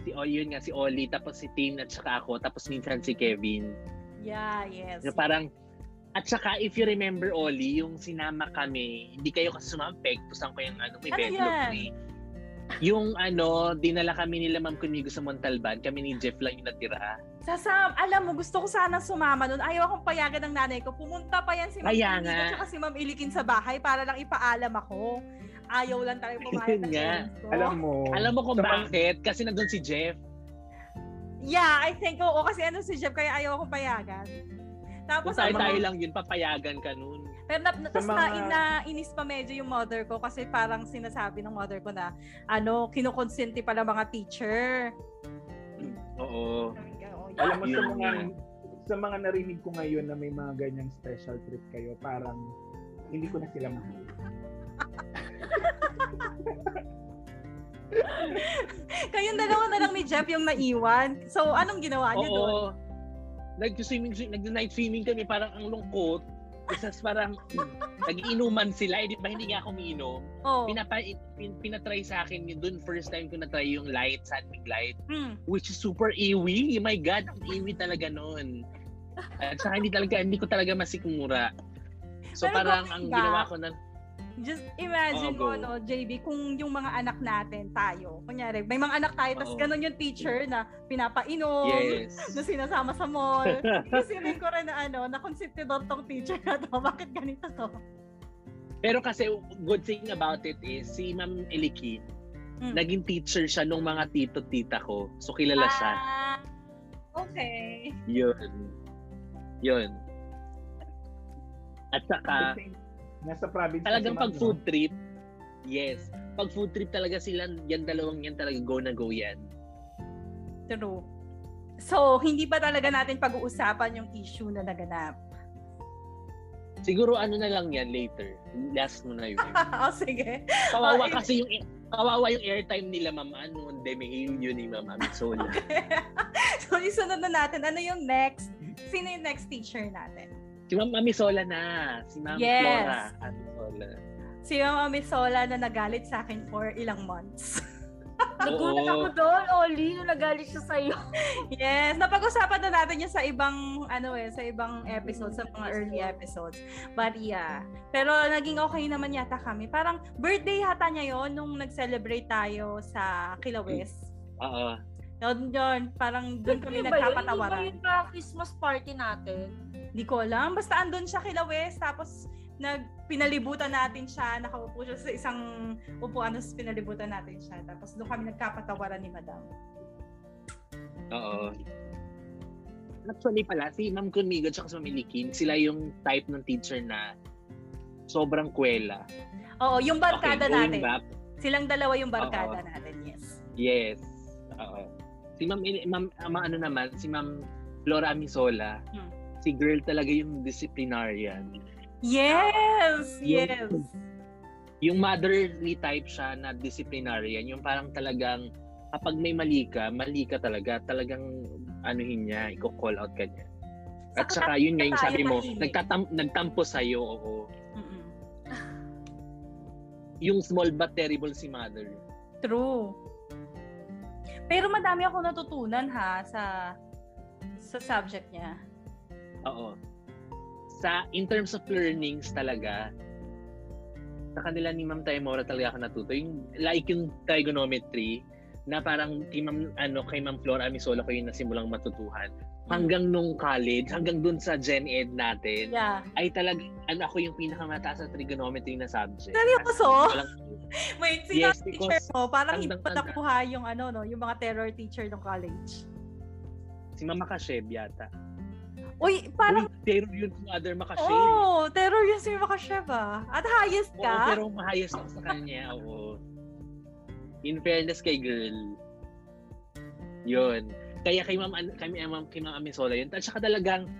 Speaker 4: si oh, yun nga, si Oli, tapos si Tim, at saka ako, tapos minsan si Kevin.
Speaker 1: yeah, yes.
Speaker 4: Na parang, at saka if you remember, Oli, yung sinama kami, hindi kayo kasi sumampek, pusan ko yung ano, may
Speaker 1: Ano
Speaker 4: bedlock
Speaker 1: yan?
Speaker 4: na eh. Yung ano, dinala kami nila Ma'am Conigo sa Montalban, kami ni Jeff lang yung natira.
Speaker 1: Sasam, alam mo, gusto ko sana sumama nun. Ayaw akong payagan ng nanay ko. Pumunta pa yan si Ma'am
Speaker 4: Kaya
Speaker 1: Ilikin
Speaker 4: nga.
Speaker 1: at saka si Ma'am Ilikin sa bahay para lang ipaalam ako. Ayaw lang talaga pumayag ng
Speaker 4: Yun nga.
Speaker 1: parents ko.
Speaker 2: Alam mo.
Speaker 4: Alam mo kung
Speaker 2: Oh. Sa-
Speaker 4: bakit? Kasi nandun si Jeff.
Speaker 1: Yeah, I think oo. kasi ano si Jeff, kaya ayaw akong payagan.
Speaker 4: Kung
Speaker 1: Tapos, ang mga-
Speaker 4: tayo-tayo lang yun, papayagan ka nun.
Speaker 1: pero na, na, tas
Speaker 2: mga-
Speaker 1: na, ina- inis pa medyo yung mother ko kasi parang sinasabi ng mother ko na ano, kinukonsente pala mga teacher.
Speaker 4: Oo.
Speaker 1: Sabi ko, oh, yeah.
Speaker 2: Alam mo sa
Speaker 4: Yun
Speaker 2: mga
Speaker 4: nga.
Speaker 2: sa mga narinig ko ngayon na may mga ganyang special trip kayo, parang hindi ko na sila mahal.
Speaker 1: Kayong dalawa na lang ni Jeff yung naiwan. So, anong ginawa niyo doon?
Speaker 4: Oo. Nag-swimming, nag-night swimming kami, parang ang lungkot. Tapos parang nagiinuman sila, eh di ba hindi nga ako umiinom.
Speaker 1: Oh.
Speaker 4: Pinapa, pin, pinatry sa akin yun dun, first time ko natry yung light, sandwich light,
Speaker 1: Hmm.
Speaker 4: which is super iwi. My God, ang iwi talaga nun. At saka hindi talaga, hindi ko talaga masikmura. So
Speaker 1: Pero
Speaker 4: parang
Speaker 1: bakit
Speaker 4: ang
Speaker 1: ba?
Speaker 4: ginawa ko na,
Speaker 1: Just imagine
Speaker 4: Oo,
Speaker 1: mo,
Speaker 4: Oh, go.
Speaker 1: no, JB, kung yung mga anak natin, tayo, kunyari, may mga anak tayo, tapos
Speaker 4: Oo.
Speaker 1: ganun yung teacher na pinapainom,
Speaker 4: yes.
Speaker 1: na sinasama sa mall. Isipin ko rin na ano, na-concept daw tong teacher na to. Bakit ganito to?
Speaker 4: Pero kasi good thing about it is si Ma'am Elikin,
Speaker 1: Mm.
Speaker 4: naging teacher siya nung mga tito-tita ko. So kilala siya.
Speaker 1: Ah, okay.
Speaker 4: Yun. Yun. At saka,
Speaker 2: Nasa province kasi,
Speaker 4: Ah. talagang
Speaker 1: diba,
Speaker 2: ma'am,
Speaker 4: pag food trip, yes. Pag food trip talaga sila, yan dalawang yan talaga go na go yan.
Speaker 1: True. So, hindi pa talaga natin pag-uusapan yung issue na naganap.
Speaker 4: Siguro ano na lang yan later. Last mo na yun.
Speaker 1: o Oh, sige.
Speaker 4: Kawawa
Speaker 1: Ay.
Speaker 4: kasi yung kawawa yung airtime nila ma'am ano, demihil yun ni ma'am Sola.
Speaker 1: so, isunod na natin. Ano yung next? Sino yung next teacher natin?
Speaker 4: Si ma'am Amisola na. Si ma'am
Speaker 1: Yes.
Speaker 4: Flora Amisola.
Speaker 1: Si Ma'am Amisola na nagalit sa akin for ilang months.
Speaker 3: Nagulat
Speaker 4: Oo.
Speaker 3: ako doon, Oli, nung nagalit siya sa'yo.
Speaker 1: Yes, napag-usapan na natin yun sa ibang ano eh, sa ibang episodes, sa mga early episodes. But yeah, pero naging okay naman yata kami. Parang birthday yata niya yon nung nag-celebrate tayo sa Kilawes.
Speaker 4: Oo.
Speaker 1: Noon yun, parang doon kami
Speaker 3: Hindi Ano ba yun?
Speaker 1: nagkapatawaran.
Speaker 3: Hindi ba yun yung Christmas party natin?
Speaker 1: Hindi ko alam, basta andun siya Kilawes tapos nag pinalibutan natin siya, nakaupo siya sa isang upuan, tapos pinalibutan natin siya. Tapos doon kami nagkapatawaran ni Madam.
Speaker 4: Oo. Actually pala, si Ma'am Conmigo at si Ma'am Ilikin, sila yung type ng teacher na sobrang kwela.
Speaker 1: Oo, yung barkada natin.
Speaker 4: going back,
Speaker 1: Silang dalawa yung barkada natin, yes.
Speaker 4: yes. Oo. Si Ma'am, Ili- Ma'am, ah, Ma'am ano naman, si Ma'am Flora Amisola,
Speaker 1: Hmm.
Speaker 4: si girl talaga yung disciplinarian.
Speaker 1: Yes!
Speaker 4: Yung-
Speaker 1: Yes!
Speaker 4: Yung motherly type siya na disciplinarian, yung parang talagang kapag may mali ka, mali ka talaga, talagang anuhin niya, i-call out ka niya. At
Speaker 1: Saka
Speaker 4: saka yun nga yung
Speaker 1: tayo
Speaker 4: sabi mo,
Speaker 1: tahimik.
Speaker 4: nagtatam- nagtampo sa'yo, oo.
Speaker 1: Mm-mm.
Speaker 4: yung small but terrible si mother.
Speaker 1: True. Pero madami ako natutunan ha sa sa subject niya.
Speaker 4: Oo. Sa, in terms of learnings talaga, sa kanila ni Ma'am Taimora talaga ako natuto. Yung, like yung trigonometry, na parang kay Ma'am, ano, kay Ma'am Flora Amisola ko yung nasimulang matutuhan. Hanggang nung college, hanggang dun sa gen ed natin,
Speaker 1: Yeah.
Speaker 4: ay talaga, ano, ako yung pinakamataas sa trigonometry na subject.
Speaker 1: Seryoso?
Speaker 4: Walang,
Speaker 1: Wait, sino
Speaker 4: Yes,
Speaker 1: ang teacher
Speaker 4: because
Speaker 1: mo? Parang hindi ko
Speaker 4: tandang-tanda.
Speaker 1: nakuha yung ano, no, yung mga terror teacher ng college.
Speaker 4: si Ma'am Makashev yata.
Speaker 1: Uy, parang,
Speaker 4: Uy, terror yun si Mother Makashev.
Speaker 1: oh, terror yun si Makashev ah. At highest
Speaker 4: Oo,
Speaker 1: ka?
Speaker 4: pero mahayos ako sa kanya. Oo. In fairness kay girl. Yun. Kaya kay Ma'am An- kami eh, Ma'am kay Ma'am Amisola yun. At saka talagang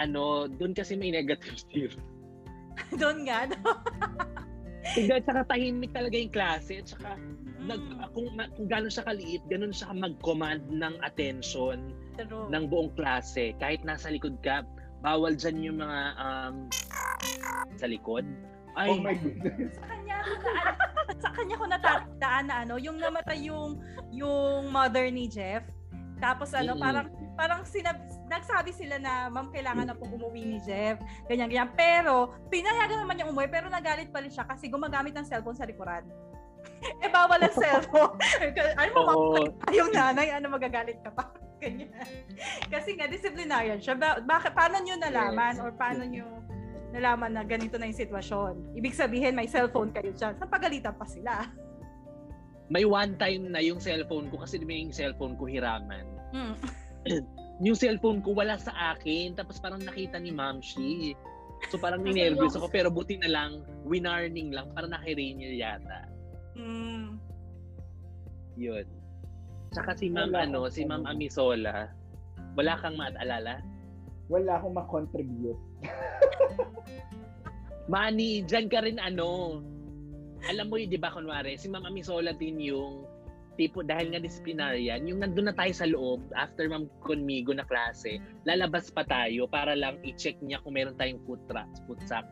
Speaker 4: ano, doon kasi may negative zero.
Speaker 1: Doon nga. no?
Speaker 4: Hindi, at saka tahimik talaga yung klase. At saka, nag,
Speaker 1: Mm,
Speaker 4: kung, ma- kung gano'n siya kaliit, gano'n siya mag-command ng attention
Speaker 1: Mm, True.
Speaker 4: ng buong klase. Kahit nasa likod ka, bawal dyan yung mga um, sa likod. Ay,
Speaker 2: Oh my goodness.
Speaker 1: sa kanya ko na- sa kanya ko natatandaan na ano, yung namatay yung yung mother ni Jeff. Tapos ano,
Speaker 4: Mm-mm.
Speaker 1: parang parang sinab, nagsabi sila na ma'am kailangan na po umuwi ni Jeff. Ganyan ganyan. Pero pinayagan naman niya umuwi pero nagalit pa rin siya kasi gumagamit ng cellphone sa likuran. eh bawal ang cellphone. ano mo
Speaker 4: Oo.
Speaker 1: mapapatay yung nanay, ano magagalit ka pa? Ganyan. Kasi nga disciplinarian siya. Ba- bakit paano niyo nalaman
Speaker 4: Yes.
Speaker 1: or paano niyo nalaman na ganito na yung sitwasyon? Ibig sabihin may cellphone kayo diyan. Sa pagalitan pa sila.
Speaker 4: may one time na yung cellphone ko kasi may yung cellphone ko hiraman.
Speaker 1: Mm.
Speaker 4: Yung cellphone ko wala sa akin tapos parang nakita ni Ma'am Shi. So parang
Speaker 3: Nasa
Speaker 4: ninervous
Speaker 3: iyo.
Speaker 4: ako pero buti na lang winarning lang para naka-rainier yata.
Speaker 1: Mm.
Speaker 4: Yun. Tsaka si Ma'am
Speaker 2: Wala
Speaker 4: ano,
Speaker 2: akong
Speaker 4: si Ma'am
Speaker 2: ano.
Speaker 4: Amisola. Wala kang maalala?
Speaker 2: Wala akong makontribute.
Speaker 4: Manny, dyan ka rin ano. Alam mo yun, di ba, kunwari, si Ma'am Amisola din yung tipo, dahil nga disciplinarian, yung nandun na tayo sa loob, after Ma'am Conmigo na klase, lalabas pa tayo para lang i-check niya kung meron tayong food truck, food sack.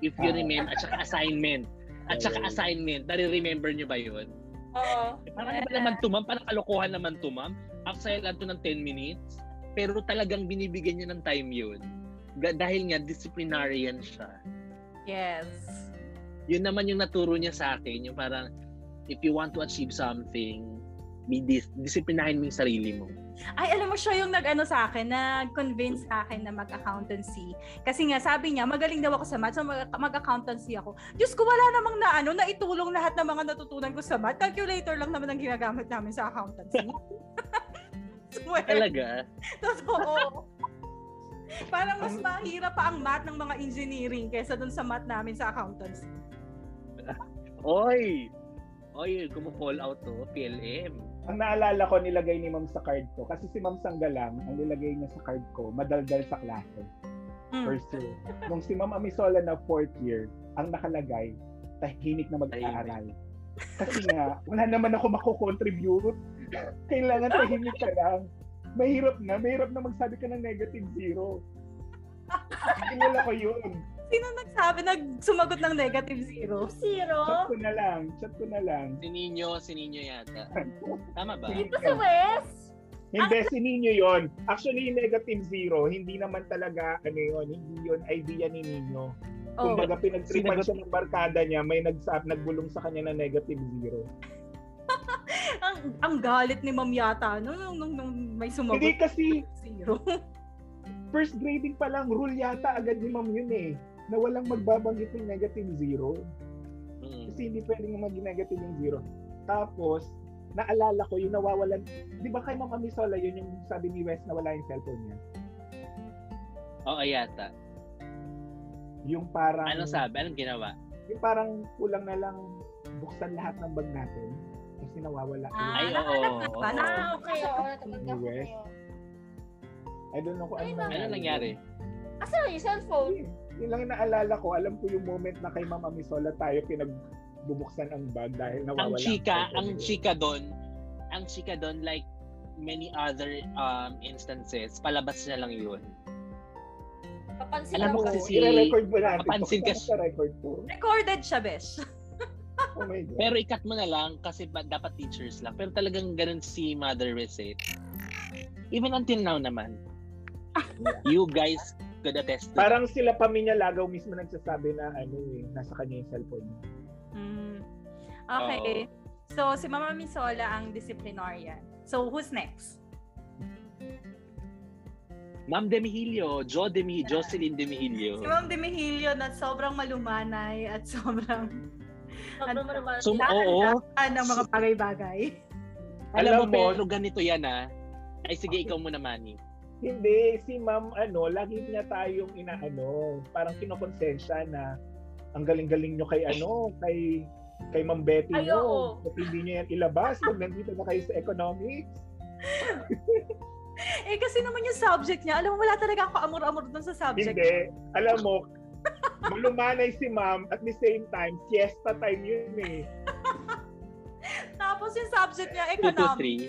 Speaker 4: If you
Speaker 2: Ah.
Speaker 4: remember, at saka assignment. At saka
Speaker 2: Ayun.
Speaker 4: assignment. Nare-remember niyo ba yun?
Speaker 1: Oo.
Speaker 4: Eh, Parang iba naman tumam, parang kalokohan naman tumam. Upside lang to ng 10 minutes. Pero talagang binibigyan niya ng time yun. Ga- Dahil nga, disciplinarian siya
Speaker 1: Yes.
Speaker 4: yun naman yung naturo niya sa akin, yung parang if you want to achieve something, be dis- disiplinahin mo yung sarili mo.
Speaker 1: Ay, alam mo siya yung nag-ano sa akin, nag-convince sa akin na mag-accountancy. Kasi nga, sabi niya, magaling daw ako sa math, so mag- mag-accountancy ako. Diyos ko, wala namang na ano, naitulong lahat ng mga natutunan ko sa math. Calculator lang naman ang ginagamit namin sa accountancy. Swear.
Speaker 4: Talaga.
Speaker 1: Totoo. Parang mas mahirap pa ang math ng mga engineering kaysa dun sa math namin sa accountants.
Speaker 4: Oy! Oy, kumu-call out to, PLM.
Speaker 2: Ang naalala ko nilagay ni Ma'am sa card ko kasi si Ma'am Sanggalang ang nilagay niya sa card ko madaldal sa klase.
Speaker 1: Mm.
Speaker 2: First year. Nung si Ma'am Amisola na fourth year, ang nakalagay tahimik na mag-aaral. Kasi nga, wala naman ako makukontribute. Kailangan tahimik ka lang. Mahirap na, mahirap na magsabi ka ng negative zero. Kinala ko yun.
Speaker 1: Sino nagsabi, nagsumagot ng negative zero?
Speaker 2: Chat
Speaker 3: Zero?
Speaker 2: ko na lang. Chat ko na lang.
Speaker 4: Si Nino, si Nino yata. Tama ba?
Speaker 3: Ito si Wes?
Speaker 2: Hindi, si Ninyo yun. Actually, yung negative zero, hindi naman talaga, ano yun, hindi yun idea ni Ninyo.
Speaker 3: Oh.
Speaker 2: Kumbaga, pinagtripan
Speaker 5: Sinagot-
Speaker 2: siya ng barkada niya, may nagsap, nagbulong sa kanya na negative zero.
Speaker 1: Oh, ang, ang galit ni ma'am yata no, nung, nung, nung may sumagot.
Speaker 2: Hindi kasi,
Speaker 1: Zero.
Speaker 2: first grading pa lang, rule yata agad ni ma'am yun eh na walang magbabanggit ng negative zero.
Speaker 4: Mm.
Speaker 2: Kasi hindi pwedeng maging negative yung zero. Tapos, naalala ko yung nawawalan. Di ba kay Ma'am Amisola, yun yung sabi ni Wes na wala yung cellphone niya?
Speaker 4: Oo, yata.
Speaker 2: Yung parang...
Speaker 4: Anong sabi? Anong ginawa?
Speaker 2: Yung parang kulang na lang buksan lahat ng bag natin kasi nawawala.
Speaker 1: Ah,
Speaker 4: Ay, oo.
Speaker 2: yung-
Speaker 1: nakalap na ba?
Speaker 4: oo.
Speaker 1: Nakalap
Speaker 3: Ah, okay. Oo, natapag ako
Speaker 2: Wes?
Speaker 3: kayo.
Speaker 2: I don't know kung
Speaker 3: Ay,
Speaker 2: ano
Speaker 3: ma'am.
Speaker 4: Anong nangyari?
Speaker 3: Asa na yung cellphone?
Speaker 2: Yun yun lang yung naalala ko. Alam ko yung moment na kay Ma'am Amisola tayo pinagbubuksan ang bag dahil nawawala. Ano
Speaker 4: Ang chika,
Speaker 2: cellphone
Speaker 4: ang
Speaker 2: niya.
Speaker 4: chika doon, ang chika doon like many other um, instances, palabas na lang yun.
Speaker 3: Papansin
Speaker 4: Alam mo
Speaker 3: ako.
Speaker 4: kasi si-
Speaker 2: Ire-record mo natin.
Speaker 4: Kapansin
Speaker 2: Buksan
Speaker 4: kasi-
Speaker 2: Sa record ko.
Speaker 1: Recorded siya, Besh.
Speaker 2: Oh my God.
Speaker 4: Pero ikat mo na lang kasi ba, dapat teachers lang. Pero talagang ganun si Mother Reset. Even until now naman. you guys could attest to
Speaker 2: Parang sila pamilya lagaw mismo nagsasabi na ano eh, nasa kanya yung cellphone.
Speaker 1: Mm. Okay. So, si Mama Misola ang disciplinarian. So, who's next?
Speaker 4: Ma'am Demihilio, Jo Demi, Jocelyn Demihilio.
Speaker 1: Si Ma'am Demihilio na sobrang malumanay at sobrang
Speaker 3: Sobrang naman.
Speaker 4: So, oo.
Speaker 1: nakakandaan ng mga bagay-bagay.
Speaker 4: Alam mo,
Speaker 2: Alam mo-
Speaker 4: pero ganito yan ah. Ay sige, ikaw muna, Manny.
Speaker 2: Hindi, si ma'am, ano, lagi niya tayong inaano, parang kinokonsensya na ang galing-galing nyo kay ano, kay kay Ma'am Betty
Speaker 3: Ay, oo.
Speaker 2: nyo. Ba't hindi nyo yan ilabas pag nandito na kayo sa economics?
Speaker 1: Eh, kasi naman yung subject niya, alam mo, wala talaga ako amor-amor dun sa subject.
Speaker 2: Hindi. Alam mo, malumanay si ma'am at the same time, siesta time yun eh.
Speaker 1: Tapos yung subject niya,
Speaker 4: Two to
Speaker 1: economics.
Speaker 4: three.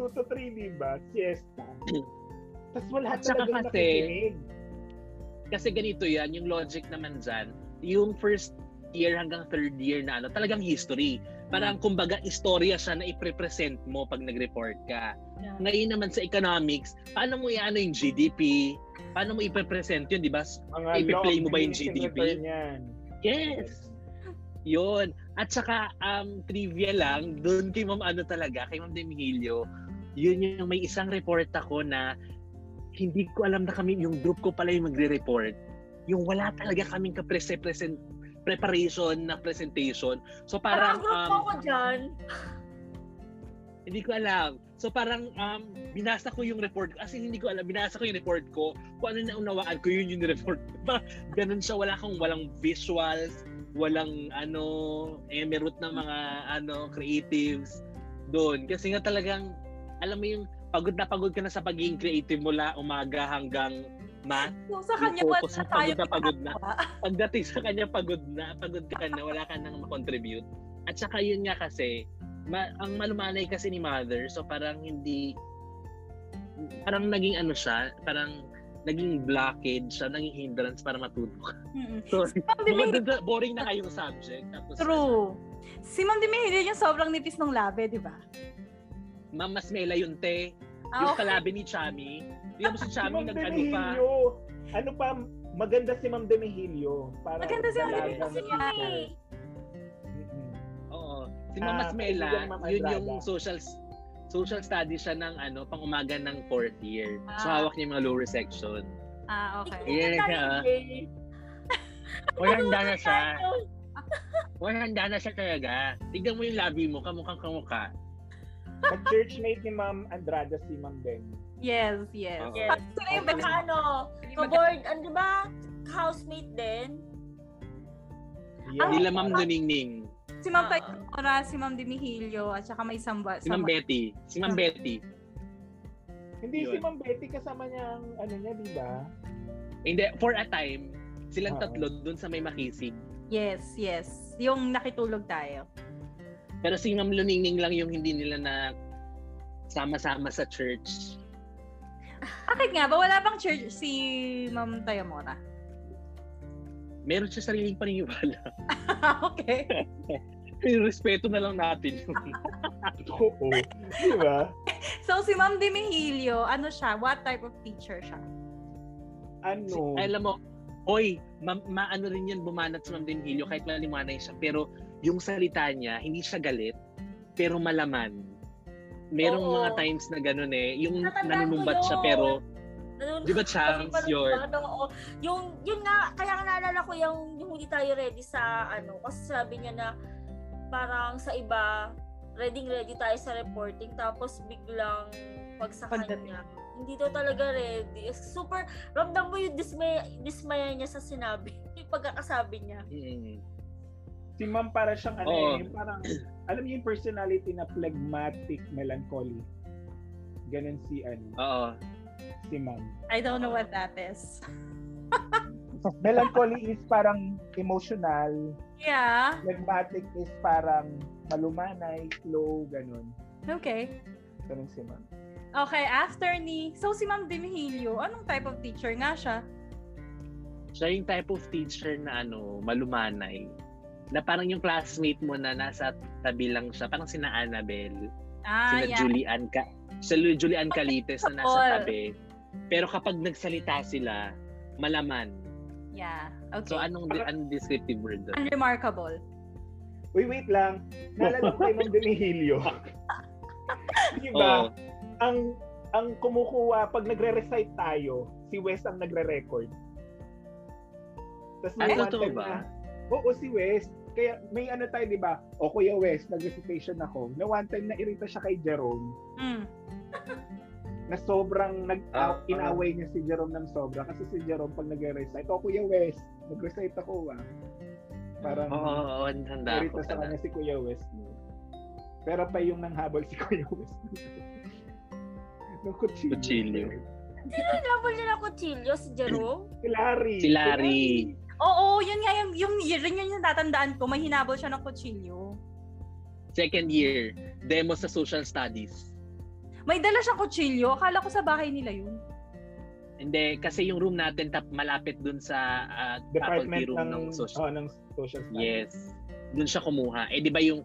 Speaker 2: 2 to 3, di ba? Siesta. Tapos wala
Speaker 4: At saka
Speaker 2: talagang
Speaker 4: kasi-
Speaker 2: nakikinig.
Speaker 4: Kasi ganito yan, yung logic naman dyan, yung first year hanggang third year na ano, talagang history. Parang kumbaga istorya siya na ipre-present mo pag nag-report ka.
Speaker 1: Yeah.
Speaker 4: Ngayon naman sa economics, paano mo i-ano yung GDP? Paano mo ipe-present yun, di ba?
Speaker 2: Mga
Speaker 4: Ipi-play mo ba yung
Speaker 2: long-term
Speaker 4: GDP?
Speaker 2: ganyan.
Speaker 4: Yes! Yun. At saka, um, trivia lang, doon kay Ma'am ano talaga, kay Ma'am Demihilio, yun yung may isang report ako na hindi ko alam na kami, yung group ko pala yung magre-report. Yung wala talaga kaming ka-present preparation na presentation. So parang,
Speaker 3: Parang ang grupo
Speaker 4: um,
Speaker 3: ko dyan.
Speaker 4: hindi ko alam. So parang um, binasa ko yung report ko. As in, hindi ko alam. Binasa ko yung report ko. Kung ano na unawaan ko, yun yung report. Parang Ganun siya. Wala kang walang visuals. Walang ano, emerut na mga ano, creatives doon. Kasi nga talagang, alam mo yung pagod na pagod ka na sa pagiging creative mula umaga hanggang mat.
Speaker 1: So, sa kanya,
Speaker 4: Yung
Speaker 1: wala
Speaker 4: focus
Speaker 1: na
Speaker 4: na
Speaker 1: tayo
Speaker 4: pagod na pagod na.
Speaker 1: ginagawa.
Speaker 4: Pagdating
Speaker 1: Hmm.
Speaker 4: sa kanya, pagod na. Pagod ka na. Wala ka nang makontribute. At saka yun nga kasi, ma- ang malumanay kasi ni mother, so parang hindi, parang naging ano siya, parang naging blockage siya, naging hindrance para matuto ka.
Speaker 1: Mm-mm.
Speaker 4: So,
Speaker 1: Ma'am Demihilio,
Speaker 4: bukod doon, boring na kayong subject. Tapos,
Speaker 1: True. Si Ma'am Dimihili yung sobrang nipis ng labi, di ba?
Speaker 4: Ma'am Masmela yung te,
Speaker 1: Ah,
Speaker 4: yung
Speaker 1: okay.
Speaker 4: kalabi ni Chami. Yung si
Speaker 2: Si
Speaker 4: Chami
Speaker 2: Ma'am
Speaker 4: nag-ano pa.
Speaker 2: Demihilio. Ano pa, maganda si Ma'am Demihilio. Para
Speaker 1: Maganda si Ma'am
Speaker 2: talagang
Speaker 3: Kasi nga eh.
Speaker 2: Mm-mm.
Speaker 4: Oo. Si Ma'am
Speaker 2: Ah,
Speaker 4: Masmela,
Speaker 2: kaibigan, Ma'am
Speaker 4: yun
Speaker 2: Andrada.
Speaker 4: yung social social studies siya ng ano, pangumaga ng fourth year. So
Speaker 1: Ah.
Speaker 4: hawak niya yung mga lower section.
Speaker 1: Ah, okay.
Speaker 4: Hindi
Speaker 3: Hindi
Speaker 4: Yeah,
Speaker 3: ko na
Speaker 4: ah.
Speaker 3: narinig.
Speaker 4: Or handa na siya.
Speaker 3: Tayo.
Speaker 4: Or handa na siya talaga. Tignan mo yung labi mo, kamukhang kamukha.
Speaker 2: Pag-churchmate ni Ma'am Andrada si Ma'am Demi.
Speaker 1: Yes, yes.
Speaker 4: Oo.
Speaker 3: Yes.
Speaker 1: Sila
Speaker 3: Ay,
Speaker 1: yung
Speaker 3: baka
Speaker 1: best-
Speaker 3: ano, kaboard, ano di ba? Housemate din.
Speaker 1: Ah,
Speaker 2: Yes.
Speaker 4: Nila Ma'am Doningning.
Speaker 1: Si Ma'am
Speaker 3: Ah.
Speaker 1: Paitora, si Ma'am Dimihilio, at saka may samba.
Speaker 4: Si Ma'am
Speaker 1: samba-
Speaker 4: Betty. Si
Speaker 1: Ah.
Speaker 4: Ma'am Betty.
Speaker 2: Hindi si
Speaker 4: Yun.
Speaker 2: Ma'am Betty kasama niya ang ano niya, di ba?
Speaker 4: Hindi, for a time, silang
Speaker 2: Oo.
Speaker 4: tatlo dun sa may makisig.
Speaker 1: Yes, yes. Yung nakitulog tayo.
Speaker 4: Pero si Ma'am Luningning lang yung hindi nila na sama-sama sa church.
Speaker 1: Bakit nga ba? Wala bang church si Ma'am Tayamora?
Speaker 4: meron siya sariling paniniwala.
Speaker 1: okay.
Speaker 4: Respeto na lang natin yun.
Speaker 2: Oo. Di ba?
Speaker 1: So, si Ma'am Dimihilio, ano siya? What type of teacher siya?
Speaker 2: Ano?
Speaker 4: Alam mo, oy, ma- maano rin yan bumanat sa Ma'am Denhilio kahit maliwanag siya. Pero yung salita niya, hindi siya galit, pero malaman. Merong
Speaker 3: Oo.
Speaker 4: mga times na ganun eh. Yung
Speaker 3: Tatandaan ko
Speaker 4: nanunumbat siya
Speaker 3: yun.
Speaker 4: pero
Speaker 3: Nanun-
Speaker 4: Di ba, Chams,
Speaker 3: Parang
Speaker 4: your-
Speaker 3: parang- oo. yung, yun nga, kaya nga naalala ko yung, yung hindi tayo ready sa ano, kasi sabi niya na parang sa iba, ready ready tayo sa reporting, tapos biglang pag sa
Speaker 1: Pagdating.
Speaker 3: kanya, hindi daw talaga ready. It's Super, ramdam mo yung dismaya, dismaya niya sa sinabi, yung pagkakasabi niya.
Speaker 4: mm,
Speaker 2: si ma'am para siyang ano
Speaker 4: Oo.
Speaker 2: eh, yung parang, alam niyo yung personality na phlegmatic melancholy. Ganun si ano,
Speaker 4: oo.
Speaker 2: si ma'am.
Speaker 1: I don't know what that is.
Speaker 4: Ah.
Speaker 2: Melancholy is parang emotional,
Speaker 1: Yeah.
Speaker 2: phlegmatic is parang malumanay, slow, ganun.
Speaker 1: Okay.
Speaker 2: Ganun si ma'am.
Speaker 1: Okay, after ni... So, si Ma'am Dimihilio, anong type of teacher nga siya?
Speaker 4: Siya yung type of teacher na ano, malumanay. Na parang yung classmate mo na nasa tabi lang siya. Parang sina Annabelle,
Speaker 1: Ah,
Speaker 4: sina
Speaker 1: yeah.
Speaker 4: Julian Ka, sila Julian Calites na nasa
Speaker 1: All.
Speaker 4: tabi. Pero kapag nagsalita sila, malaman.
Speaker 1: Yeah. Okay.
Speaker 4: So ano? anong anong descriptive word doon?
Speaker 1: Unremarkable.
Speaker 2: Uy, wait lang. Naalala ko kay Ma'am Demihilio. Di
Speaker 4: Oo.
Speaker 2: ba? Ang ang kumukuha, pag nagre-recite tayo, si Wes ang nagre-record. Tapos
Speaker 4: Ano
Speaker 2: may one
Speaker 4: totoo
Speaker 2: time na-
Speaker 4: ba?
Speaker 2: Oo, si Wes. Kaya may ano tayo, di ba? O Kuya Wes, nag-recitation ako. Na one time nairita siya kay Jerome
Speaker 1: Mm.
Speaker 2: na sobrang nag
Speaker 4: Ah, ah.
Speaker 2: inaway niya si Jerome ng sobra kasi si Jerome pag nagre-recite, o Kuya Wes, nag-recite ako ah. Parang
Speaker 4: Oo, oo, oo, handa
Speaker 2: Narito
Speaker 4: ako.
Speaker 2: sa
Speaker 4: Handa.
Speaker 2: kanya si Kuya Wes. No? Pero pa yung nanghabol si Kuya Wes. Nung kutsilyo.
Speaker 4: Kutsilyo.
Speaker 3: Nilabol niya ng kutsilyo si Jerome.
Speaker 2: Si Larry.
Speaker 4: Si Larry.
Speaker 1: Oo, yun nga yung, yung yun, yun yung tatandaan ko, mahinabol siya ng kutsilyo.
Speaker 4: Second year. Demo sa social studies.
Speaker 1: May dala siyang kutsilyo, akala ko sa bahay nila yun.
Speaker 4: Hindi, kasi yung room natin tap, malapit dun sa ah, faculty
Speaker 2: Department
Speaker 4: room
Speaker 2: ng,
Speaker 4: ng social
Speaker 2: oh, ng social studies.
Speaker 4: Yes. Doon siya kumuha. Eh, di ba yung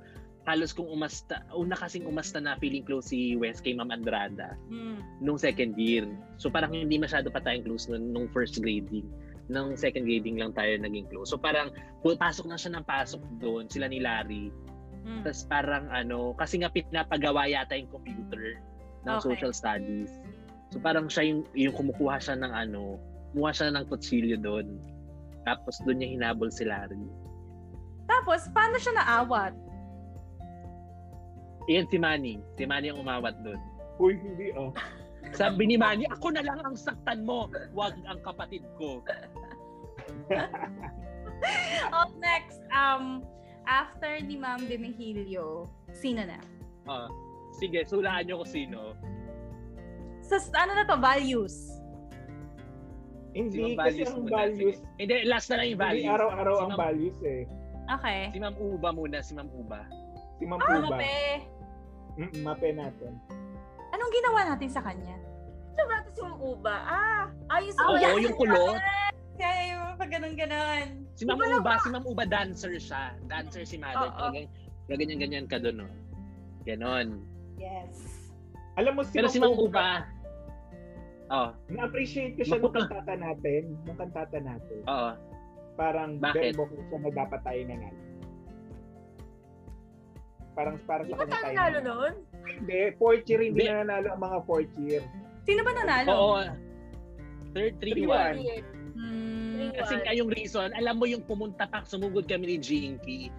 Speaker 4: halos kung umasta, una kasing umasta na feeling close si Wes kay Ma'am Andrada
Speaker 1: Mm.
Speaker 4: nung second year. So parang hindi masyado pa tayong close nun, nung first grading. Nung second grading lang tayo naging close. So parang pu- pasok na siya ng pasok doon, sila ni Larry.
Speaker 1: Mm.
Speaker 4: Tapos parang ano, kasi nga pinapagawa yata yung computer ng
Speaker 1: Okay.
Speaker 4: social studies. So parang siya yung, yung kumukuha siya ng ano, kumuha siya ng kutsilyo doon. Tapos doon niya hinabol si Larry.
Speaker 1: Tapos, paano siya naawat?
Speaker 4: Iyan si Manny. Si Manny ang umawat doon.
Speaker 2: Uy, hindi oh.
Speaker 4: Sabi ni Manny, ako na lang ang saktan mo, wag ang kapatid ko.
Speaker 1: Up next, um, after ni Ma'am Demihilio, sino na?
Speaker 4: Ah, sige, sulaan niyo kung sino.
Speaker 1: Sa, ano na to, values?
Speaker 2: Hindi,
Speaker 4: Ma'am
Speaker 2: kasi
Speaker 4: values
Speaker 2: ang
Speaker 4: muna,
Speaker 2: values,
Speaker 4: sige. Hindi, last na lang yung
Speaker 2: hindi
Speaker 4: values.
Speaker 2: araw-araw
Speaker 4: Si
Speaker 2: ang
Speaker 4: Ma'am-
Speaker 2: values eh.
Speaker 1: Okay.
Speaker 4: Si Ma'am Uba muna, si Ma'am Uba.
Speaker 2: Si Ma'am
Speaker 1: Ah,
Speaker 2: Uba.
Speaker 1: mape.
Speaker 2: Mm, mape natin.
Speaker 1: Anong ginawa natin sa kanya?
Speaker 3: Ano ba ito si Mang Uba? Ah, ayos
Speaker 1: Ah,
Speaker 4: Oo,
Speaker 1: yeah.
Speaker 4: yung kulot.
Speaker 1: Kaya yung pag ganun-ganun.
Speaker 4: Si Ma'am Uba, si Ma'am Uba dancer siya. Dancer si Mother.
Speaker 3: Oo.
Speaker 4: Talagang ganyan-ganyan ka doon, no? Ganon.
Speaker 1: Yes.
Speaker 2: Alam mo si
Speaker 4: Pero si Ma'am Uba, oh,
Speaker 2: na-appreciate ko siya nung
Speaker 4: Makuha.
Speaker 2: kantata natin. Nung kantata natin.
Speaker 4: oo.
Speaker 2: parang
Speaker 4: Bakit?
Speaker 2: verbo ko siya na dapat tayo nanalo. Parang para
Speaker 3: Di
Speaker 2: sa
Speaker 3: ba
Speaker 2: kanya
Speaker 3: tayo
Speaker 2: tayo.
Speaker 3: nalo nun?
Speaker 2: Hindi, fourth year hindi
Speaker 4: Hindi.
Speaker 2: na nanalo ang mga fourth year.
Speaker 1: Sino ba nanalo?
Speaker 4: Oo. Third, three,
Speaker 2: Three,
Speaker 4: one.
Speaker 2: one.
Speaker 3: Weird.
Speaker 1: Hmm.
Speaker 4: Kasi
Speaker 3: Iwan.
Speaker 4: kayong reason, alam mo yung pumunta pa, sumugod kami ni Jinky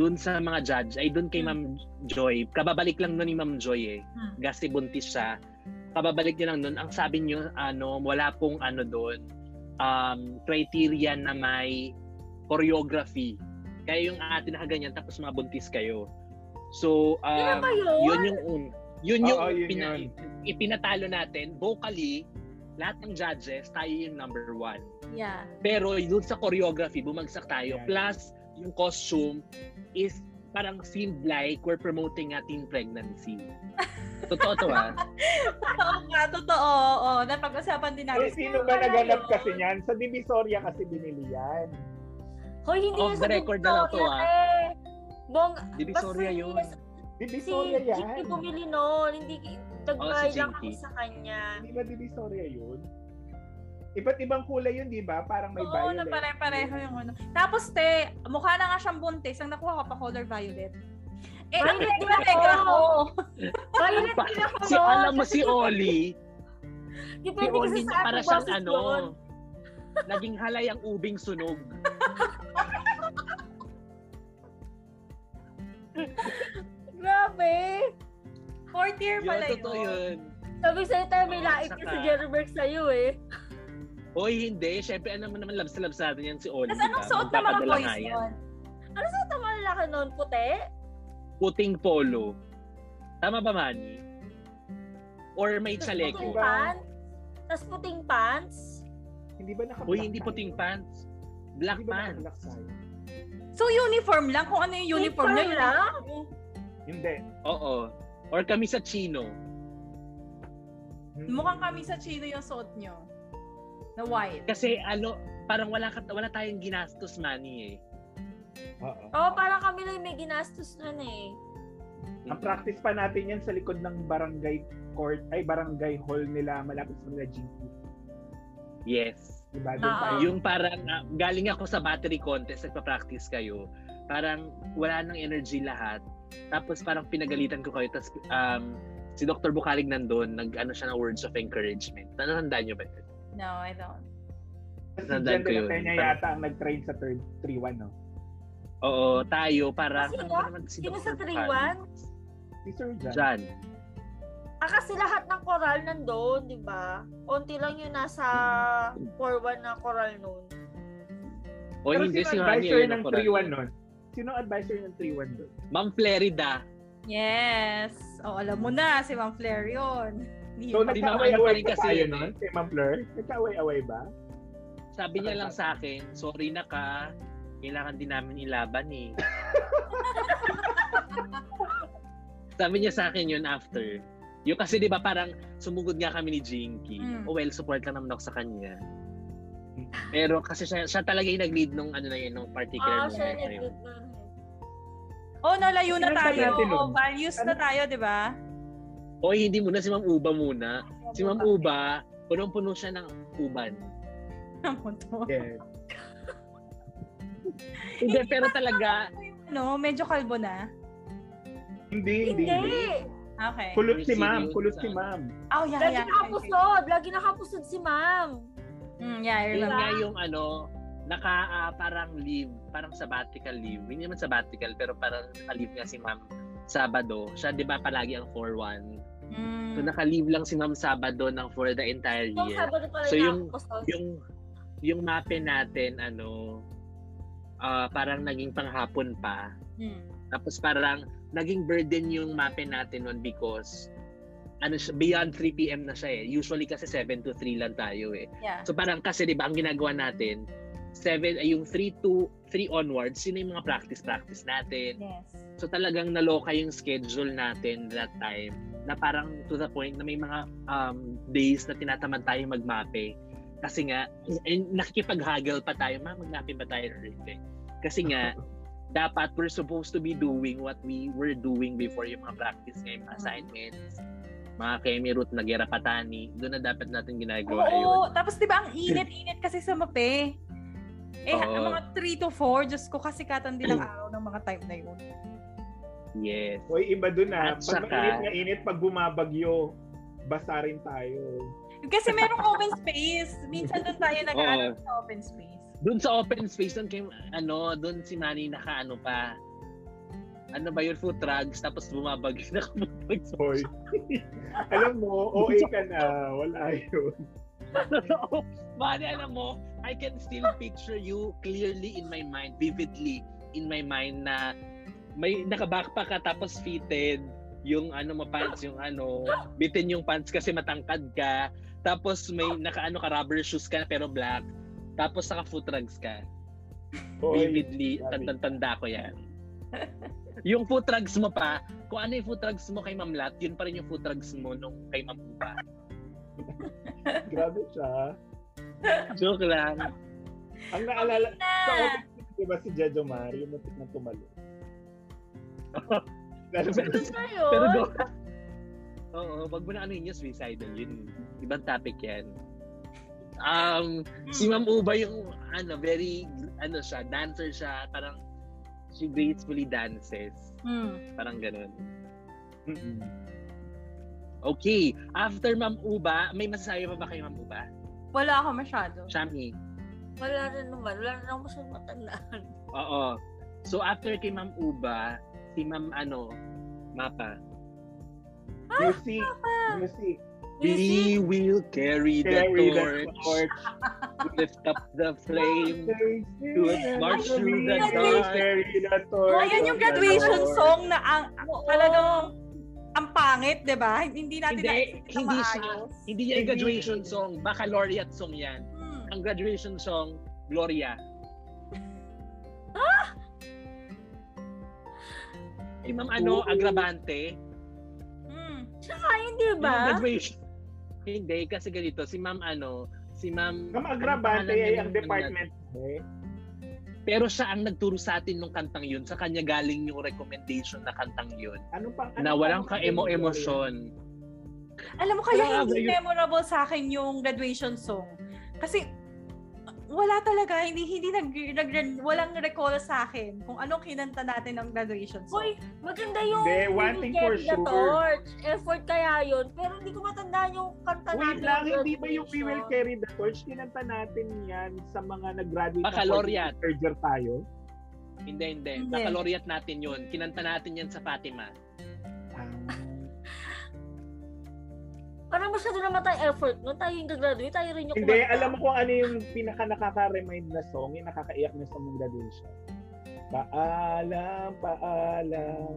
Speaker 4: doon sa mga judge, ay doon kay Ma'am Joy. Kababalik lang nun ni Ma'am Joy eh.
Speaker 1: Hmm.
Speaker 4: Kasi buntis siya. Kababalik niya lang nun. Ang sabi niyo, ano, wala pong ano doon, um, criteria na may choreography. Kaya yung atin nakaganyan, tapos mga buntis kayo. So,
Speaker 3: Kaya
Speaker 4: um,
Speaker 3: ba yun?
Speaker 4: yun yung un. Yun yung
Speaker 2: Oo, yun
Speaker 4: pina-
Speaker 2: yun.
Speaker 4: ipinatalo natin vocally lahat ng judges tayo yung number one
Speaker 1: Yeah.
Speaker 4: pero doon sa choreography bumagsak tayo
Speaker 2: Yeah.
Speaker 4: plus yung costume is parang seemed like we're promoting a teen pregnancy totoo to ah
Speaker 1: Totoo nga, totoo. Oo, napag-usapan din
Speaker 2: Eh,
Speaker 1: natin. ano?
Speaker 2: sino ba naganap kasi niyan? Sa Divisoria kasi binili yan.
Speaker 3: Hoy, hindi
Speaker 4: Off
Speaker 3: yun sa
Speaker 4: the record na lang to,
Speaker 3: Victoria, eh. Bong,
Speaker 4: Divisoria
Speaker 3: basta
Speaker 4: yun.
Speaker 3: hindi na- Si
Speaker 2: Divisoria yan.
Speaker 3: Jinky bumili noon. Hindi,
Speaker 4: Oh,
Speaker 3: tagbay
Speaker 4: si
Speaker 3: lang ako
Speaker 4: Jinky.
Speaker 3: sa kanya.
Speaker 2: Di ba Divisoria yun? Iba't ibang kulay yun, di ba? Parang may
Speaker 1: Oo,
Speaker 2: violet.
Speaker 1: na pare-pareho yung ano. Tapos, te, mukha na nga siyang buntis. Ang nakuha ko pa color violet. Eh, ang red
Speaker 3: Violet
Speaker 1: na
Speaker 3: din
Speaker 1: regla
Speaker 3: ako.
Speaker 1: ko.
Speaker 4: Ano
Speaker 3: Violet din ako
Speaker 4: Si
Speaker 3: noon.
Speaker 4: alam mo si Oli,
Speaker 3: Di
Speaker 4: si
Speaker 3: pwede kasi
Speaker 4: Oli
Speaker 3: sa
Speaker 4: na para
Speaker 3: akin
Speaker 4: siyang
Speaker 3: boses
Speaker 4: ano,
Speaker 3: yun.
Speaker 4: naging halay ang ubing sunog.
Speaker 3: Grabe.
Speaker 1: Fourth year
Speaker 4: Yun,
Speaker 1: pala yun.
Speaker 4: totoo yun.
Speaker 3: Sabi sa'yo tayo may
Speaker 4: Oo,
Speaker 3: lait
Speaker 4: saka-
Speaker 3: ka si Jerberg sa'yo eh.
Speaker 4: Hoy, hindi. Siyempre, alam mo naman, labs na labs natin yan si Oli.
Speaker 1: Tapos
Speaker 4: di
Speaker 1: anong
Speaker 4: ba?
Speaker 1: suot ng mga
Speaker 4: Magpapadala
Speaker 1: boys
Speaker 4: nga yan.
Speaker 1: nun?
Speaker 3: Ano sa tama lalaki noon? Puti?
Speaker 4: Puting polo. Tama ba, Manny? Or may
Speaker 3: Tas
Speaker 4: chaleco.
Speaker 3: Puting pants? Tapos puting pants?
Speaker 2: eh. Hindi ba naka
Speaker 4: Uy, hindi puting pants. Black pants.
Speaker 1: So, uniform lang. Kung ano yung uniform,
Speaker 3: Uniform
Speaker 1: niya, yun
Speaker 3: lang?
Speaker 1: ako.
Speaker 2: Hindi.
Speaker 4: Oo. Or kami sa chino.
Speaker 2: Hmm.
Speaker 1: Mukhang kami sa chino yung suot nyo. Na white.
Speaker 4: Kasi ano, parang wala, ka- wala tayong ginastos money eh.
Speaker 2: Oo.
Speaker 1: Oh,
Speaker 3: Oo, parang kami lang may ginastos nun eh.
Speaker 2: Ang practice pa natin yan sa likod ng barangay court, ay barangay hall nila malapit sa nila GP.
Speaker 4: Yes.
Speaker 2: Diba? Doon
Speaker 3: Oo.
Speaker 2: tayo.
Speaker 4: Yung parang ah, galing ako sa battery contest, nagpa-practice kayo. Parang wala nang energy lahat. Tapos parang pinagalitan ko kayo. Tapos um, si Dr. Bukalig nandun, nag-ano siya ng words of encouragement. Nanandaan niyo ba yun?
Speaker 1: No, I don't.
Speaker 2: Kasi
Speaker 4: Tandaan ko
Speaker 2: Jen
Speaker 4: yun.
Speaker 2: Peña yata ang nag-train sa third 3-1, no?
Speaker 4: Oo, tayo parang...
Speaker 3: Sino?
Speaker 4: ba naman si
Speaker 3: Sino
Speaker 4: Dr.
Speaker 3: sa
Speaker 4: Bukalig?
Speaker 3: 3-1?
Speaker 2: Si Sir Jan.
Speaker 4: Jan.
Speaker 3: Ah, kasi lahat ng koral nandoon, di ba? Onti lang yung nasa 4-1 na koral noon.
Speaker 4: O
Speaker 2: Pero
Speaker 4: oh, hindi, si
Speaker 2: sino
Speaker 4: Manny
Speaker 2: advisor
Speaker 4: ayun
Speaker 2: ng
Speaker 4: ako
Speaker 2: 3-1 nun? Sino advisor ng 3-1 doon?
Speaker 4: Ma'am Flerida.
Speaker 1: Yes. O, alam mo na, si Ma'am Flair yun. Hindi
Speaker 2: So,
Speaker 1: ba?
Speaker 4: Hindi na-
Speaker 2: nagkaaway-away
Speaker 4: ano pa rin
Speaker 2: pa
Speaker 4: kasi
Speaker 2: tayo
Speaker 4: yun eh.
Speaker 2: nun? Kay Ma'am Fleur? Nagkaaway-away ba?
Speaker 4: Sabi niya lang sa akin, sorry na ka, kailangan din namin ilaban eh. Sabi niya sa akin yun after. Yung kasi di ba parang sumugod nga kami ni Jinky.
Speaker 3: Hmm.
Speaker 1: Mm.
Speaker 4: Oh well, support lang naman ako sa kanya. Pero kasi siya, siya talaga yung nag-lead nung ano na yun, nung particular
Speaker 3: Ah, siya
Speaker 4: moment na yun.
Speaker 3: nag-lead nun.
Speaker 1: Oh, nalayo na
Speaker 2: Sinundan
Speaker 1: tayo. Oh,
Speaker 2: natin nun. Ano?
Speaker 1: values na tayo, di ba?
Speaker 4: Oy, hindi muna si Ma'am Uba
Speaker 3: Ah,
Speaker 4: muna. Si Ma'am Uba, punong-puno siya ng uban.
Speaker 1: Ano to?
Speaker 2: Yes.
Speaker 4: Hindi, pero talaga,
Speaker 1: Ano, medyo kalbo na.
Speaker 2: Hindi, hindi, hindi.
Speaker 3: Hindi!
Speaker 1: Okay.
Speaker 2: Kulot si
Speaker 4: Serious
Speaker 2: ma'am, kulot si
Speaker 4: sa- ano.
Speaker 2: ma'am.
Speaker 1: Oh, yeah,
Speaker 3: Lagi
Speaker 1: yeah.
Speaker 3: nakapusod! Lagi nakapusod si ma'am!
Speaker 1: Mm, yeah, I
Speaker 2: Diba?
Speaker 4: yun
Speaker 1: remember.
Speaker 4: nga yung ano, naka ah, parang leave, parang sabbatical leave. Hindi naman sabbatical, pero parang naka-leave nga si Ma'am Sabado. Siya, di ba, palagi ang 4-1.
Speaker 1: Mm.
Speaker 4: So, naka-leave lang si Ma'am Sabado ng for the entire
Speaker 3: Yung
Speaker 4: year.
Speaker 3: Sabado pala
Speaker 4: eh. So, yung-
Speaker 3: nakapusod.
Speaker 4: Yung, yung mape natin, ano, ah, parang naging panghapon pa.
Speaker 1: Mm.
Speaker 4: Tapos parang naging burden yung mape natin nun because ano siya, beyond 3 p.m. na siya eh. Usually kasi 7 to 3 lang tayo eh.
Speaker 1: Yeah.
Speaker 4: So parang kasi 'di ba ang ginagawa natin 7 ay yung 3 to 3 onwards yun na yung mga practice practice natin.
Speaker 1: Yes.
Speaker 4: So talagang naloka yung schedule natin that time na parang to the point na may mga um, days na tinatamad tayo magmape. Kasi nga and nakikipag-haggle pa tayo, ma magmape ba tayo or hindi? Kasi nga dapat we're supposed to be doing what we were doing before yung mga practice ngayon, mga assignments, mga kemi route na gerapatani, doon na dapat natin
Speaker 2: Diba,
Speaker 4: ginagawa yun.
Speaker 1: Oo, tapos 'di ba ang init-init kasi sa mape. Eh,
Speaker 4: Oo.
Speaker 1: ang mga 3 to 4, Diyos ko, kasi katandi ng araw ng mga time na yun.
Speaker 4: Yes.
Speaker 2: Uy, iba dun ah.
Speaker 4: At
Speaker 2: Pag
Speaker 4: saka-
Speaker 2: mainit na init, pag bumabagyo, basa rin tayo.
Speaker 1: Kasi merong open space. Minsan doon tayo nag
Speaker 4: Oo.
Speaker 1: sa open space.
Speaker 4: Doon sa open space, doon kay, ano, doon si Manny naka ano pa, ano ba yun, food trucks, tapos bumabag, nakababag sa
Speaker 2: Hoy. Alam mo, OA ka na. Wala yun.
Speaker 4: Totoo. Manny, alam mo, I can still picture you clearly in my mind, vividly in my mind na may nakabackpack ka tapos fitted yung ano mo pants yung ano bitin yung pants kasi matangkad ka tapos may nakaano ka rubber shoes ka pero black tapos naka foot rugs ka
Speaker 2: Hoy.
Speaker 4: vividly,
Speaker 2: grabe.
Speaker 4: tanda-tanda ko yan. yung food trucks mo pa, kung ano yung food trucks mo kay Ma'am Lat, yun pa rin yung food trucks mo nung kay Ma'am Upa.
Speaker 2: Grabe siya.
Speaker 4: Joke lang.
Speaker 2: Ang naalala,
Speaker 1: Na,
Speaker 2: sa open Diba si Jejo Mari, yung muntik na tumalo.
Speaker 3: Ano na yun?
Speaker 4: Pero do, oo, wag mo na ano yun, yung suicidal yun. Ibang topic yan. Um, si Ma'am Uba yung ano, very, ano siya, dancer siya, parang she gracefully dances.
Speaker 1: Hmm.
Speaker 4: Parang ganun. Okay, after Ma'am Uba, may masasabi pa ba kay Ma'am Uba?
Speaker 1: Wala ako masyado.
Speaker 4: Shami.
Speaker 3: Wala rin naman. Wala rin ako sa matandaan.
Speaker 4: Oo. So after kay Ma'am Uba, si Ma'am ano, Mapa.
Speaker 2: Music,
Speaker 1: Ah,
Speaker 2: music.
Speaker 4: We will carry the
Speaker 2: Carry the
Speaker 4: torch,
Speaker 2: torch.
Speaker 4: lift up the flame. march through the
Speaker 2: dark.
Speaker 4: dark.
Speaker 2: Carry the torch.
Speaker 1: Oh, Ayan yung
Speaker 2: of the
Speaker 1: graduation
Speaker 2: Lord.
Speaker 1: song na ang
Speaker 3: Oo.
Speaker 1: talagang ang pangit, di ba? Hindi natin
Speaker 4: Oh.
Speaker 1: naisip
Speaker 4: Hindi,
Speaker 1: na
Speaker 4: hindi siya.
Speaker 1: maayos.
Speaker 4: Hindi yan
Speaker 2: Hindi.
Speaker 4: graduation song, baccalaureate song yan.
Speaker 1: Hmm.
Speaker 4: Ang graduation song, Gloria. Ah! Kay Ma'am ano,
Speaker 2: Oo.
Speaker 4: Agravante.
Speaker 1: Hmm.
Speaker 3: Tsaka hindi
Speaker 4: Yung
Speaker 3: ba?
Speaker 4: graduation. Hindi, kasi ganito, si Ma'am ano, si Ma'am...
Speaker 2: Ang
Speaker 4: ano pangalan
Speaker 2: agravante ay
Speaker 4: niya
Speaker 2: ang
Speaker 4: ng-
Speaker 2: department. Eh.
Speaker 4: Pero siya ang nagturo sa atin nung kantang yun. Sa kanya galing yung recommendation na kantang yun.
Speaker 2: Ano pang
Speaker 4: na
Speaker 2: ano
Speaker 4: walang
Speaker 2: pang-
Speaker 4: ka-emo-emosyon.
Speaker 1: Alam mo, kaya
Speaker 4: Grabe
Speaker 1: hindi
Speaker 4: yun.
Speaker 1: memorable sa akin yung graduation song. Kasi uh, wala talaga, hindi hindi nag, nag walang recall sa akin kung anong kinanta natin ng graduation song.
Speaker 3: Hoy, maganda yung
Speaker 2: Hindi, one thing for
Speaker 3: Carry the
Speaker 2: sure.
Speaker 3: Torch. Effort kaya yun. Pero hindi ko matandaan yung kanta
Speaker 2: Wait
Speaker 3: natin.
Speaker 2: lang,
Speaker 3: ng
Speaker 2: hindi ba yung We Will
Speaker 3: graduation.
Speaker 2: Carry the Torch? Kinanta natin yan sa mga nag-graduate na
Speaker 4: Baccalaureate.
Speaker 2: fourth year tayo.
Speaker 4: Hindi, hindi.
Speaker 1: Hindi.
Speaker 4: Baccalaureate natin yun. Kinanta natin yan sa Fatima.
Speaker 3: Parang masyado naman tayong effort. No? Tayo yung gagraduate, tayo rin yung
Speaker 2: Hindi, alam mo kung ano yung pinaka nakaka-remind na song, yung nakakaiyak na song ng graduation. Paalam, paalam.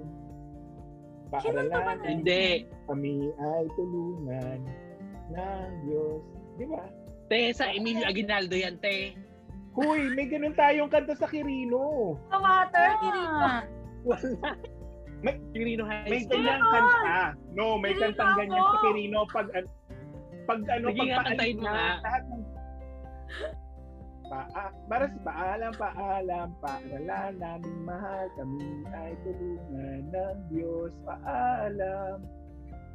Speaker 1: Kinanta ba
Speaker 2: Paaralan
Speaker 1: natin?
Speaker 4: Hindi.
Speaker 2: kami ay tulungan ng Diyos. Di ba?
Speaker 4: Te, sa Emilio Aguinaldo yan, te.
Speaker 2: Huy, may ganun tayong kanta sa Kirino.
Speaker 3: Sa water, Kirito.
Speaker 4: Wala.
Speaker 2: May-
Speaker 4: Pirino High
Speaker 2: May
Speaker 4: School.
Speaker 2: ganyang kanta. No, may
Speaker 3: Kirino
Speaker 2: kantang ganyan
Speaker 3: ako.
Speaker 2: sa Kirino pag an- pag ano
Speaker 4: Sige nga, kantahin mo nga.
Speaker 2: lahat ng Paa, para sa paalam, paalam, paaralan namin mahal, kami ay tulungan ng Diyos, paalam.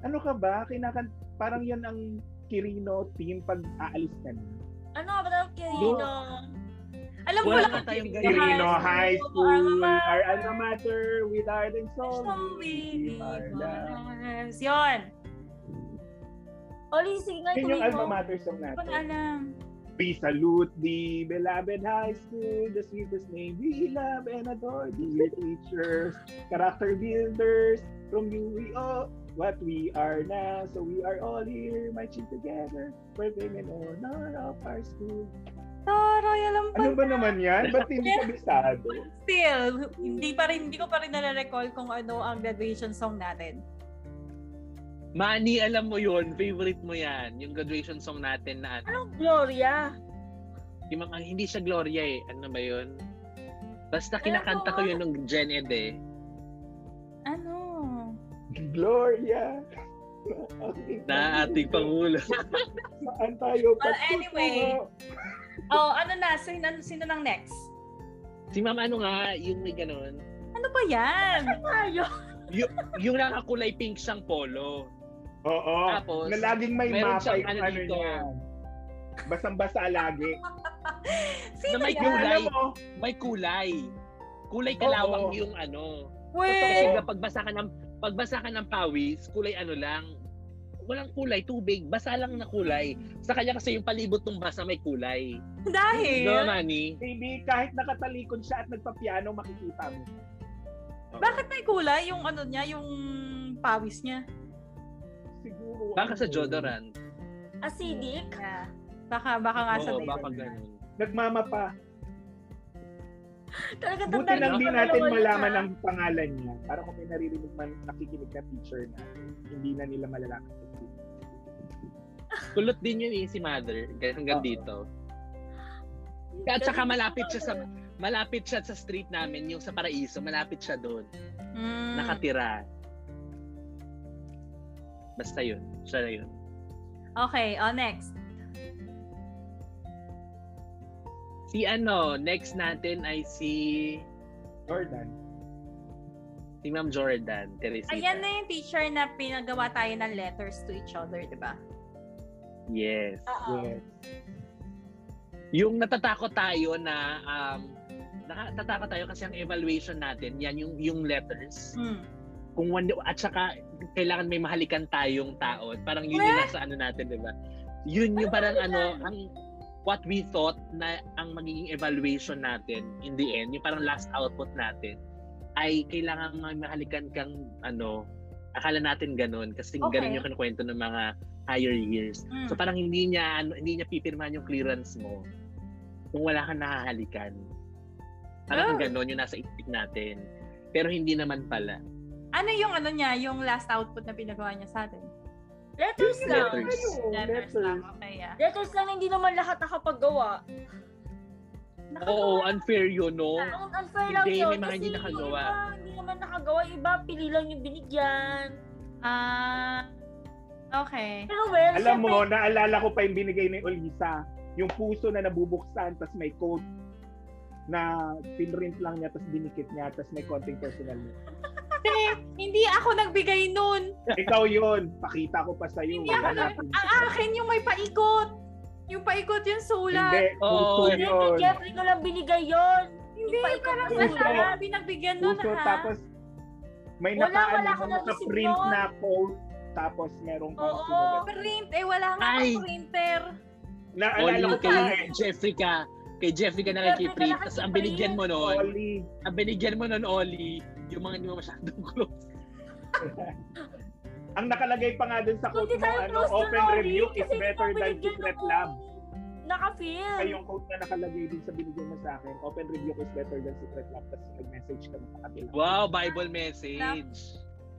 Speaker 2: Ano ka ba? Kinakan parang yan ang Kirino team pag aalis ka na.
Speaker 3: Ano ba tawag Kirino?
Speaker 1: Alam mo,
Speaker 4: Wala
Speaker 1: wala
Speaker 4: ka tayong
Speaker 2: Kirino
Speaker 4: ganyan.
Speaker 2: High
Speaker 1: Our
Speaker 2: School,
Speaker 1: alma
Speaker 2: our alma mater, with art and soul,
Speaker 1: song we
Speaker 2: we
Speaker 1: need
Speaker 2: are love.
Speaker 1: ours. Yun.
Speaker 3: Oli, sige nga
Speaker 2: Yun yung
Speaker 3: tuloy mo.
Speaker 2: alma mater song
Speaker 1: Hindi ko na
Speaker 2: natin.
Speaker 1: Ano alam.
Speaker 2: We salute the beloved high school, the sweetest name we love and adore, dear teachers, character builders, from you we all what we are now, so we are all here marching together for fame and honor of our school.
Speaker 1: Taray, alam pa.
Speaker 2: Ano ba naman yan? Ba't hindi kabisado?
Speaker 1: Still, hindi pa rin, hindi ko pa rin nare-recall kung ano ang graduation song natin.
Speaker 4: Manny, alam mo yun. Favorite mo yan. Yung graduation song natin na ano.
Speaker 3: Anong Gloria?
Speaker 4: Yung mga- ah, hindi siya Gloria eh. Ano ba yun? Basta kinakanta ko yun nung Gen Ed eh.
Speaker 1: Ano?
Speaker 2: Gloria!
Speaker 4: Na ating Pangulo.
Speaker 2: Saan tayo
Speaker 1: Well, anyway. Oh, ano na? Sino, sino nang next?
Speaker 4: si Ma'am ano nga, yung may ganun.
Speaker 1: Ano ba yan?
Speaker 3: Tayo.
Speaker 4: Yung nakakulay pink siyang polo.
Speaker 2: Oo.
Speaker 4: Tapos,
Speaker 2: na laging may
Speaker 4: meron
Speaker 2: mapa
Speaker 4: siyang
Speaker 2: yung
Speaker 4: ano
Speaker 2: ano
Speaker 4: dito.
Speaker 2: niya. Basang-basa lagi.
Speaker 1: Sino
Speaker 4: Na may
Speaker 1: yan?
Speaker 2: Yung
Speaker 4: kulay.
Speaker 2: alam mo,
Speaker 4: May kulay. Kulay kalawang
Speaker 2: Oo.
Speaker 4: yung ano. Kasi
Speaker 1: Wait!
Speaker 4: kapag pagbasa ka ng pagbasa ka ng pawis, kulay ano lang, walang kulay, tubig, basa lang na kulay. Sa kanya kasi yung palibot ng basa may kulay. No,
Speaker 1: Dahil,
Speaker 4: Manny?
Speaker 2: baby, kahit nakatalikod siya at nagpa-piano, makikita mo.
Speaker 1: bakit may kulay yung ano niya, yung pawis niya?
Speaker 2: Siguro.
Speaker 4: Baka sa ah.
Speaker 2: ano,
Speaker 4: deodorant.
Speaker 3: Acidic?
Speaker 1: Yeah. Baka, baka nga sa
Speaker 4: Oo,
Speaker 2: deodorant.
Speaker 4: baka ganun.
Speaker 2: Nagmama pa.
Speaker 3: Talaga
Speaker 2: Buti
Speaker 4: Tandaan
Speaker 2: nang
Speaker 4: mo,
Speaker 2: di
Speaker 3: dalawa
Speaker 2: natin
Speaker 3: yun, ah.
Speaker 2: malaman
Speaker 3: ha?
Speaker 2: ang pangalan niya. Para kung may naririnig man nakikinig na teacher na, hindi na nila malalaman.
Speaker 4: Kulot din yun eh, si mother. Ganyan hanggang
Speaker 2: Oo.
Speaker 4: dito. At saka malapit siya sa malapit siya sa street namin, yung sa Paraiso, malapit siya doon,
Speaker 1: Mm.
Speaker 4: nakatira. Basta yun, siya na yun.
Speaker 1: Okay, oh, next.
Speaker 4: Si ano, next natin ay si
Speaker 2: Jordan.
Speaker 4: si Ma'am Jordan Teresita.
Speaker 1: Ayan na yung teacher na pinagawa tayo ng letters to each other, di ba?
Speaker 4: Yes.
Speaker 3: Ah.
Speaker 2: Yes.
Speaker 4: Yung natatakot tayo na um natatakot tayo kasi ang evaluation natin, yan yung yung letters.
Speaker 1: Mm.
Speaker 4: Kung one, at saka kailangan may mahalikan tayong tao. Parang yun yung nasa ano natin, 'di ba? Yun yung parang ano, ang what we thought na ang magiging evaluation natin in the end, yung parang last output natin ay kailangan may mahalikan kang ano, akala natin ganun kasi
Speaker 1: Okay.
Speaker 4: ganun yung kinukwento ng mga higher years.
Speaker 1: Mm.
Speaker 4: So parang hindi niya ano, hindi niya pipirmahan yung clearance mo kung wala kang nahahalikan.
Speaker 1: Oh.
Speaker 4: Parang gano'n yung nasa isip natin. Pero hindi naman pala.
Speaker 1: Ano yung ano niya, yung last output na pinagawa niya sa atin?
Speaker 3: Letters
Speaker 2: Yung
Speaker 3: lang.
Speaker 4: Letters.
Speaker 2: Ano,
Speaker 1: Letters, lang,
Speaker 2: letters.
Speaker 1: okay, yeah.
Speaker 3: Letters lang hindi naman lahat nakapaggawa.
Speaker 4: Oo, unfair yun, no?
Speaker 3: Ang unfair lang
Speaker 4: Hindi,
Speaker 3: yun.
Speaker 4: may mga
Speaker 3: kasi
Speaker 4: hindi nakagawa.
Speaker 3: yung Iba, hindi naman nakagawa. Yung Iba, pili lang yung binigyan.
Speaker 1: Ah, okay.
Speaker 3: Pero well,
Speaker 2: Alam mo, naalala ko pa yung binigay ni Olisa, yung puso na nabubuksan, tas may coat na pinrint lang niya, tas dinikit niya, tas may konting personal niya.
Speaker 1: Kasi hindi ako nagbigay nun.
Speaker 2: Ikaw yun, pakita ko pa sa'yo.
Speaker 1: Hindi ako nag...
Speaker 2: Hanapin
Speaker 1: Ang
Speaker 2: kita.
Speaker 1: akin yung may paikot. Yung paikot yung
Speaker 2: Hindi,
Speaker 1: sulat.
Speaker 4: Oo,
Speaker 2: puso
Speaker 3: Hindi, kay
Speaker 2: yun.
Speaker 3: Jeffrey ko lang binigay yun.
Speaker 1: Hindi,
Speaker 3: Yung paikot
Speaker 1: parang
Speaker 3: ng
Speaker 1: sa
Speaker 2: sulat.
Speaker 1: sarap pinagbigyan nun,
Speaker 2: Puso,
Speaker 1: ha?
Speaker 2: tapos may
Speaker 3: Wala,
Speaker 2: nakaano
Speaker 3: wala
Speaker 2: na
Speaker 3: ako nagisip
Speaker 2: print
Speaker 3: yun.
Speaker 2: na coat, tapos merong
Speaker 3: Oo.
Speaker 2: sinulat.
Speaker 1: Print, eh wala nga
Speaker 4: Ay.
Speaker 1: akong printer.
Speaker 2: Naalala
Speaker 4: Oli,
Speaker 2: Ah, ko pa
Speaker 4: kay
Speaker 2: nga eh.
Speaker 4: Jeffrey ka. Kay Jeffrey ka nakikiprint. Tapos ang binigyan mo noon,
Speaker 2: Oli.
Speaker 4: ang binigyan mo noon, Oli, yung mga hindi mo masyadong close.
Speaker 2: Ang nakalagay pa nga dun sa coat
Speaker 3: Hindi
Speaker 2: mo,
Speaker 3: tayo
Speaker 2: ano,
Speaker 3: close to
Speaker 2: open
Speaker 3: Lori,
Speaker 2: rebuke is
Speaker 3: kasi hindi
Speaker 2: better
Speaker 3: mo
Speaker 2: than
Speaker 3: binigyan
Speaker 2: secret
Speaker 3: ako.
Speaker 2: lab.
Speaker 3: Naka-fill.
Speaker 2: Kaya yung quote na nakalagay din sa binigyan mo sa akin, open review is better than secret lab, tapos nag-message ka na sa kabila.
Speaker 4: Wow, Bible message.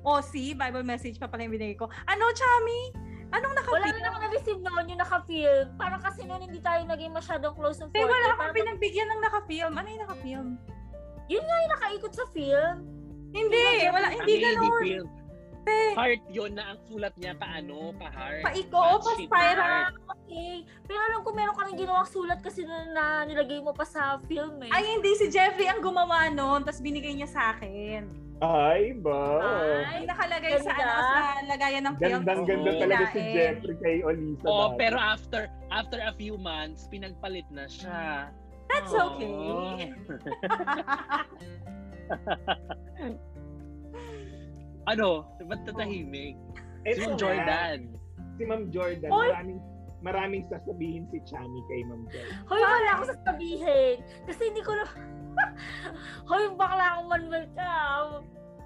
Speaker 1: O, Oh, see, Bible message pa pala yung binigay ko. Ano, Chami? Anong
Speaker 3: Wala
Speaker 1: nakapit?
Speaker 3: na naman na-receive noon yung naka-fill. Parang kasi noon hindi tayo naging masyadong close ng
Speaker 1: Hindi, Eh,
Speaker 3: 40.
Speaker 1: wala akong
Speaker 3: Parang
Speaker 1: pinagbigyan ng nakafilm. Ano yung nakafilm?
Speaker 3: nakaikot sa film.
Speaker 1: Hindi, wala, hindi
Speaker 4: Ang
Speaker 1: ganun.
Speaker 4: ADP.
Speaker 1: Hindi.
Speaker 4: Heart yun na ang sulat niya pa ano, pa heart.
Speaker 1: Paiko, o pa
Speaker 4: shape
Speaker 1: spiral.
Speaker 4: heart.
Speaker 3: Okay. Pero alam ko meron ka rin ginawang sulat kasi na, na nilagay mo pa sa film eh.
Speaker 1: Ay, hindi si Jeffrey ang gumawa noon, tapos binigay niya sa akin.
Speaker 2: Ay, ba?
Speaker 1: Ay, nakalagay sa
Speaker 3: Ganda.
Speaker 1: ano, sa lagayan ng film.
Speaker 2: Gandang
Speaker 1: tapos
Speaker 2: ganda
Speaker 4: Oo.
Speaker 2: talaga si
Speaker 3: eh.
Speaker 1: kinain.
Speaker 2: Jeffrey kay Olisa.
Speaker 4: Oh,
Speaker 2: dati.
Speaker 4: pero after after a few months, pinagpalit na siya. Oh.
Speaker 1: That's
Speaker 4: Oo.
Speaker 1: okay.
Speaker 4: ano? Ba't tatahimik? Si
Speaker 2: Eto
Speaker 4: Ma'am
Speaker 2: nga,
Speaker 4: Jordan.
Speaker 2: Si Ma'am Jordan,
Speaker 3: Oy!
Speaker 2: maraming, maraming sasabihin si Chami kay Ma'am Jordan.
Speaker 3: Hoy, wala akong sasabihin. Kasi hindi ko na... Hoy, bakla akong Manuel ka.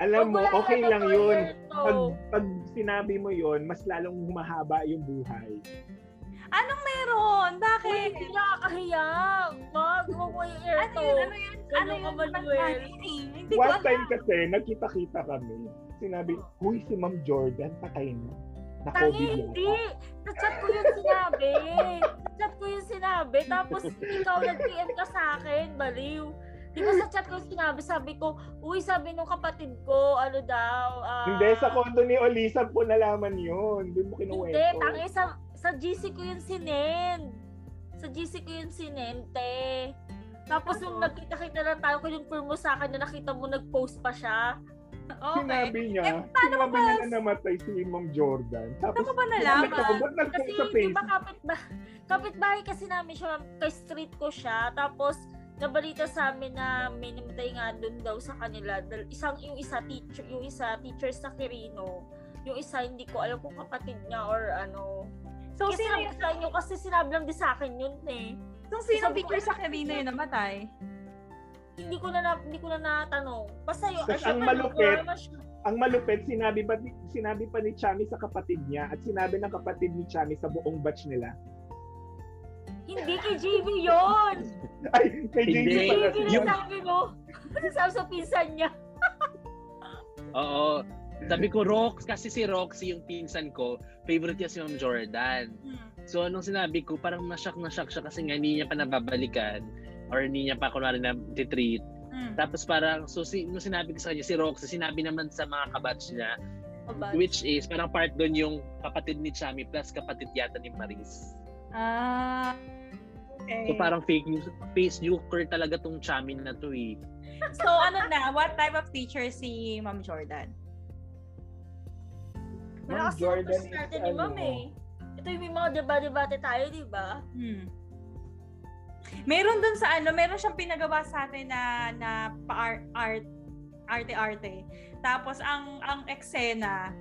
Speaker 2: Alam mo,
Speaker 3: Wala
Speaker 2: okay
Speaker 3: na
Speaker 2: lang
Speaker 3: to,
Speaker 2: yun.
Speaker 3: Roberto.
Speaker 2: Pag, pag sinabi mo yun, mas lalong humahaba yung buhay.
Speaker 1: Anong meron?
Speaker 3: Uy,
Speaker 1: Bakit?
Speaker 3: hindi nakakahiya. Mag, huwag mo yung air
Speaker 1: Ano
Speaker 3: to.
Speaker 1: yun? Ano yun? Ano
Speaker 3: Ganun
Speaker 1: yun?
Speaker 3: ka, Manuel.
Speaker 1: Manuel? Hindi ko
Speaker 2: One
Speaker 1: alam.
Speaker 2: time kasi, nagkita-kita kami. Sinabi, huy, si Ma'am Jordan, patay na.
Speaker 3: Tangi,
Speaker 2: Na-COVID
Speaker 3: hindi. Na-chat ko yung sinabi. Na-chat ko yung sinabi. Tapos ikaw nag-PM ka sa akin, baliw. Di ba sa chat ko yung sinabi, sabi ko, uy, sabi nung kapatid ko, ano daw, ah,
Speaker 2: Hindi, sa kondo ni Olisa po nalaman yun. Doon mo kinuwento.
Speaker 3: Hindi, tangi sa, sa GC ko yun sinend. Sa GC ko yun sinente. Tapos nung
Speaker 1: Ano?
Speaker 3: nagkita-kita na tayo, kinonfirm mo sa akin na nakita mo nag-post pa siya.
Speaker 1: Okay.
Speaker 2: Sinabi niya,
Speaker 1: Eh, paano
Speaker 2: sinabi
Speaker 1: ba-
Speaker 2: niya na namatay si Ma'am Jordan. Tapos,
Speaker 1: Paano ko ba
Speaker 2: sinabi ko,
Speaker 1: nalaman?
Speaker 2: ba't
Speaker 3: Kasi
Speaker 2: nag-post sa
Speaker 3: di ba
Speaker 2: Facebook?
Speaker 3: kapit ba kapitbahay kasi namin siya, kay street ko siya. Tapos nabalita sa amin na may namatay nga doon daw sa kanila. Dal- Isang yung isa teacher, yung isa teacher sa Quirino. Yung isa hindi ko alam kung kapatid niya or ano.
Speaker 1: So,
Speaker 3: kasi
Speaker 1: sino,
Speaker 3: sinabi ko sa inyo kasi sinabi lang din sa akin yun eh.
Speaker 1: so, sino
Speaker 3: Sabi ko,
Speaker 1: picture sa Karina yung namatay?
Speaker 3: Hindi ko na, na- hindi ko na natanong. Basta yung
Speaker 2: Tas ang
Speaker 3: syempre,
Speaker 2: malupit,
Speaker 3: normal siya.
Speaker 2: Ang malupit, sinabi pa, sinabi pa ni Chami sa kapatid niya at sinabi ng kapatid ni Chami sa buong batch nila.
Speaker 3: Hindi kay JB yun.
Speaker 2: Ay, kay JJ
Speaker 4: Hindi.
Speaker 2: pala
Speaker 3: JB
Speaker 2: si
Speaker 3: na sabi mo. Ano sabi sa pinsan niya?
Speaker 4: Oo. Sabi ko, Rox, kasi si Roxy, yung pinsan ko, favorite niya si Ma'am Jordan.
Speaker 1: Hmm.
Speaker 4: So, anong sinabi ko, parang nasyak na shock siya kasi nga hindi niya pa nababalikan or hindi niya pa kunwari na titreat.
Speaker 1: Mm.
Speaker 4: Tapos parang, so si, nung sinabi ko sa kanya, si Roxy, sinabi naman sa mga kabatch niya,
Speaker 1: Oh,
Speaker 3: Aba,
Speaker 4: which is, parang part doon yung kapatid ni Chami plus kapatid yata ni Maris.
Speaker 1: Ah, Okay.
Speaker 4: So parang fake news, face nuker talaga tong chamin na to eh.
Speaker 1: So ano na, what type of teacher si Ma'am Jordan?
Speaker 3: Wala
Speaker 2: Ma'am
Speaker 3: kasi
Speaker 2: Jordan
Speaker 3: natin
Speaker 2: is
Speaker 3: natin ni Ma'am
Speaker 2: ano,
Speaker 3: eh. Ito yung may mga debate-debate tayo, di ba?
Speaker 1: Hmm. Meron dun sa ano, meron siyang pinagawa sa atin na na pa art arte-arte. Tapos ang ang eksena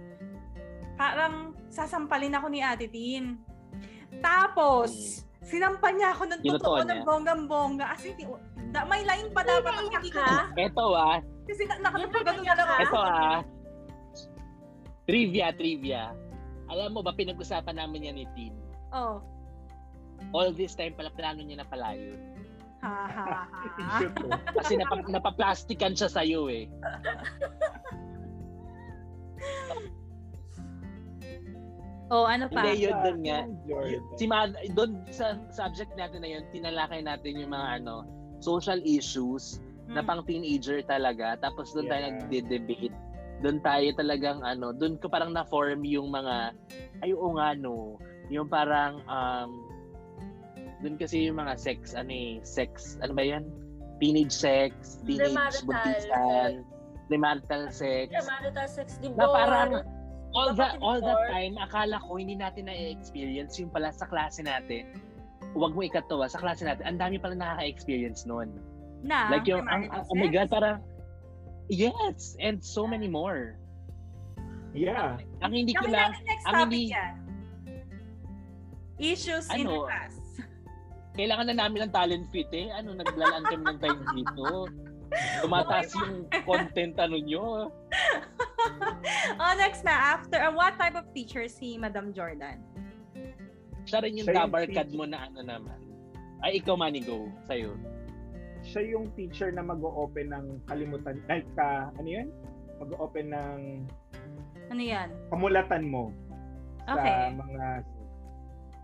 Speaker 1: parang sasampalin ako ni Ate Tin. Tapos sinampal niya ako ng
Speaker 4: Ginutuan
Speaker 1: totoo
Speaker 4: Hmm. niya?
Speaker 1: ng bonggang-bongga. As in, da, may line pa dapat ang hindi ko.
Speaker 3: Ka?
Speaker 4: Ito ah,
Speaker 1: Kasi na, na,
Speaker 3: Ginutuan niya
Speaker 1: na,
Speaker 3: ka?
Speaker 4: ito ah. Trivia, trivia. Alam mo ba, pinag-usapan namin yan ni Tin.
Speaker 1: Oh.
Speaker 4: All this time pala, plano niya na pala yun.
Speaker 1: Ha ha ha.
Speaker 2: Issue to.
Speaker 4: Kasi napa, napaplastikan siya sa'yo eh.
Speaker 1: Oh, ano pa?
Speaker 4: Hindi, yun dun nga.
Speaker 2: Ma'am Jordan.
Speaker 4: si Mad, doon sa subject natin na yun, tinalakay natin yung mga ano, social issues na
Speaker 1: Hmm.
Speaker 4: pang teenager talaga. Tapos doon tayo
Speaker 2: Yeah.
Speaker 4: nagde-debate. Doon tayo talagang ano, doon ko parang na-form yung mga, ay oo nga no, yung parang, um, doon kasi yung mga sex, ano eh, sex, ano ba yan? Teenage sex, teenage
Speaker 3: Premarital
Speaker 4: buntisan, premarital sex.
Speaker 3: Marital sex
Speaker 4: Na
Speaker 1: ano?
Speaker 4: parang,
Speaker 3: divorce.
Speaker 4: all the
Speaker 3: Dapat
Speaker 4: all the
Speaker 3: before.
Speaker 4: time akala ko hindi natin na-experience yung pala sa klase natin. Huwag mo ikatawa sa klase natin. Ang dami pala nakaka-experience noon.
Speaker 1: na,
Speaker 4: like yung ang,
Speaker 1: premarital
Speaker 4: ang- oh my
Speaker 1: sex?
Speaker 4: god parang yes and so
Speaker 1: Ah.
Speaker 4: many more.
Speaker 2: Yeah.
Speaker 4: Ang hindi ko lang
Speaker 1: Kailangan next
Speaker 4: ang
Speaker 1: topic
Speaker 4: hindi-
Speaker 1: yan. Issues in the
Speaker 4: Ano?
Speaker 1: class.
Speaker 4: kailangan na namin ng talent fit eh. Ano naglalaan kami ng time dito. Tumataas
Speaker 1: Okay.
Speaker 4: yung content ano nyo.
Speaker 1: Oh, next na. After, uh, what type of teacher si Madam Jordan?
Speaker 4: Siya rin yung
Speaker 2: Siya yung
Speaker 4: tabarkad
Speaker 2: teacher.
Speaker 4: mo na ano naman. Ay, ikaw manigo sa'yo.
Speaker 2: Siya yung teacher na mag-o-open ng kalimutan, like, ka, ano yun? Mag-o-open ng
Speaker 1: Ano yan?
Speaker 2: kamulatan mo sa
Speaker 1: Okay.
Speaker 2: mga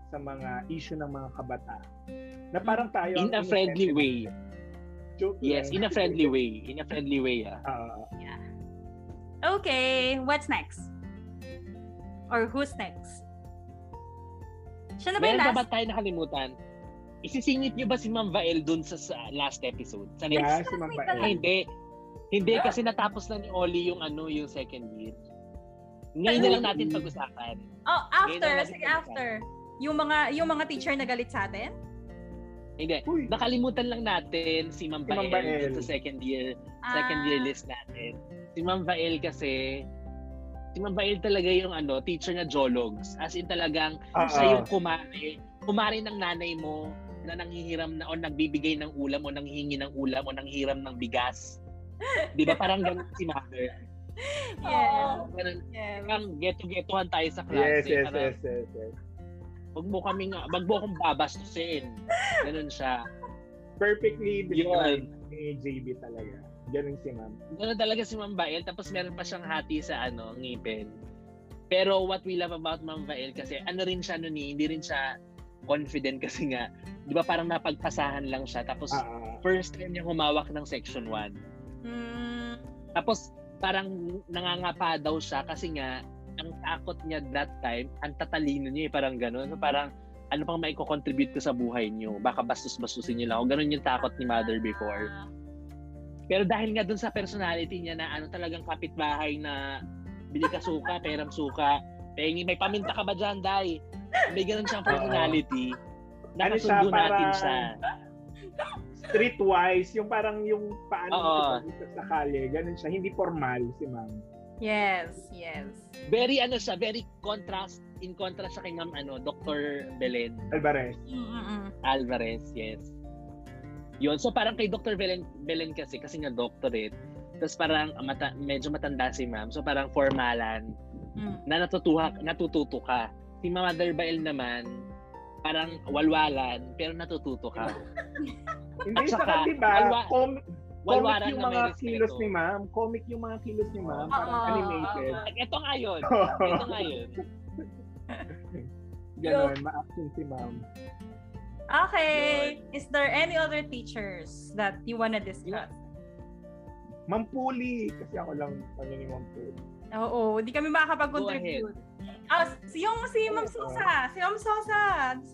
Speaker 2: sa mga issue ng mga kabataan. Na parang tayo
Speaker 4: In a
Speaker 2: ang
Speaker 4: friendly
Speaker 2: innocent.
Speaker 4: way.
Speaker 2: Joke
Speaker 4: Yes,
Speaker 2: lang.
Speaker 4: in a friendly way. In a friendly way ah.
Speaker 2: Ah,
Speaker 1: Okay, what's next? Or who's next? Siya na Ano ba yung
Speaker 4: Meron pa ba
Speaker 1: last?
Speaker 4: tayo nakalimutan? Isisingit niyo ba si Ma'am Vael dun sa, sa last episode? Sa next?
Speaker 2: yeah,
Speaker 1: Next
Speaker 2: si Ma'am
Speaker 1: classmate
Speaker 4: Ay,
Speaker 2: Pael.
Speaker 4: hindi. Hindi kasi natapos na ni Oli yung ano, yung second year. Ngayon na lang natin pag-usapan.
Speaker 1: Oh, after.
Speaker 4: Ngayon na
Speaker 1: Sige,
Speaker 4: natin
Speaker 1: after. Yung mga yung mga teacher na galit sa atin?
Speaker 4: Hindi.
Speaker 2: Uy,
Speaker 4: Nakalimutan lang natin si Ma'am
Speaker 2: Si Ma'am
Speaker 4: Vael,
Speaker 2: Vael. Ah.
Speaker 4: dun sa second year, second
Speaker 1: Ah,
Speaker 4: year list natin. Si Ma'am Vael kasi si Ma'am Vael talaga yung ano, teacher na jologs. As in talagang
Speaker 2: ah,
Speaker 4: siya
Speaker 2: ah.
Speaker 4: yung kumare, kumare ng nanay mo na nanghihiram na o nagbibigay ng ulam o nanghingi ng ulam o nanghiram ng bigas. 'Di ba parang ganun si mother?
Speaker 1: Yeah.
Speaker 4: Ganun,
Speaker 1: yeah.
Speaker 4: parang geto-getuhan tayo sa
Speaker 2: Yes,
Speaker 4: klase.
Speaker 2: yes,
Speaker 4: parang,
Speaker 2: yes, yes, yes.
Speaker 4: Wag mo kaming, wag mo akong babastusin. Ganun siya.
Speaker 2: Perfectly
Speaker 4: Yun.
Speaker 2: described ni JB talaga. Ganun si Ma'am.
Speaker 4: Ganun talaga si Ma'am Bael. Tapos meron pa siyang hati sa ano, ngipin. Pero what we love about Ma'am Bael kasi ano rin siya nun eh, hindi rin siya confident kasi nga, di ba parang napagpasahan lang siya. Tapos
Speaker 2: Ah, ah.
Speaker 4: first time niya humawak ng section 1.
Speaker 1: Mm,
Speaker 4: Tapos parang nangangapa daw siya kasi nga ang takot niya that time, ang tatalino niya eh, parang ganun. So, parang ano pang may contribute ko sa buhay niyo? Baka bastos-bastusin niyo lang. ako. Ganun yung takot ni mother before. Pero dahil nga dun sa personality niya na ano talagang kapitbahay na bili ka suka, peram suka, pengi, may paminta ka ba dyan, day? May ganun siyang personality.
Speaker 2: Ano siya,
Speaker 4: Nakasundo natin
Speaker 2: parang-
Speaker 4: siya.
Speaker 2: Streetwise, yung parang yung paano
Speaker 4: Oo.
Speaker 2: mo ipapagupit sa kalye, ganun siya. Hindi formal si Ma'am.
Speaker 1: yes, yes.
Speaker 4: Very ano siya, very contrast, in contrast siya kay ma'am ano, Dr. Belen.
Speaker 2: Alvarez.
Speaker 1: Mm-mm.
Speaker 4: Alvarez, yes. Yun, so parang kay Dr. Belen, Belen kasi, kasi nga doctorate, tapos parang mata, medyo matanda si ma'am, so parang formalan,
Speaker 1: Mm.
Speaker 4: na natutuha, natututo ka. Si Mother Bael naman, parang walwalan, pero natututo ka.
Speaker 2: Hindi,
Speaker 4: At saka,
Speaker 2: saka, di ba,
Speaker 4: walwa-
Speaker 2: com- comic
Speaker 4: Walwalan
Speaker 2: yung
Speaker 4: na may
Speaker 2: mga kilos
Speaker 4: respeto.
Speaker 2: ni Ma'am. Comic yung mga kilos ni Ma'am. Parang
Speaker 1: Oo,
Speaker 2: animated.
Speaker 1: oo.
Speaker 4: Ito nga yun. Ito nga yun.
Speaker 2: Ganun, ma-action si Ma'am.
Speaker 1: Okay. Is there any other teachers that you wanna discuss?
Speaker 2: Ma'am Puli. Kasi ako lang ano ni Ma'am Puli.
Speaker 1: Oo, hindi kami makakapag-contribute. Ah, si yung si Ma'am Sosa, si Ma'am Sosa,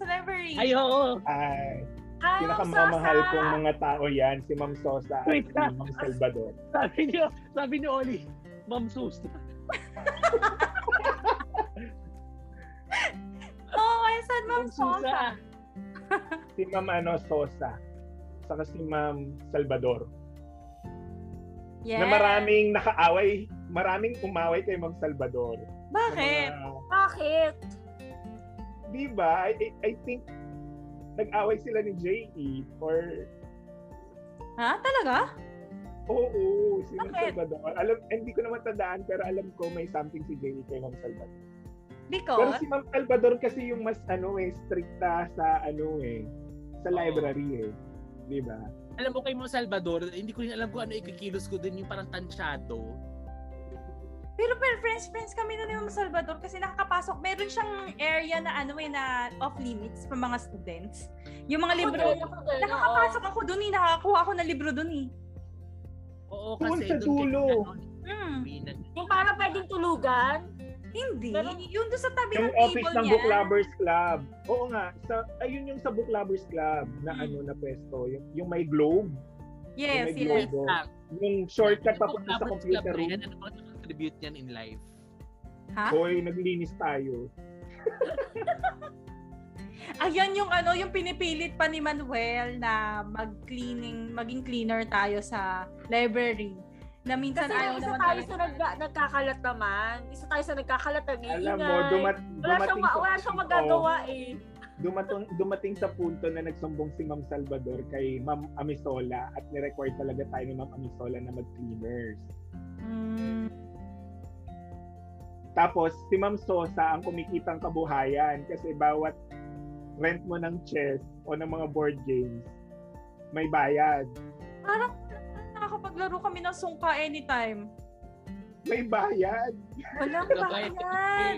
Speaker 1: celebrity.
Speaker 4: Ay, oo.
Speaker 2: Ay,
Speaker 3: Hi, Ma'am
Speaker 2: pinakamamahal
Speaker 3: Sosa!
Speaker 2: kong mga tao yan, si Ma'am Sosa at
Speaker 4: Wait
Speaker 2: si
Speaker 4: lang.
Speaker 2: Ma'am Salvador.
Speaker 4: Sabi niyo, sabi ni Oli, Ma'am Sus.
Speaker 1: Oo, oh, saan Ma'am
Speaker 4: Ma'am
Speaker 1: Sosa?
Speaker 4: Susa.
Speaker 2: Si Ma'am ano, Sosa. Saka si Ma'am Salvador.
Speaker 1: Yes.
Speaker 2: Na maraming nakaaway, maraming umaway kay Ma'am Salvador. Sa
Speaker 1: Bakit?
Speaker 2: mga-
Speaker 3: Bakit?
Speaker 2: Di ba? I, I- I think nag-away sila ni JE or
Speaker 1: Ha? Talaga?
Speaker 2: oo, oo si Ma'am
Speaker 1: Bakit?
Speaker 2: Salvador. Alam, hindi ko naman tandaan pero alam ko may something si JE kay Ma'am Salvador. Pero
Speaker 1: Because?
Speaker 2: si Ma'am Salvador kasi yung mas ano eh, stricta sa ano eh, sa
Speaker 5: Oo.
Speaker 2: library eh. Di ba?
Speaker 5: Alam mo kay Mo Salvador, hindi ko rin alam kung ano ikikilos ko din yung parang tansyado.
Speaker 1: Pero per friends, friends kami na ni Ma'am Salvador kasi nakakapasok. Meron siyang area na ano eh, na off limits pa mga students. Yung
Speaker 3: Ah,
Speaker 1: mga libro.
Speaker 3: Ako din, ako din,
Speaker 1: Nakakapasok ako dun eh. Nakakakuha ako ng libro dun eh.
Speaker 5: Oo,
Speaker 2: Doon
Speaker 5: kasi
Speaker 2: sa dulo.
Speaker 5: Doon,
Speaker 1: Hmm.
Speaker 5: kay, ano,
Speaker 3: oo. Yung parang pwedeng tulugan.
Speaker 1: Hindi.
Speaker 3: Pero-
Speaker 1: yung doon sa tabi ng
Speaker 2: Yung office
Speaker 1: table
Speaker 2: ng
Speaker 1: niya.
Speaker 2: Book Lovers Club. Oo nga, sa ayun yung sa Book Lovers Club na
Speaker 1: Mm.
Speaker 2: ano na pwesto, yung, yung may globe,
Speaker 1: Yes,
Speaker 2: Yung may
Speaker 1: yes.
Speaker 5: wait
Speaker 2: Doon.
Speaker 5: lang.
Speaker 2: yung shortcut papunta sa
Speaker 5: Tapos
Speaker 2: computer
Speaker 5: club
Speaker 2: room.
Speaker 5: rin, Ano ba contribute niyan in life?
Speaker 1: Ha?
Speaker 2: Hoy, naglinis tayo.
Speaker 1: Ayan yung ano, yung pinipilit pa ni Manuel na mag-cleaning, maging cleaner tayo sa library. Na minsan
Speaker 3: Kasi
Speaker 1: ayaw
Speaker 3: yung isa
Speaker 1: naman
Speaker 3: tayo
Speaker 1: tayo
Speaker 3: sa nag, nagkakalat naman. Isa tayo sa nagkakalat ang
Speaker 2: Alam mo, dumat,
Speaker 3: wala siyang,
Speaker 2: dumating
Speaker 3: ma- wala siyang magagawa eh.
Speaker 2: dumating, dumating sa punto na nagsumbong si Ma'am Salvador kay Ma'am Amisola at ni-require talaga tayo ni Ma'am Amisola na mag-cleaners.
Speaker 1: Mm,
Speaker 2: Tapos si Ma'am Sosa ang kumikitang kabuhayan kasi bawat rent mo ng chess o ng mga board games, may bayad.
Speaker 1: parang nakakapaglaro kami ng sungka anytime.
Speaker 2: May bayad.
Speaker 1: Walang
Speaker 5: Gabay.
Speaker 1: bayan.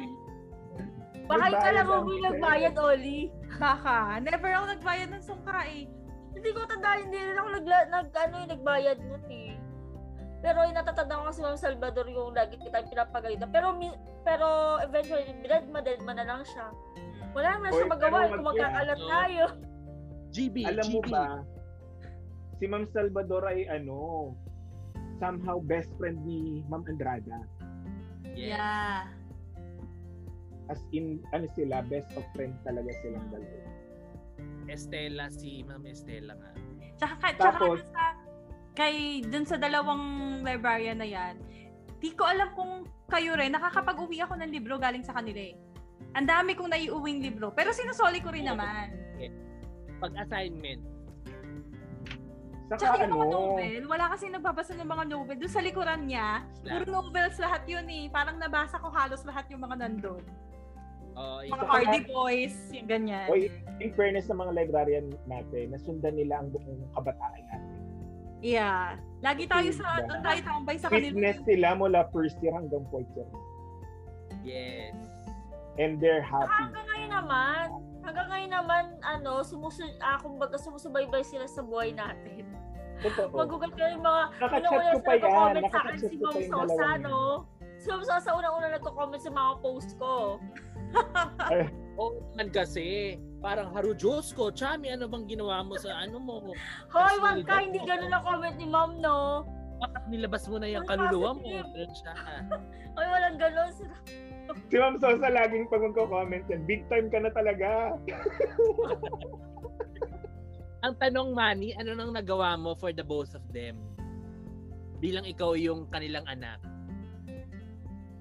Speaker 2: May
Speaker 3: Baka yung
Speaker 2: bayad
Speaker 3: kalaro
Speaker 2: ang
Speaker 3: mo yung
Speaker 2: chess.
Speaker 3: nagbayad, Oli.
Speaker 1: Baka. Never ako nagbayad ng sungka eh.
Speaker 3: Hindi ko tandaan, hindi rin ako nagla- nag, ano, eh, nagbayad nun eh. Pero yung natatanda ko kasi Ma'am Salvador yung lagi kita pinapagalitan. Pero mi- pero eventually, deadma, deadma na lang siya. Wala naman
Speaker 2: Oy,
Speaker 3: siya magawa
Speaker 2: pero
Speaker 3: eh, kung
Speaker 2: wag yan,
Speaker 3: magkakalat
Speaker 5: no?
Speaker 3: tayo.
Speaker 5: GB,
Speaker 2: Alam mo
Speaker 5: GB.
Speaker 2: ba, si Ma'am Salvador ay ano, somehow best friend ni Ma'am Andrada.
Speaker 5: Yes.
Speaker 1: Yeah.
Speaker 2: As in, ano sila, best of friends talaga silang dalawa.
Speaker 5: Estela, si Ma'am Estela nga.
Speaker 1: Tsaka, tsaka
Speaker 2: Tapos-
Speaker 1: dun sa, kay, dun sa dalawang librarian na yan, di ko alam kung kayo rin, nakakapag-uwi ako ng libro galing sa kanila eh. Ang dami kong naiuwing libro. Pero sinusoli ko rin
Speaker 5: Oo.
Speaker 1: naman.
Speaker 5: Pag-assignment.
Speaker 2: Saka
Speaker 1: Tsaka yung mga
Speaker 2: ano,
Speaker 1: novel, wala kasi nagbabasa ng mga novel. Doon sa likuran niya,
Speaker 5: Lahat.
Speaker 1: puro novels lahat yun eh. Parang nabasa ko halos lahat yung mga nandun.
Speaker 5: Oo,
Speaker 1: Mga
Speaker 2: Saka-
Speaker 1: Hardy Boys, yung ganyan.
Speaker 2: oy, in fairness sa mga librarian natin, nasundan nila ang buong kabataan natin.
Speaker 1: Yeah. Lagi tayo sa,
Speaker 2: Diba?
Speaker 1: doon tayo tambay sa kanila.
Speaker 2: Fitness sila mula first year hanggang fourth year.
Speaker 5: yes.
Speaker 2: And they're happy.
Speaker 3: Hanggang ngayon naman, hanggang ngayon naman, ano, sumusun, ah, kumbaga sumusubaybay sila sa buhay natin.
Speaker 2: Totoo.
Speaker 3: Magugal ka yung mga,
Speaker 2: Nakachat
Speaker 3: unang-una
Speaker 2: Oh. ko
Speaker 3: sa
Speaker 2: pa yan.
Speaker 3: nagko-comment sa akin
Speaker 2: Nakachat
Speaker 3: si
Speaker 2: ko
Speaker 3: Ma'am
Speaker 2: pa yung
Speaker 3: Sosa,
Speaker 2: dalawa
Speaker 3: no?
Speaker 2: niya.
Speaker 3: Si Ma'am Sosa, unang-una nagko-comment sa mga post ko.
Speaker 5: Oo naman Oh, kasi, parang Haru Diyos ko, Chami, ano bang ginawa mo sa ano mo?
Speaker 3: Hoy,
Speaker 5: Kasi
Speaker 3: wag ka,
Speaker 5: nilabas
Speaker 3: hindi
Speaker 5: mo.
Speaker 3: ganun ang comment ni Ma'am, no?
Speaker 5: Bakit nilabas mo na yung
Speaker 3: Ang
Speaker 5: kaluluwa mo?
Speaker 3: positive.
Speaker 5: Ganun siya.
Speaker 3: Hoy, walang ganun. Sira-
Speaker 2: Si Ma'am Sosa laging pag magko-comment yan, big time ka na talaga.
Speaker 5: Ang tanong, Manny, ano nang nagawa mo for the both of them? Bilang ikaw yung kanilang anak.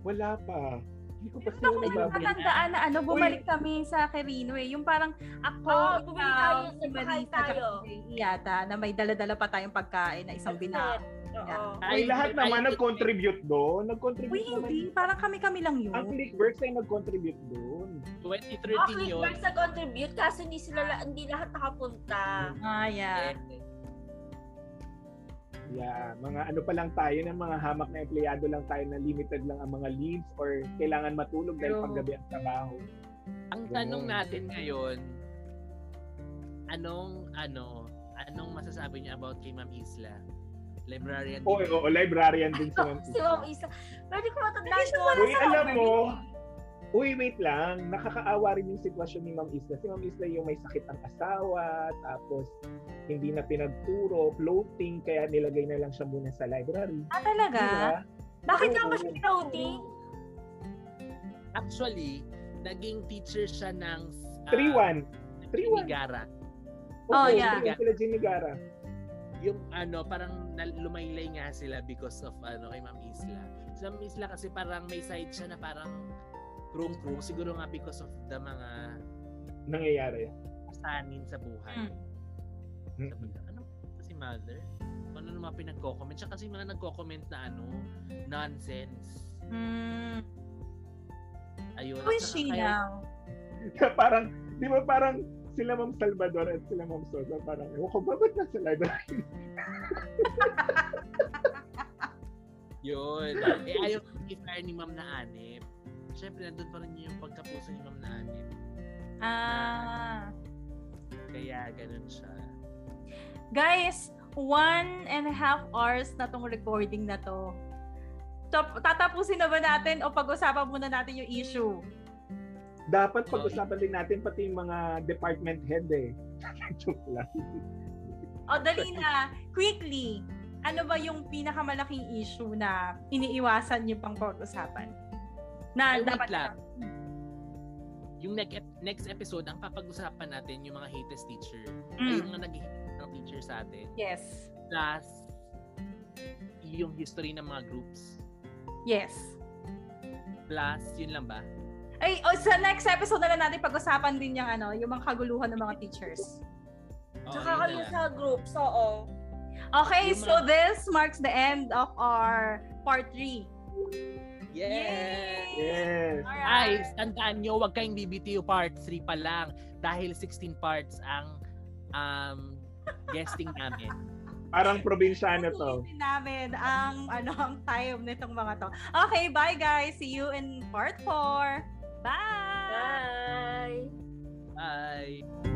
Speaker 2: Wala pa. Hindi ko pa
Speaker 1: Meron
Speaker 2: sila
Speaker 1: ako din
Speaker 2: nababalik.
Speaker 1: matandaan na ano, bumalik kami sa Quirino eh. Yung parang ako,
Speaker 3: Oo, bumili tayo,
Speaker 1: si
Speaker 3: nagpakain
Speaker 1: Marisa, tsaka
Speaker 3: tayo.
Speaker 1: si Jay yata, na may daladala pa tayong pagkain na isang binaon.
Speaker 3: Oo.
Speaker 2: Ay, lahat naman nag-contribute
Speaker 1: Uy,
Speaker 2: doon. Nag-contribute naman.
Speaker 1: hindi. Parang kami-kami lang yun.
Speaker 2: Ang Clickworks ay nag-contribute doon.
Speaker 5: 2013
Speaker 3: Actually,
Speaker 5: yun.
Speaker 3: Parks Ah, nag-contribute kaso hindi sila la- hindi lahat nakapunta.
Speaker 1: Ah, yeah.
Speaker 5: Yes.
Speaker 2: Yeah, mga ano pa lang tayo ng mga hamak na empleyado lang tayo na limited lang ang mga leaves or kailangan matulog dahil
Speaker 1: True.
Speaker 2: paggabi ang trabaho.
Speaker 5: Ang
Speaker 2: Ganun.
Speaker 5: tanong natin ngayon, anong, ano, anong masasabi niyo about kay Ma'am Isla? Librarian din.
Speaker 2: Oo, oo, librarian din si Ma'am
Speaker 3: Si Ma'am Isa. Pwede ko matandaan
Speaker 1: Hindi siya
Speaker 3: to.
Speaker 1: wala
Speaker 2: Uy,
Speaker 1: sa
Speaker 2: alam
Speaker 1: cover.
Speaker 2: mo, Uy, wait lang. Nakakaawa rin yung sitwasyon ni Ma'am Isla. Si Ma'am Isla yung may sakit ang asawa, tapos hindi na pinagturo, floating, kaya nilagay na lang siya muna sa library.
Speaker 1: Ah, talaga?
Speaker 2: Diba?
Speaker 3: Bakit nga
Speaker 2: Oo.
Speaker 3: ba siya floating?
Speaker 4: Actually, naging teacher siya ng... ah,
Speaker 2: 3-1.
Speaker 4: ng
Speaker 2: 3-1.
Speaker 4: Gara.
Speaker 1: Oh,
Speaker 2: Oo,
Speaker 1: yeah.
Speaker 2: yun Sila Jinigara.
Speaker 4: Yung ano, parang nal- lumaylay nga sila because of ano, kay Ma'am Isla. Si Ma'am Isla kasi parang may side siya na parang krong-krong. Siguro nga because of the mga
Speaker 2: Nangyayari. Hmm.
Speaker 4: pasanin sa buhay.
Speaker 1: Mm.
Speaker 4: Sabi ko, ano si mother? Ano naman pinagko-comment? Siya kasi mga nagko-comment na ano, nonsense.
Speaker 1: Hmm.
Speaker 4: Ayun.
Speaker 1: Who
Speaker 4: at
Speaker 1: is
Speaker 4: saka
Speaker 1: she
Speaker 4: kaya-
Speaker 1: now?
Speaker 2: parang, di ba parang sila Ma'am Salvador at sila Ma'am Sosa, parang, ewan ko ba, ba't nasa library?
Speaker 4: Yun. eh, ayaw i-fire ni Ma'am na anip. Siyempre, nandun pa rin yung pagkapuso ni Ma'am na anip.
Speaker 1: Ah.
Speaker 4: Kaya ganun siya.
Speaker 1: Guys, one and a half hours na tong recording na to. Tap- tatapusin na ba natin o pag-usapan muna natin yung issue?
Speaker 2: Dapat pag-usapan din natin pati yung mga department head eh. Joke lang.
Speaker 1: O Oh, dali na, quickly, ano ba yung pinakamalaking issue na iniiwasan niyo pang pag-usapan? Na
Speaker 4: Ay, Eh,
Speaker 1: Ah,
Speaker 4: wait
Speaker 1: dapat
Speaker 4: lang. Yung next, ep- next episode, ang papag-usapan natin yung mga hatest teacher. Ay, yung
Speaker 1: Mm,
Speaker 4: mga nag ng teacher sa atin.
Speaker 1: Yes.
Speaker 4: Plus, yung history ng mga groups.
Speaker 1: Yes.
Speaker 4: Plus, yun lang ba?
Speaker 1: Ay, o sa next episode na lang natin pag-usapan din yung ano, yung mga kaguluhan ng mga teachers.
Speaker 4: Oo,
Speaker 2: Oh,
Speaker 3: Tsaka
Speaker 4: Oh, yun na
Speaker 3: kayo
Speaker 4: lang.
Speaker 3: sa groups, oo.
Speaker 1: Okay,
Speaker 4: Yung
Speaker 1: so
Speaker 4: mga-
Speaker 1: this marks the end of our part 3.
Speaker 4: Yes!
Speaker 2: Yes.
Speaker 1: Alright.
Speaker 4: Ay, tandaan nyo, huwag kayong BBTU part 3 pa lang dahil 16 parts ang um, guesting namin.
Speaker 2: Parang probinsyano to.
Speaker 1: Tutuusin namin ang ano ang time nitong mga to. Okay, bye guys. See you in part 4. Bye.
Speaker 3: Bye!
Speaker 4: Bye!